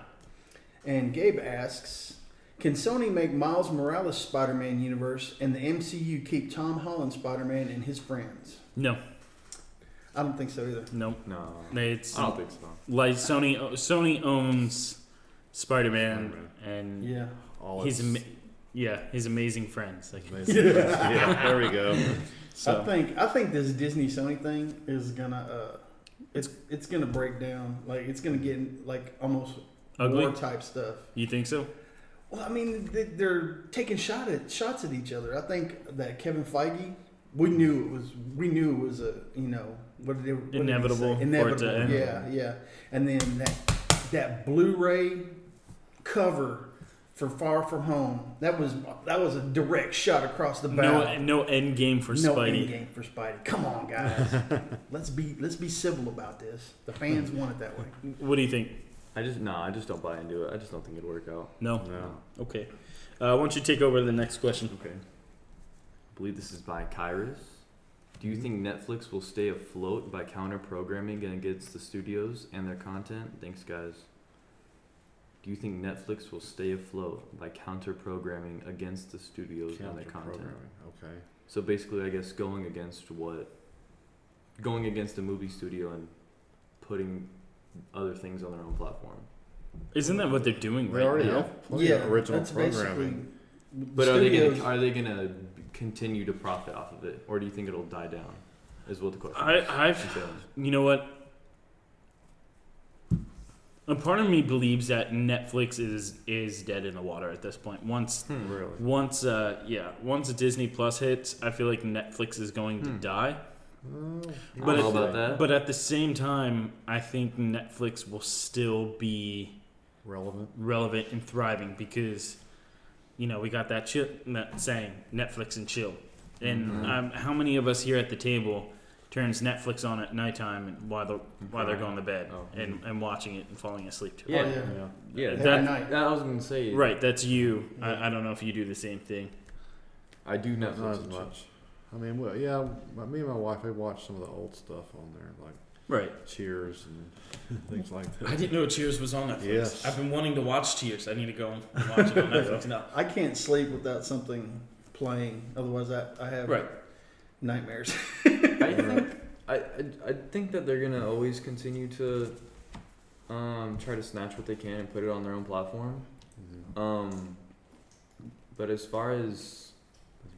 S4: And Gabe asks, "Can Sony make Miles Morales Spider-Man universe and the MCU keep Tom Holland Spider-Man and his friends?"
S1: no
S4: I don't think so either.
S1: no
S3: No.
S1: it's
S3: I don't think so.
S1: like sony sony owns spider-man, and
S4: Yeah,
S2: All
S1: he's
S2: its-
S1: ama- yeah his amazing friends like
S2: amazing. yeah. There we go.
S1: so
S4: I think I think this Disney Sony thing is gonna uh, it's it's gonna break down. Like it's gonna get like almost
S1: Ugly?
S4: war type stuff.
S1: you think so
S4: Well, I mean, they- they're taking shot at shots at each other. I think that Kevin Feige, we knew it was we knew it was a you know what did they what did he
S1: Inevitable
S4: say?
S1: for it to
S4: inevitable
S1: end.
S4: yeah yeah and then that that Blu-ray cover for Far From Home that was that was a direct shot across the
S1: No,
S4: bow.
S1: no end game for
S4: no
S1: Spidey.
S4: endgame for Spidey. Come on, guys. let's be let's be civil about this. The fans want it that way.
S1: What do you think?
S3: I just no, I just don't buy into it. I just don't think it'd work out.
S1: No.
S2: No.
S1: Okay. Uh, why don't you take over the next question?
S3: Okay. I believe this is by Kairos. Do you think Netflix will stay afloat by counter programming against the studios and their content? Thanks, guys. Do you think Netflix will stay afloat by counter programming against the studios and their content?
S2: Counter-programming, Okay.
S3: So basically, I guess going against what? Going against a movie studio and putting other things on their own platform.
S1: Isn't that what they're doing
S2: They
S1: right
S2: already
S1: now?
S2: have plenty of original
S4: that's
S2: programming.
S4: basically-
S3: But are they
S4: Studios-
S3: gonna, are they gonna continue to profit off of it, or do you think it'll die down? Is what the question. is.
S1: I, I've,
S3: Until-
S1: you know what? A part of me believes that Netflix is is dead in the water at this point. Once,
S3: Hmm,
S2: Really.
S1: once, uh, yeah, once Disney Plus hits, I feel like Netflix is going
S2: Hmm.
S1: to die.
S3: I
S1: But
S3: don't know
S1: it's-
S3: about that.
S1: Hmm. But at the same time, I think Netflix will still be
S2: Relevant.
S1: relevant and thriving because you know we got that chill that saying Netflix and chill and um, how many of us here at the table turns Netflix on at nighttime and while they're while they're going to bed
S3: Oh.
S1: and, and watching it and falling asleep to it.
S3: Yeah,
S4: Oh, yeah.
S3: yeah, yeah.
S4: Every
S3: that,
S4: night.
S3: that I was gonna say.
S1: Right, that's you. I, I don't know if you do the same thing.
S3: I do Netflix
S2: Not as
S3: and shit.
S2: much. I mean, well, yeah, my, me and my wife, we watched some of the old stuff on there, like
S1: Right.
S2: Cheers and things like that.
S1: I didn't know Cheers was on Netflix.
S2: Yes.
S1: I've been wanting to watch Cheers. I need to go and watch it on Netflix now.
S4: I can't sleep without something playing. Otherwise, I, I have
S1: Right.
S4: nightmares.
S3: I think I, I, I think that they're gonna always continue to um, try to snatch what they can and put it on their own platform.
S2: Mhm.
S3: Um, but as far as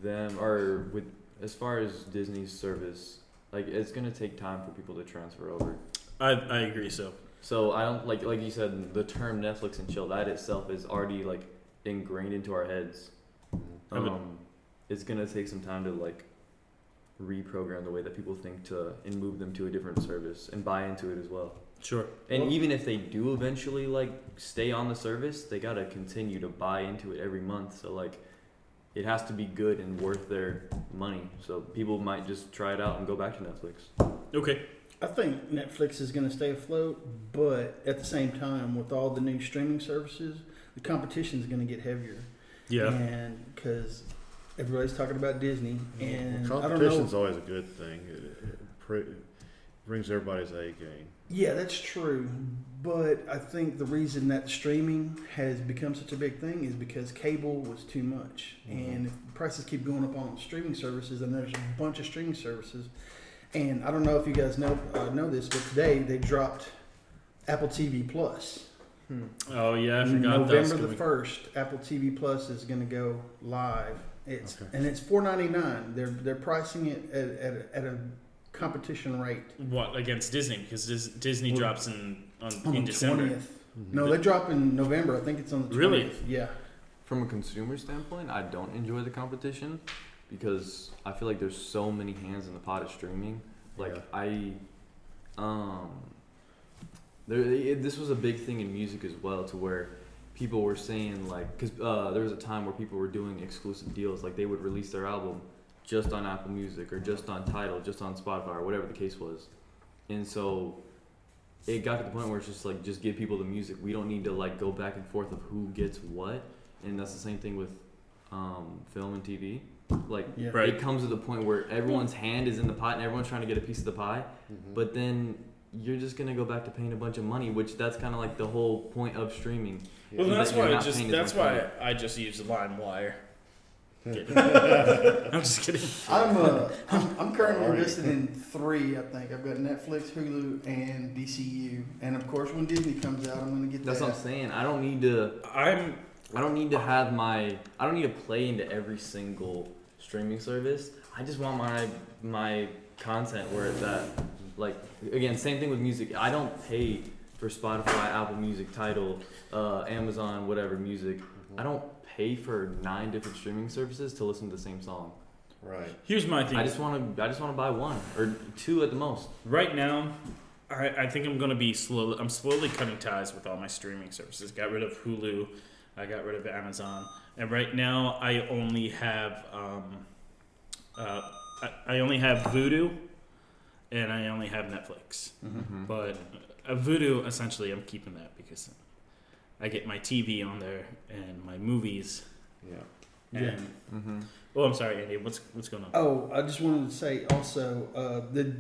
S3: them or with as far as Disney's service, like it's gonna take time for people to transfer over.
S1: I, I agree. So
S3: So I don't like like you said the term Netflix and chill that itself is already like ingrained into our heads.
S1: I would-
S3: Um, it's gonna take some time to like reprogram the way that people think to and move them to a different service and buy into it as well.
S1: sure.
S3: And
S2: Well-
S3: even if they do eventually like stay on the service, they gotta continue to buy into it every month. So like, it has to be good and worth their money. So people might just try it out and go back to Netflix.
S1: Okay.
S4: I think Netflix is going to stay afloat, but at the same time, with all the new streaming services, the competition is going to get heavier.
S1: Yeah.
S4: And because everybody's talking about Disney, and
S2: well,
S4: I don't know.
S2: competition's always a good thing. It, it, pre- it brings everybody's A game.
S4: Yeah, that's true. But I think the reason that streaming has become such a big thing is because cable was too much. And if prices keep going up on streaming services, and there's a bunch of streaming services. And I don't know if you guys know uh, know this, but today they dropped Apple TV Plus.
S1: Oh yeah, I forgot that was
S4: November the
S1: coming.
S4: first, Apple TV Plus is going to go live. It's
S2: Okay.
S4: and it's four ninety nine. They're they're pricing it at at a, at a competition rate.
S1: What against Disney? Because Dis- Disney
S4: Well,
S1: drops in on,
S4: on
S1: in
S4: the
S1: December.
S4: 20th. No, they drop in November. I think it's on the 20th.
S1: Really?
S4: Yeah.
S3: From a consumer standpoint, I don't enjoy the competition because I feel like there's so many hands in the pot of streaming. Like
S2: Yeah.
S3: I, um, there it, this was a big thing in music as well, to where people were saying like, because uh, there was a time where people were doing exclusive deals, like they would release their album just on Apple Music or just on Tidal, just on Spotify or whatever the case was, and so. It got to the point where it's just like just give people the music. We don't need to like go back and forth of who gets what, and that's the same thing with um, film and TV. Like
S4: Yeah.
S1: Right.
S3: it comes to the point where everyone's hand is in the pot and everyone's trying to get a piece of the pie,
S2: Mm-hmm.
S3: but then you're just gonna go back to paying a bunch of money, which that's kind of like the whole point of streaming.
S1: Well,
S3: is that
S1: that's
S3: you're
S1: why I
S3: not
S1: just
S3: paying as
S1: that's
S3: much money.
S1: why I just use LimeWire. Kidding. I'm just kidding.
S4: I'm, uh, I'm, I'm currently
S2: Alright.
S4: invested in three, I think. I've got Netflix, Hulu, and DCU. And of course, when Disney comes out, I'm going to get
S3: That's
S4: that.
S3: what I'm saying. I don't need to.
S1: I'm
S3: I don't need to have my. I don't need to play into every single streaming service. I just want my my content where it's at. Like again, same thing with music. I don't pay for Spotify, Apple Music, Title, uh, Amazon, whatever music. I don't pay for nine different streaming services to listen to the same song.
S2: Right.
S1: here's my thing.
S3: I just want to. I just want to buy one or two at the most.
S1: Right now, I, I think I'm gonna be slowly. I'm slowly cutting ties with all my streaming services. Got rid of Hulu, I got rid of Amazon, and right now I only have um, uh, I, I only have Vudu, and I only have Netflix.
S3: Mm-hmm.
S1: But uh, Vudu, essentially, I'm keeping that because I get my TV on there and my movies.
S2: Yeah.
S1: And,
S4: Yeah.
S3: Mm-hmm.
S1: Oh, I'm sorry, Andy. What's what's going on?
S4: Oh, I just wanted to say also, uh, the,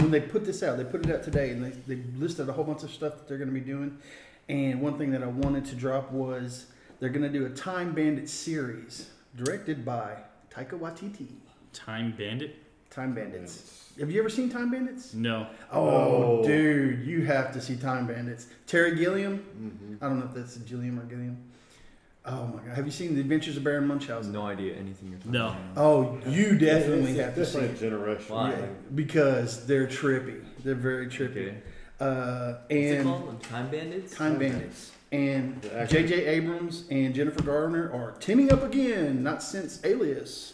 S4: when they put this out, they put it out today, and they, they listed a whole bunch of stuff that they're going to be doing. And one thing that I wanted to drop was they're going to do a Time Bandit series directed by Taika Waititi.
S1: Time Bandit?
S4: Time Bandits. Have you ever seen Time Bandits?
S1: No.
S4: Oh,
S2: Oh.
S4: dude, you have to see Time Bandits. Terry Gilliam.
S2: Mm-hmm.
S4: I don't know if that's Gilliam or Gilliam. Oh my God, have you seen The Adventures of Baron Munchausen?
S3: No idea anything you're talking
S1: No.
S3: about.
S4: Oh, you definitely have to see
S2: definitely
S4: it
S2: a generational
S3: Why?
S2: thing.
S4: because they're trippy. They're very trippy.
S3: Okay.
S4: Uh,
S3: What's it
S4: and
S3: called? Time Bandits.
S4: Time Bandits and
S2: The actor-
S4: J.J. Abrams and Jennifer Garner are teaming up again. Not since Alias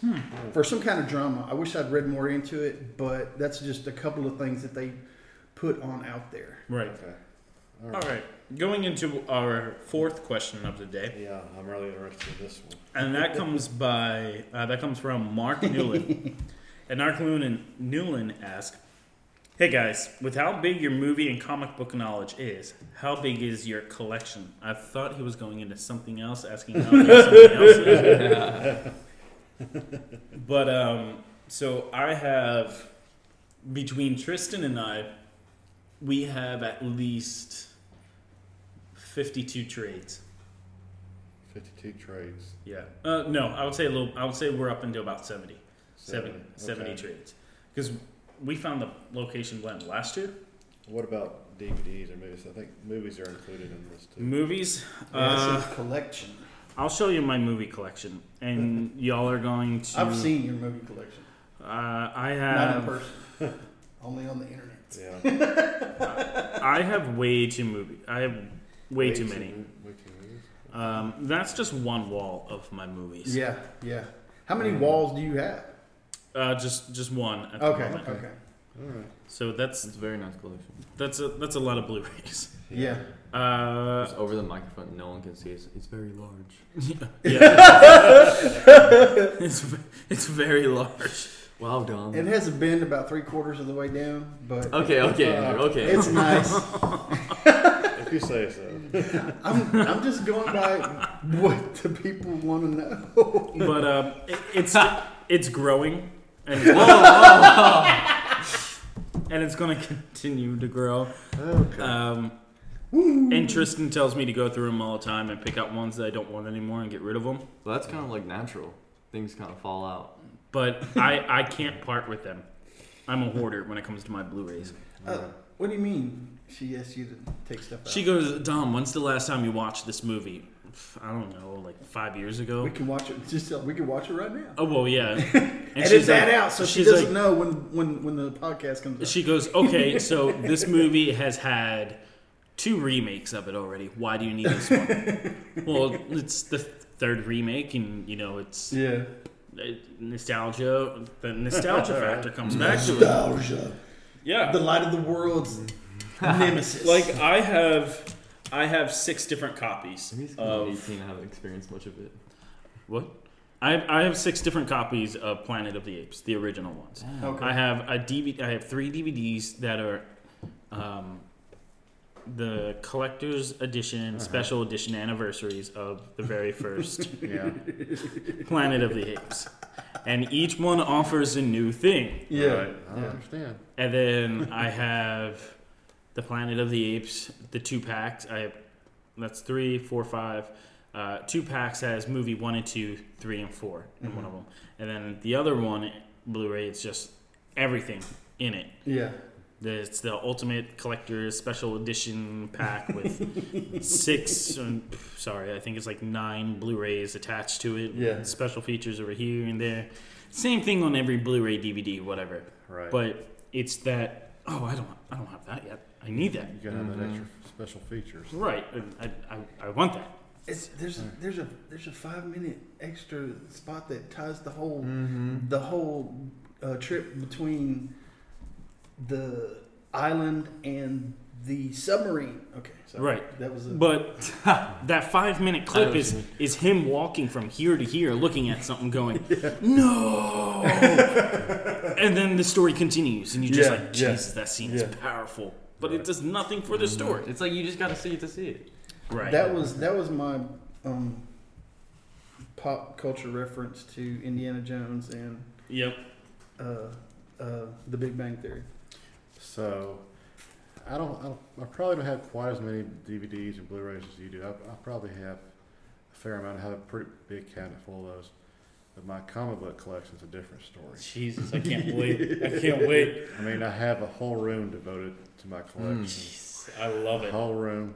S4: for some kind of drama. I wish I'd read more into it, but that's just a couple of things that they put on out there.
S1: Right.
S2: Okay.
S1: All right, going into our fourth question of the day,
S2: Yeah, I'm really interested in this one.
S1: and that comes by uh, that comes from Mark Newland, and Mark Newland Newland asks, Hey guys, with how big your movie and comic book knowledge is, how big is your collection? I thought he was going into something else, asking how big something else is. but um, so I have between Tristan and I, we have at least fifty-two trades.
S2: 52 trades.
S1: Yeah. Uh, no, I would say a little. I would say we're up into about 70. 70, 70,
S2: okay.
S1: trades. Because we found the location when last year.
S2: What about DVDs or movies? I think movies are included in this too.
S1: Movies.
S4: Yeah,
S1: Uh,
S4: this is collection.
S1: I'll show you my movie collection, and y'all are going to.
S4: I've seen your movie collection,
S1: Uh, I
S4: not in
S1: have.
S4: person, only on the internet.
S2: Yeah.
S1: I have way too movie. I have way, too many.
S2: Way too many.
S1: Um, that's just one wall of my movies.
S4: Yeah, yeah. How many walls do you have?
S1: Uh, just just one. At the
S4: Okay,
S1: moment.
S4: okay.
S2: All right.
S1: So that's
S3: It's a very nice collection.
S1: that's a that's a lot of Blu-rays.
S4: Yeah.
S1: Uh,
S3: It's over the microphone. No one can see it. It's very large.
S1: Yeah. it's, ve- it's very large.
S3: Wow, Dom.
S4: It has a bend about three quarters of the way down, but
S1: Oh,
S3: Okay, okay, Andrew, okay.
S4: it's nice.
S2: If you say so.
S4: I'm, I'm just going by what the people want to know.
S1: But uh, it, it's it's growing and it's, Oh, and it's going to continue to grow.
S2: Okay.
S1: Um, and Tristan tells me to go through them all the time and pick out ones that I don't want anymore and get rid of them.
S3: Well, that's kind of like natural. Things kind of fall out.
S1: But I, I can't part with them. I'm a hoarder when it comes to my Blu-rays.
S4: Uh, what do you mean? She asked you to take stuff out.
S1: She goes, Dom, when's the last time you watched this movie? "Pff, I don't know, like five years
S4: we
S1: ago.
S4: can watch it. Just uh, we can watch it right now.
S1: Oh well, yeah. And
S4: Edit
S1: she's
S4: that
S1: like-
S4: out so she
S1: she's like,
S4: doesn't know when, when when the podcast comes. Up.
S1: She goes, okay, so this movie has had two remakes of it already. Why do you need this one? well, it's the third remake, and you know it's
S4: yeah.
S1: uh, nostalgia. The nostalgia factor comes back to it.
S4: Nostalgia. The
S1: Yeah,
S4: light of the world's nemesis.
S1: like I have, I have six different copies
S3: Maybe it's 'cause I'm
S1: of
S3: 18. I haven't experienced much of it.
S1: what? I I have six different copies of Planet of the Apes, the original ones.
S4: okay.
S1: I have a DVD. I have three DVDs that are um, the collector's edition, special edition anniversaries of the very first
S2: Yeah.
S1: Planet of the Apes, and each one offers a new thing.
S4: yeah.
S2: Right. I
S4: yeah.
S2: understand.
S1: And then I have the Planet of the Apes, the two packs. I have that's three, four, five. Uh, two packs has movie one and two, three and four in one of them, and then the other one Blu-ray. It's just everything in it.
S4: Yeah.
S1: It's the ultimate collector's special edition pack with six. um, Sorry, I think it's like nine Blu-rays attached to it.
S4: Yeah.
S1: Special features over here and there. Same thing on every Blu-ray, DVD, whatever.
S2: Right.
S1: But it's that. Oh, I don't. I don't have that yet. I need that.
S2: you gotta have that extra special features.
S1: Right. and I. I, I want that.
S4: It's, there's a, there's a there's a five minute extra spot that ties the whole
S1: Mm-hmm.
S4: the whole uh, trip between the island and the submarine. Okay, so
S1: Right.
S4: That was a,
S1: But that five minute
S3: I know
S1: clip
S3: what
S1: is
S3: you mean.
S1: is him walking from here to here, looking at something, going, "No," and then the story continues, and you're just
S4: Yeah,
S1: like,
S4: yeah,
S1: "Jesus, that scene is
S4: yeah.
S1: powerful," but it does nothing for the story.
S3: It's like you just gotta see it to see it.
S1: Right.
S4: that was that was my um, pop culture reference to Indiana Jones and
S1: yep.
S4: uh, uh, the Big Bang Theory.
S2: So, I don't, I don't. I probably don't have quite as many DVDs and Blu-rays as you do. I, I probably have a fair amount. I have a pretty big cabinet full of those. But my comic book collection's a different story.
S1: Jesus, I can't wait. I can't wait.
S2: I mean, I have a whole room devoted to my collection.
S1: I love
S3: Mm.
S2: A whole room,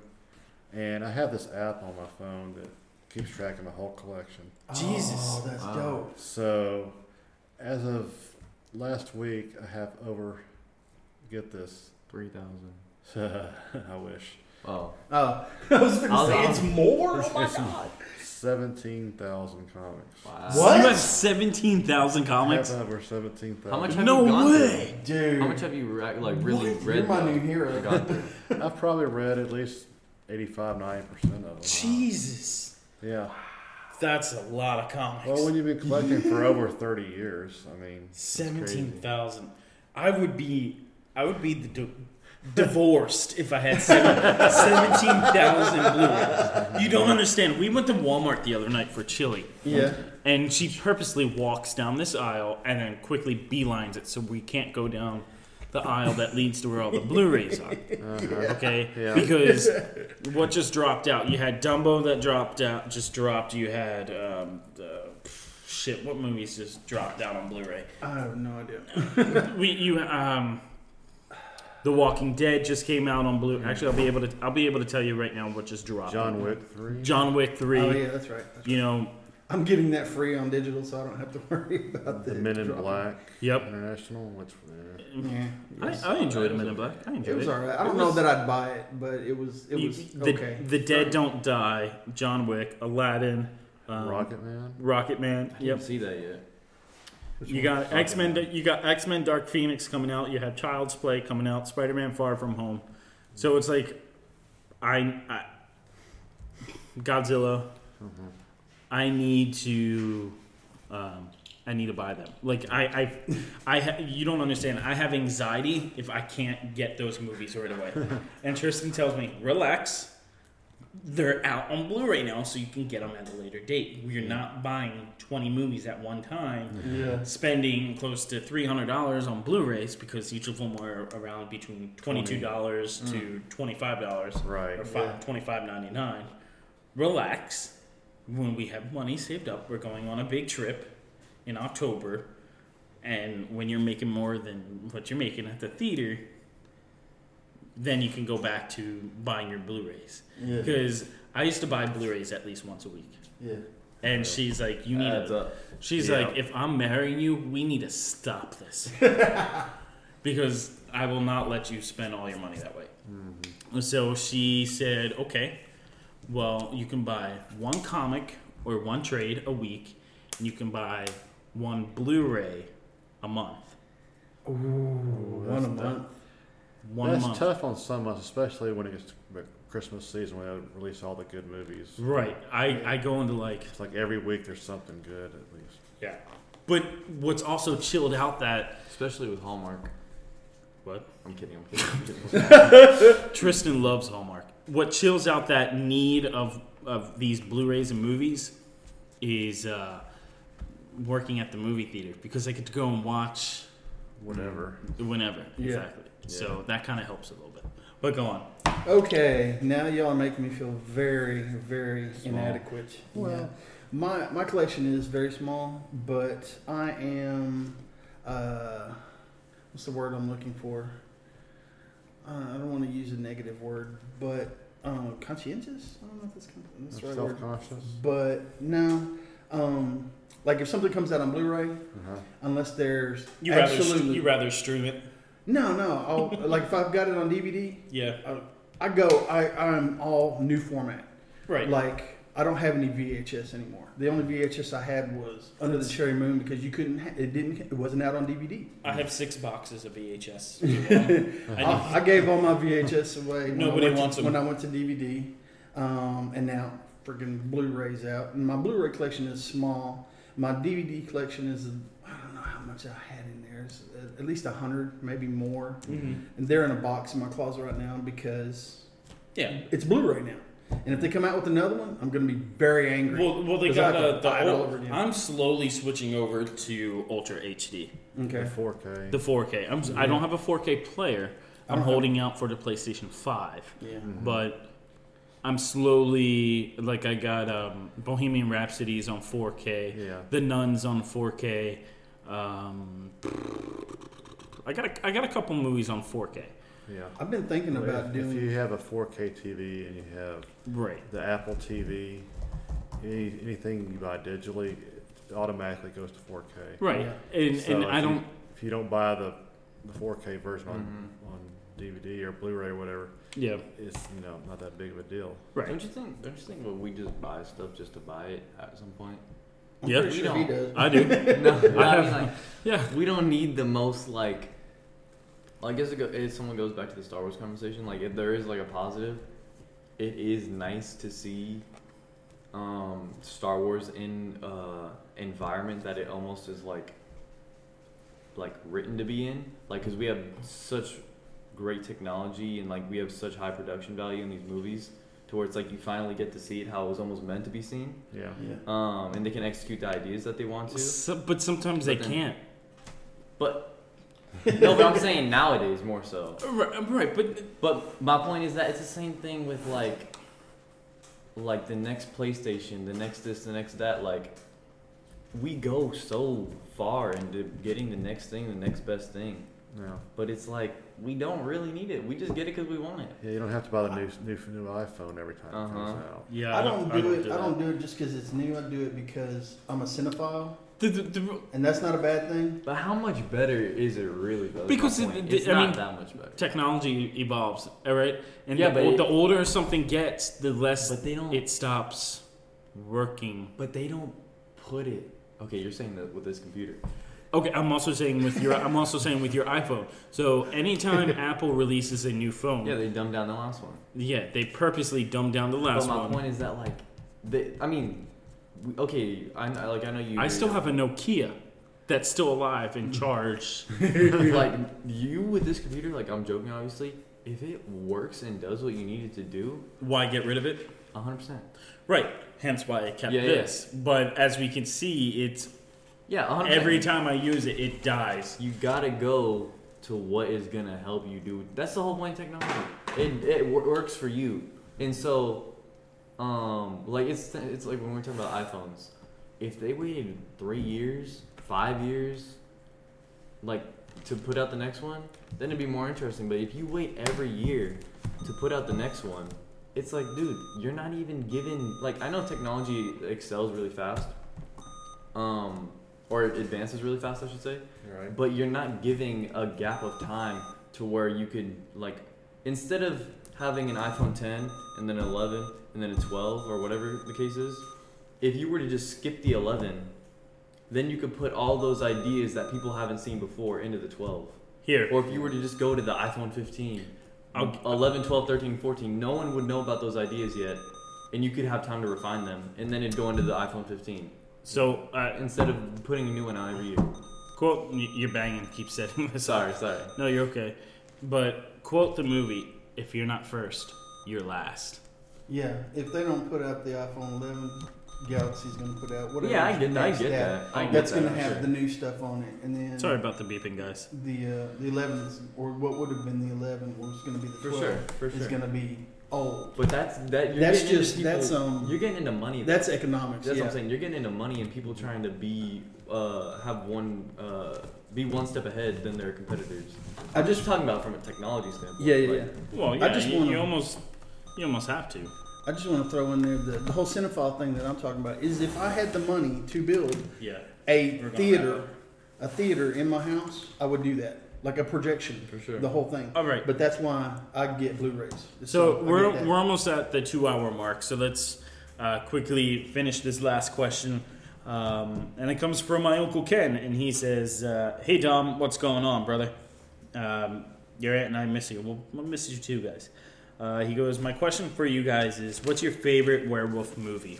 S2: and I have this app on my phone that keeps track of my whole collection.
S1: Jesus.
S4: oh, that's
S3: Wow.
S4: dope.
S2: So, as of last week, I have over. Get this.
S3: Three thousand.
S2: I wish.
S3: Oh,
S4: Oh, I was gonna
S3: I'll-
S4: say
S3: I'll-
S4: it's more. Oh my god.
S2: Seventeen thousand comics.
S3: wow.
S4: What?
S1: You have seventeen thousand comics.
S2: I have over seventeen thousand.
S3: How much have
S1: No
S3: you gone
S1: way.
S4: Dude.
S3: through? How much have you ra- like really
S4: What?
S3: read?
S4: You're my
S3: though?
S4: new hero.
S3: Gone through?
S2: I've probably read at least 85, 90 percent of them.
S1: Jesus,
S2: Yeah.
S1: that's a lot of comics.
S2: Well, when you've been collecting for over thirty years, I mean,
S1: Seventeen thousand. I would be. I would be the di- divorced if I had seven- 17,000 Blu-rays. You don't understand. We went to Walmart the other night for chili.
S4: Yeah.
S1: And she purposely walks down this aisle and then quickly beelines it so we can't go down the aisle that leads to where all the Blu-rays are. Okay?
S3: Yeah.
S1: Because what just dropped out? You had Dumbo that dropped out, just dropped. You had um, the, shit. What movies just dropped out on Blu-ray?
S4: I have no idea.
S1: We you um, The Walking Dead just came out on Blu. Actually, I'll be able to I'll be able to tell you right now what just dropped.
S2: John Wick three.
S1: John Wick three.
S4: Oh yeah, that's right. That's right.
S1: You know.
S4: I'm getting that free on digital, so I don't have to worry about
S2: The
S4: that.
S2: Men in
S4: dropping.
S2: Black
S1: Yep.
S2: International. What's there?
S4: Yeah,
S1: I, I enjoyed Men in Black. I enjoyed
S4: it was alright. I don't know that I'd buy it, but it was it
S1: You-
S4: was
S1: the,
S4: okay.
S1: the Dead Don't Die, John Wick, Aladdin, um,
S2: Rocket Man.
S1: Rocket Man.
S3: I
S1: Yep.
S3: didn't see that yet.
S1: You got X Men. You got X Men Dark Phoenix coming out. You have Child's Play coming out. Spider Man Far From Home. So it's like, I, I Godzilla. I need to, um, I need to buy them. Like I, I, I ha- you don't understand. I have anxiety if I can't get those movies right away. and Tristan tells me, relax. They're out on Blu-ray now, so you can get them at a later date. We're not buying twenty movies at one time
S4: yeah,
S1: spending close to three hundred dollars on Blu-rays because each of them were around between twenty-two dollars to
S4: Mm.
S1: twenty-five dollars
S2: Right.
S1: or five, twenty-five ninety-nine. Relax. When we have money saved up, we're going on a big trip in October, and when you're making more than what you're making at the theater, then you can go back to buying your Blu-rays.
S4: yeah,
S1: Because I used to buy Blu-rays at least once a week,
S4: yeah.
S1: and she's like, "You need
S3: Adds
S1: a,
S3: up.
S1: She's
S2: Yeah.
S1: like, if I'm marrying you, we need to stop this. because I will not let you spend all your money that way.
S2: Mm-hmm.
S1: So she said, okay, well, you can buy one comic or one trade a week, and you can buy one Blu ray a month.
S4: One a month.
S1: One
S2: That's
S1: month.
S2: tough on some of us, especially when it gets to Christmas season when they release all the good movies.
S1: Right. I, I go into like,
S2: It's like every week there's something good at least.
S1: yeah. But what's also chilled out that,
S3: Especially with Hallmark.
S1: what?
S3: I'm kidding. I'm kidding. I'm kidding.
S1: Tristan loves Hallmark. What chills out that need of of these Blu-rays and movies is uh, working at the movie theater because I get to go and watch Mm-hmm.
S2: Whatever.
S1: whenever.
S4: Yeah.
S1: Exactly. So that kind of helps a little bit. But go on.
S4: Okay, now y'all are making me feel very, very inadequate.
S2: Well.
S4: yeah. my my collection is very small, but I am. Uh, what's the word I'm looking for? Uh, I don't want to use a negative word, but um, conscientious. I don't know if that's, con- that's the right word.
S2: Self conscious.
S4: But no, um, like if something comes out on Blu-ray,
S2: Uh-huh.
S4: unless there's
S1: You rather
S4: absolutely
S1: you rather stream it?
S4: no, no. I'll, like if I've got it on DVD,
S1: Yeah.
S4: I, I go. I I'm all new format.
S1: Right.
S4: Like I don't have any VHS anymore. The only VHS I had was Under the Cherry Moon because you couldn't. Ha- it didn't. It wasn't out on DVD.
S1: I have six boxes of VHS. if you want. I know.
S4: Uh, I, I gave all my VHS away. when I
S1: Nobody
S4: went to-
S1: wants 'em.
S4: when I went to DVD, um, and now freaking Blu-rays out. And my Blu-ray collection is small. My DVD collection is I don't know how much I had in there. It's uh, at- at least a hundred, maybe more.
S1: Mhm.
S4: And they're in a box in my closet right now because
S1: Yeah.
S4: it's Blu-ray now. And if they come out with another one, I'm going to be very angry.
S1: Well, well, they
S4: 'Cause
S1: got
S4: I
S1: uh,
S4: could buy it
S1: the.
S4: all over
S1: Old,
S4: again.
S1: I'm slowly switching over to Ultra HD.
S2: The
S4: okay.
S2: 4K.
S1: The 4K. I'm, I don't have a 4K player.
S4: I
S1: I'm
S4: don't have-
S1: holding out for the PlayStation 5,
S4: Yeah.
S2: Mm-hmm.
S1: but I'm slowly like I got um, Bohemian Rhapsodies on 4K,
S2: yeah.
S1: The Nuns on 4K. Um, I got a, I got a couple movies on 4K.
S2: Yeah.
S4: I've been thinking about
S2: if,
S4: doing.
S2: if you have a 4K TV and you have
S1: Right.
S2: the Apple TV, any, anything you buy digitally it automatically goes to 4K.
S1: Right. And
S2: So
S1: and
S2: if
S1: I
S2: you-
S1: don't
S2: If you don't buy the, the 4K version
S3: Mm-hmm.
S1: Mm-hmm.
S2: on, on DVD or Blu-ray or whatever,
S1: yeah.
S2: it's you know not that big of a deal.
S1: Right.
S3: Don't you think? Don't you think? Well, we just buy stuff just to buy it at some point.
S4: I'm
S1: Yeah.
S4: pretty sure he does.
S1: I do.
S3: No, I mean,
S1: have-
S3: like,
S1: Yeah.
S3: we don't need the most like. I guess it go, if someone goes back to the Star Wars conversation, like if there is like a positive, it is nice to see um, Star Wars in uh, environment that it almost is like like written to be in, like because we have such great technology and like we have such high production value in these movies, to where it's like you finally get to see it how it was almost meant to be seen,
S2: Yeah.
S4: Yeah.
S3: um, and they can execute the ideas that they want to.
S1: So, but sometimes
S3: But
S1: they
S3: then-
S1: can't.
S3: But no, but I'm saying nowadays more so.
S1: Right, right, but
S3: But my point is that it's the same thing with like, like the next PlayStation, the next this, the next that. Like, we go so far into getting the next thing, the next best thing.
S2: Yeah.
S3: But it's like we don't really need it. We just get it because we want it.
S2: Yeah, you don't have to buy the new new new iPhone every time it comes
S3: Uh-huh.
S2: out.
S1: yeah,
S4: I don't do it. I don't
S1: that.
S4: do it just because it's new. I do it because I'm a cinephile,
S1: The, the, the,
S4: and that's not a bad thing.
S3: But how much better is it really? though, is my
S1: Because it-
S3: point.
S1: it-
S3: it's
S1: I
S3: not
S1: mean,
S3: that much better.
S1: technology evolves, all right. And
S3: Yeah,
S1: the,
S3: but
S1: ol-
S3: it-
S1: the older something gets, the less
S3: But they don't.
S1: it stops working.
S3: but they don't put it. Okay, you're saying that with this computer.
S1: Okay, I'm also saying with your I'm also saying with your iPhone. So anytime Apple releases a new phone,
S3: Yeah, they dumbed down the last one.
S1: yeah, they purposely dumb down the
S3: But
S1: last
S3: my
S1: one.
S3: point is that like, the, I mean, we, okay, I, I like I know you.
S1: I still have a Nokia that's still alive and
S3: Mm-hmm.
S1: charged.
S3: like you with this computer. Like I'm joking, obviously. If it works and does what you need it to do,
S1: Why get rid of it?
S3: 100. percent
S1: Right. Hence why I kept
S3: Yeah, yeah.
S1: this. But as we can see, it's
S3: Yeah, 100.
S1: every time I use it, it dies.
S3: you gotta go to what is gonna help you do. That's the whole point of technology. It it wor- works for you, and so, um, like it's it's like when we're talking about iPhones. If they waited three years, five years, like to put out the next one, then it'd be more interesting. But if you wait every year to put out the next one, it's like, dude, you're not even given. Like I know technology excels really fast, um, or advances really fast, I should say.
S2: Right.
S3: But you're not giving a gap of time to where you could like instead of having an iPhone 10 and then 11 and then a 12 or whatever the case is, if you were to just skip the 11, then you could put all those ideas that people haven't seen before into the 12.
S1: Here.
S3: Or if you were to just go to the iPhone 15,
S1: I'll-
S3: 11, 12, 13, 14, no one would know about those ideas yet. And you could have time to refine them, and then it'd go into the iPhone 15
S1: So, uh,
S3: instead of putting a new one out every year.
S1: quote, y- you're banging, keep setting this up.
S3: Sorry, sorry.
S1: No, you're okay. But quote the movie if you're not first, you're last.
S4: Yeah, if they don't put out the iPhone 11, Galaxy's going to put out whatever.
S3: Yeah, I
S4: is
S3: get that. I
S4: next
S3: get
S4: app.
S3: that. I get
S4: That's
S3: that,
S4: going to
S3: I'm
S4: have
S3: sure.
S4: the new stuff on it, and then
S1: Sorry about the beeping, guys.
S4: the uh, the 11s or what would have been the 11 or it's going to be the
S3: For
S4: 12
S3: sure, for
S4: is
S3: sure.
S4: going to be old.
S3: But that's that. You're
S4: That's
S3: getting into
S4: just- that's, um,
S3: You're getting into money. though.
S4: That's economics.
S3: that's
S4: yeah.
S3: what I'm saying. You're getting into money and people trying to be uh, have one uh, be one step ahead than their competitors.
S4: I
S3: I'm
S4: just
S3: just talking about from a technology standpoint.
S4: Yeah, yeah,
S3: like,
S4: yeah.
S1: Well, yeah,
S4: I just
S1: you,
S4: wanna-
S1: you almost you almost have to.
S4: I just want to throw in there the, the whole cinephile thing that I'm talking about is if I had the money to build
S1: Yeah.
S4: a
S1: We're gonna have
S4: theater, a theater in my house, I would do that. Like a projection,
S3: For sure.
S4: the whole thing.
S1: All right.
S4: But that's why I get Blu-rays.
S1: So
S4: I
S1: we're
S4: get that.
S1: we're almost at the two hour mark. So let's uh, quickly finish this last question, um, and it comes from my uncle Ken, and he says, uh, "Hey Dom, what's going on, brother? Um, your aunt and I miss you. Well, I miss you too, guys." Uh, he goes, "My question for you guys is, what's your favorite werewolf movie?"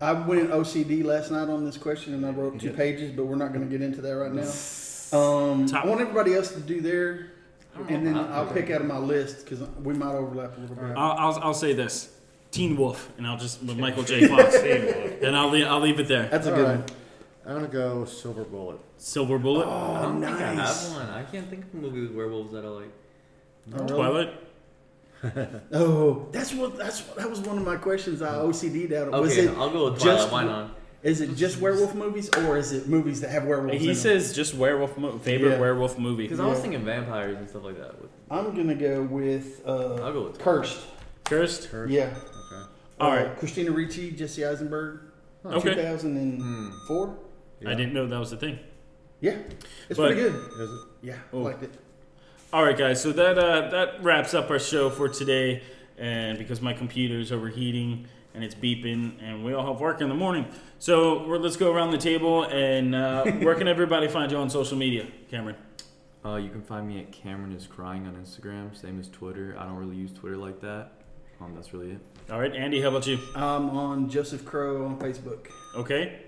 S4: I went OCD last night on this question, and I wrote two pages, but we're not going to get into that right now. Um,
S1: Top-
S4: I want everybody else to do their, and then I'll pick out of my list because we might overlap a little bit.
S1: I'll, I'll I'll say this: Teen Wolf, and I'll just with Michael J. Fox, and I'll leave, I'll leave it there.
S4: That's a good
S2: All right.
S4: one.
S2: I'm gonna go Silver Bullet.
S1: Silver Bullet,
S3: I don't think I
S4: nice.
S3: have one. I can't think of a movie with werewolves that I like.
S4: Oh, really?
S1: Twilight.
S4: Oh, that's what that's what, that was one of my questions. I OCD'd out.
S3: Okay,
S4: was it
S3: I'll go with Twilight.
S4: just-
S3: Why not?
S4: is it just werewolf movies or is it movies that have werewolves? in
S1: He
S4: them?
S1: says just werewolf mo- favorite
S4: Yeah.
S1: werewolf movie.
S3: Because I was
S4: Yeah.
S3: thinking vampires and stuff like that. With,
S4: I'm gonna go with uh,
S3: I'll go with-
S4: cursed.
S1: Cursed.
S2: Her.
S4: Yeah.
S2: Okay.
S1: All
S4: Uh,
S1: right.
S4: Christina Ricci, Jesse Eisenberg,
S1: Oh, Okay.
S3: Hmm.
S4: 2004.
S2: Yeah.
S1: I didn't know that was the thing.
S4: Yeah, it's
S1: But-
S4: pretty good.
S2: Is it?
S4: Yeah, I
S1: Oh.
S4: liked it.
S1: All right, guys. So that uh, that wraps up our show for today. And because my computer is overheating and it's beeping, and we all have work in the morning, so we're, let's go around the table. And uh, where can everybody find you on social media, Cameron?
S3: Uh, you can find me at Cameron is crying on Instagram. Same as Twitter. I don't really use Twitter like that. Um, that's really it.
S1: All right, Andy. How about you?
S4: I'm on Joseph Crow on Facebook.
S1: Okay.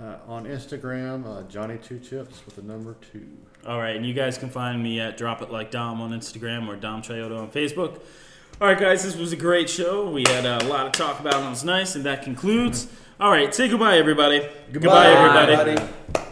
S2: Uh, on Instagram, uh, Johnny Two Chips with the number two.
S1: All right, and you guys can find me at Drop It Like Dom on Instagram or Dom Chiodo on Facebook. All right, guys, this was a great show. We had a lot to talk about, and it was nice. And that concludes. All right, say goodbye, everybody. Goodbye, everybody.
S4: everybody.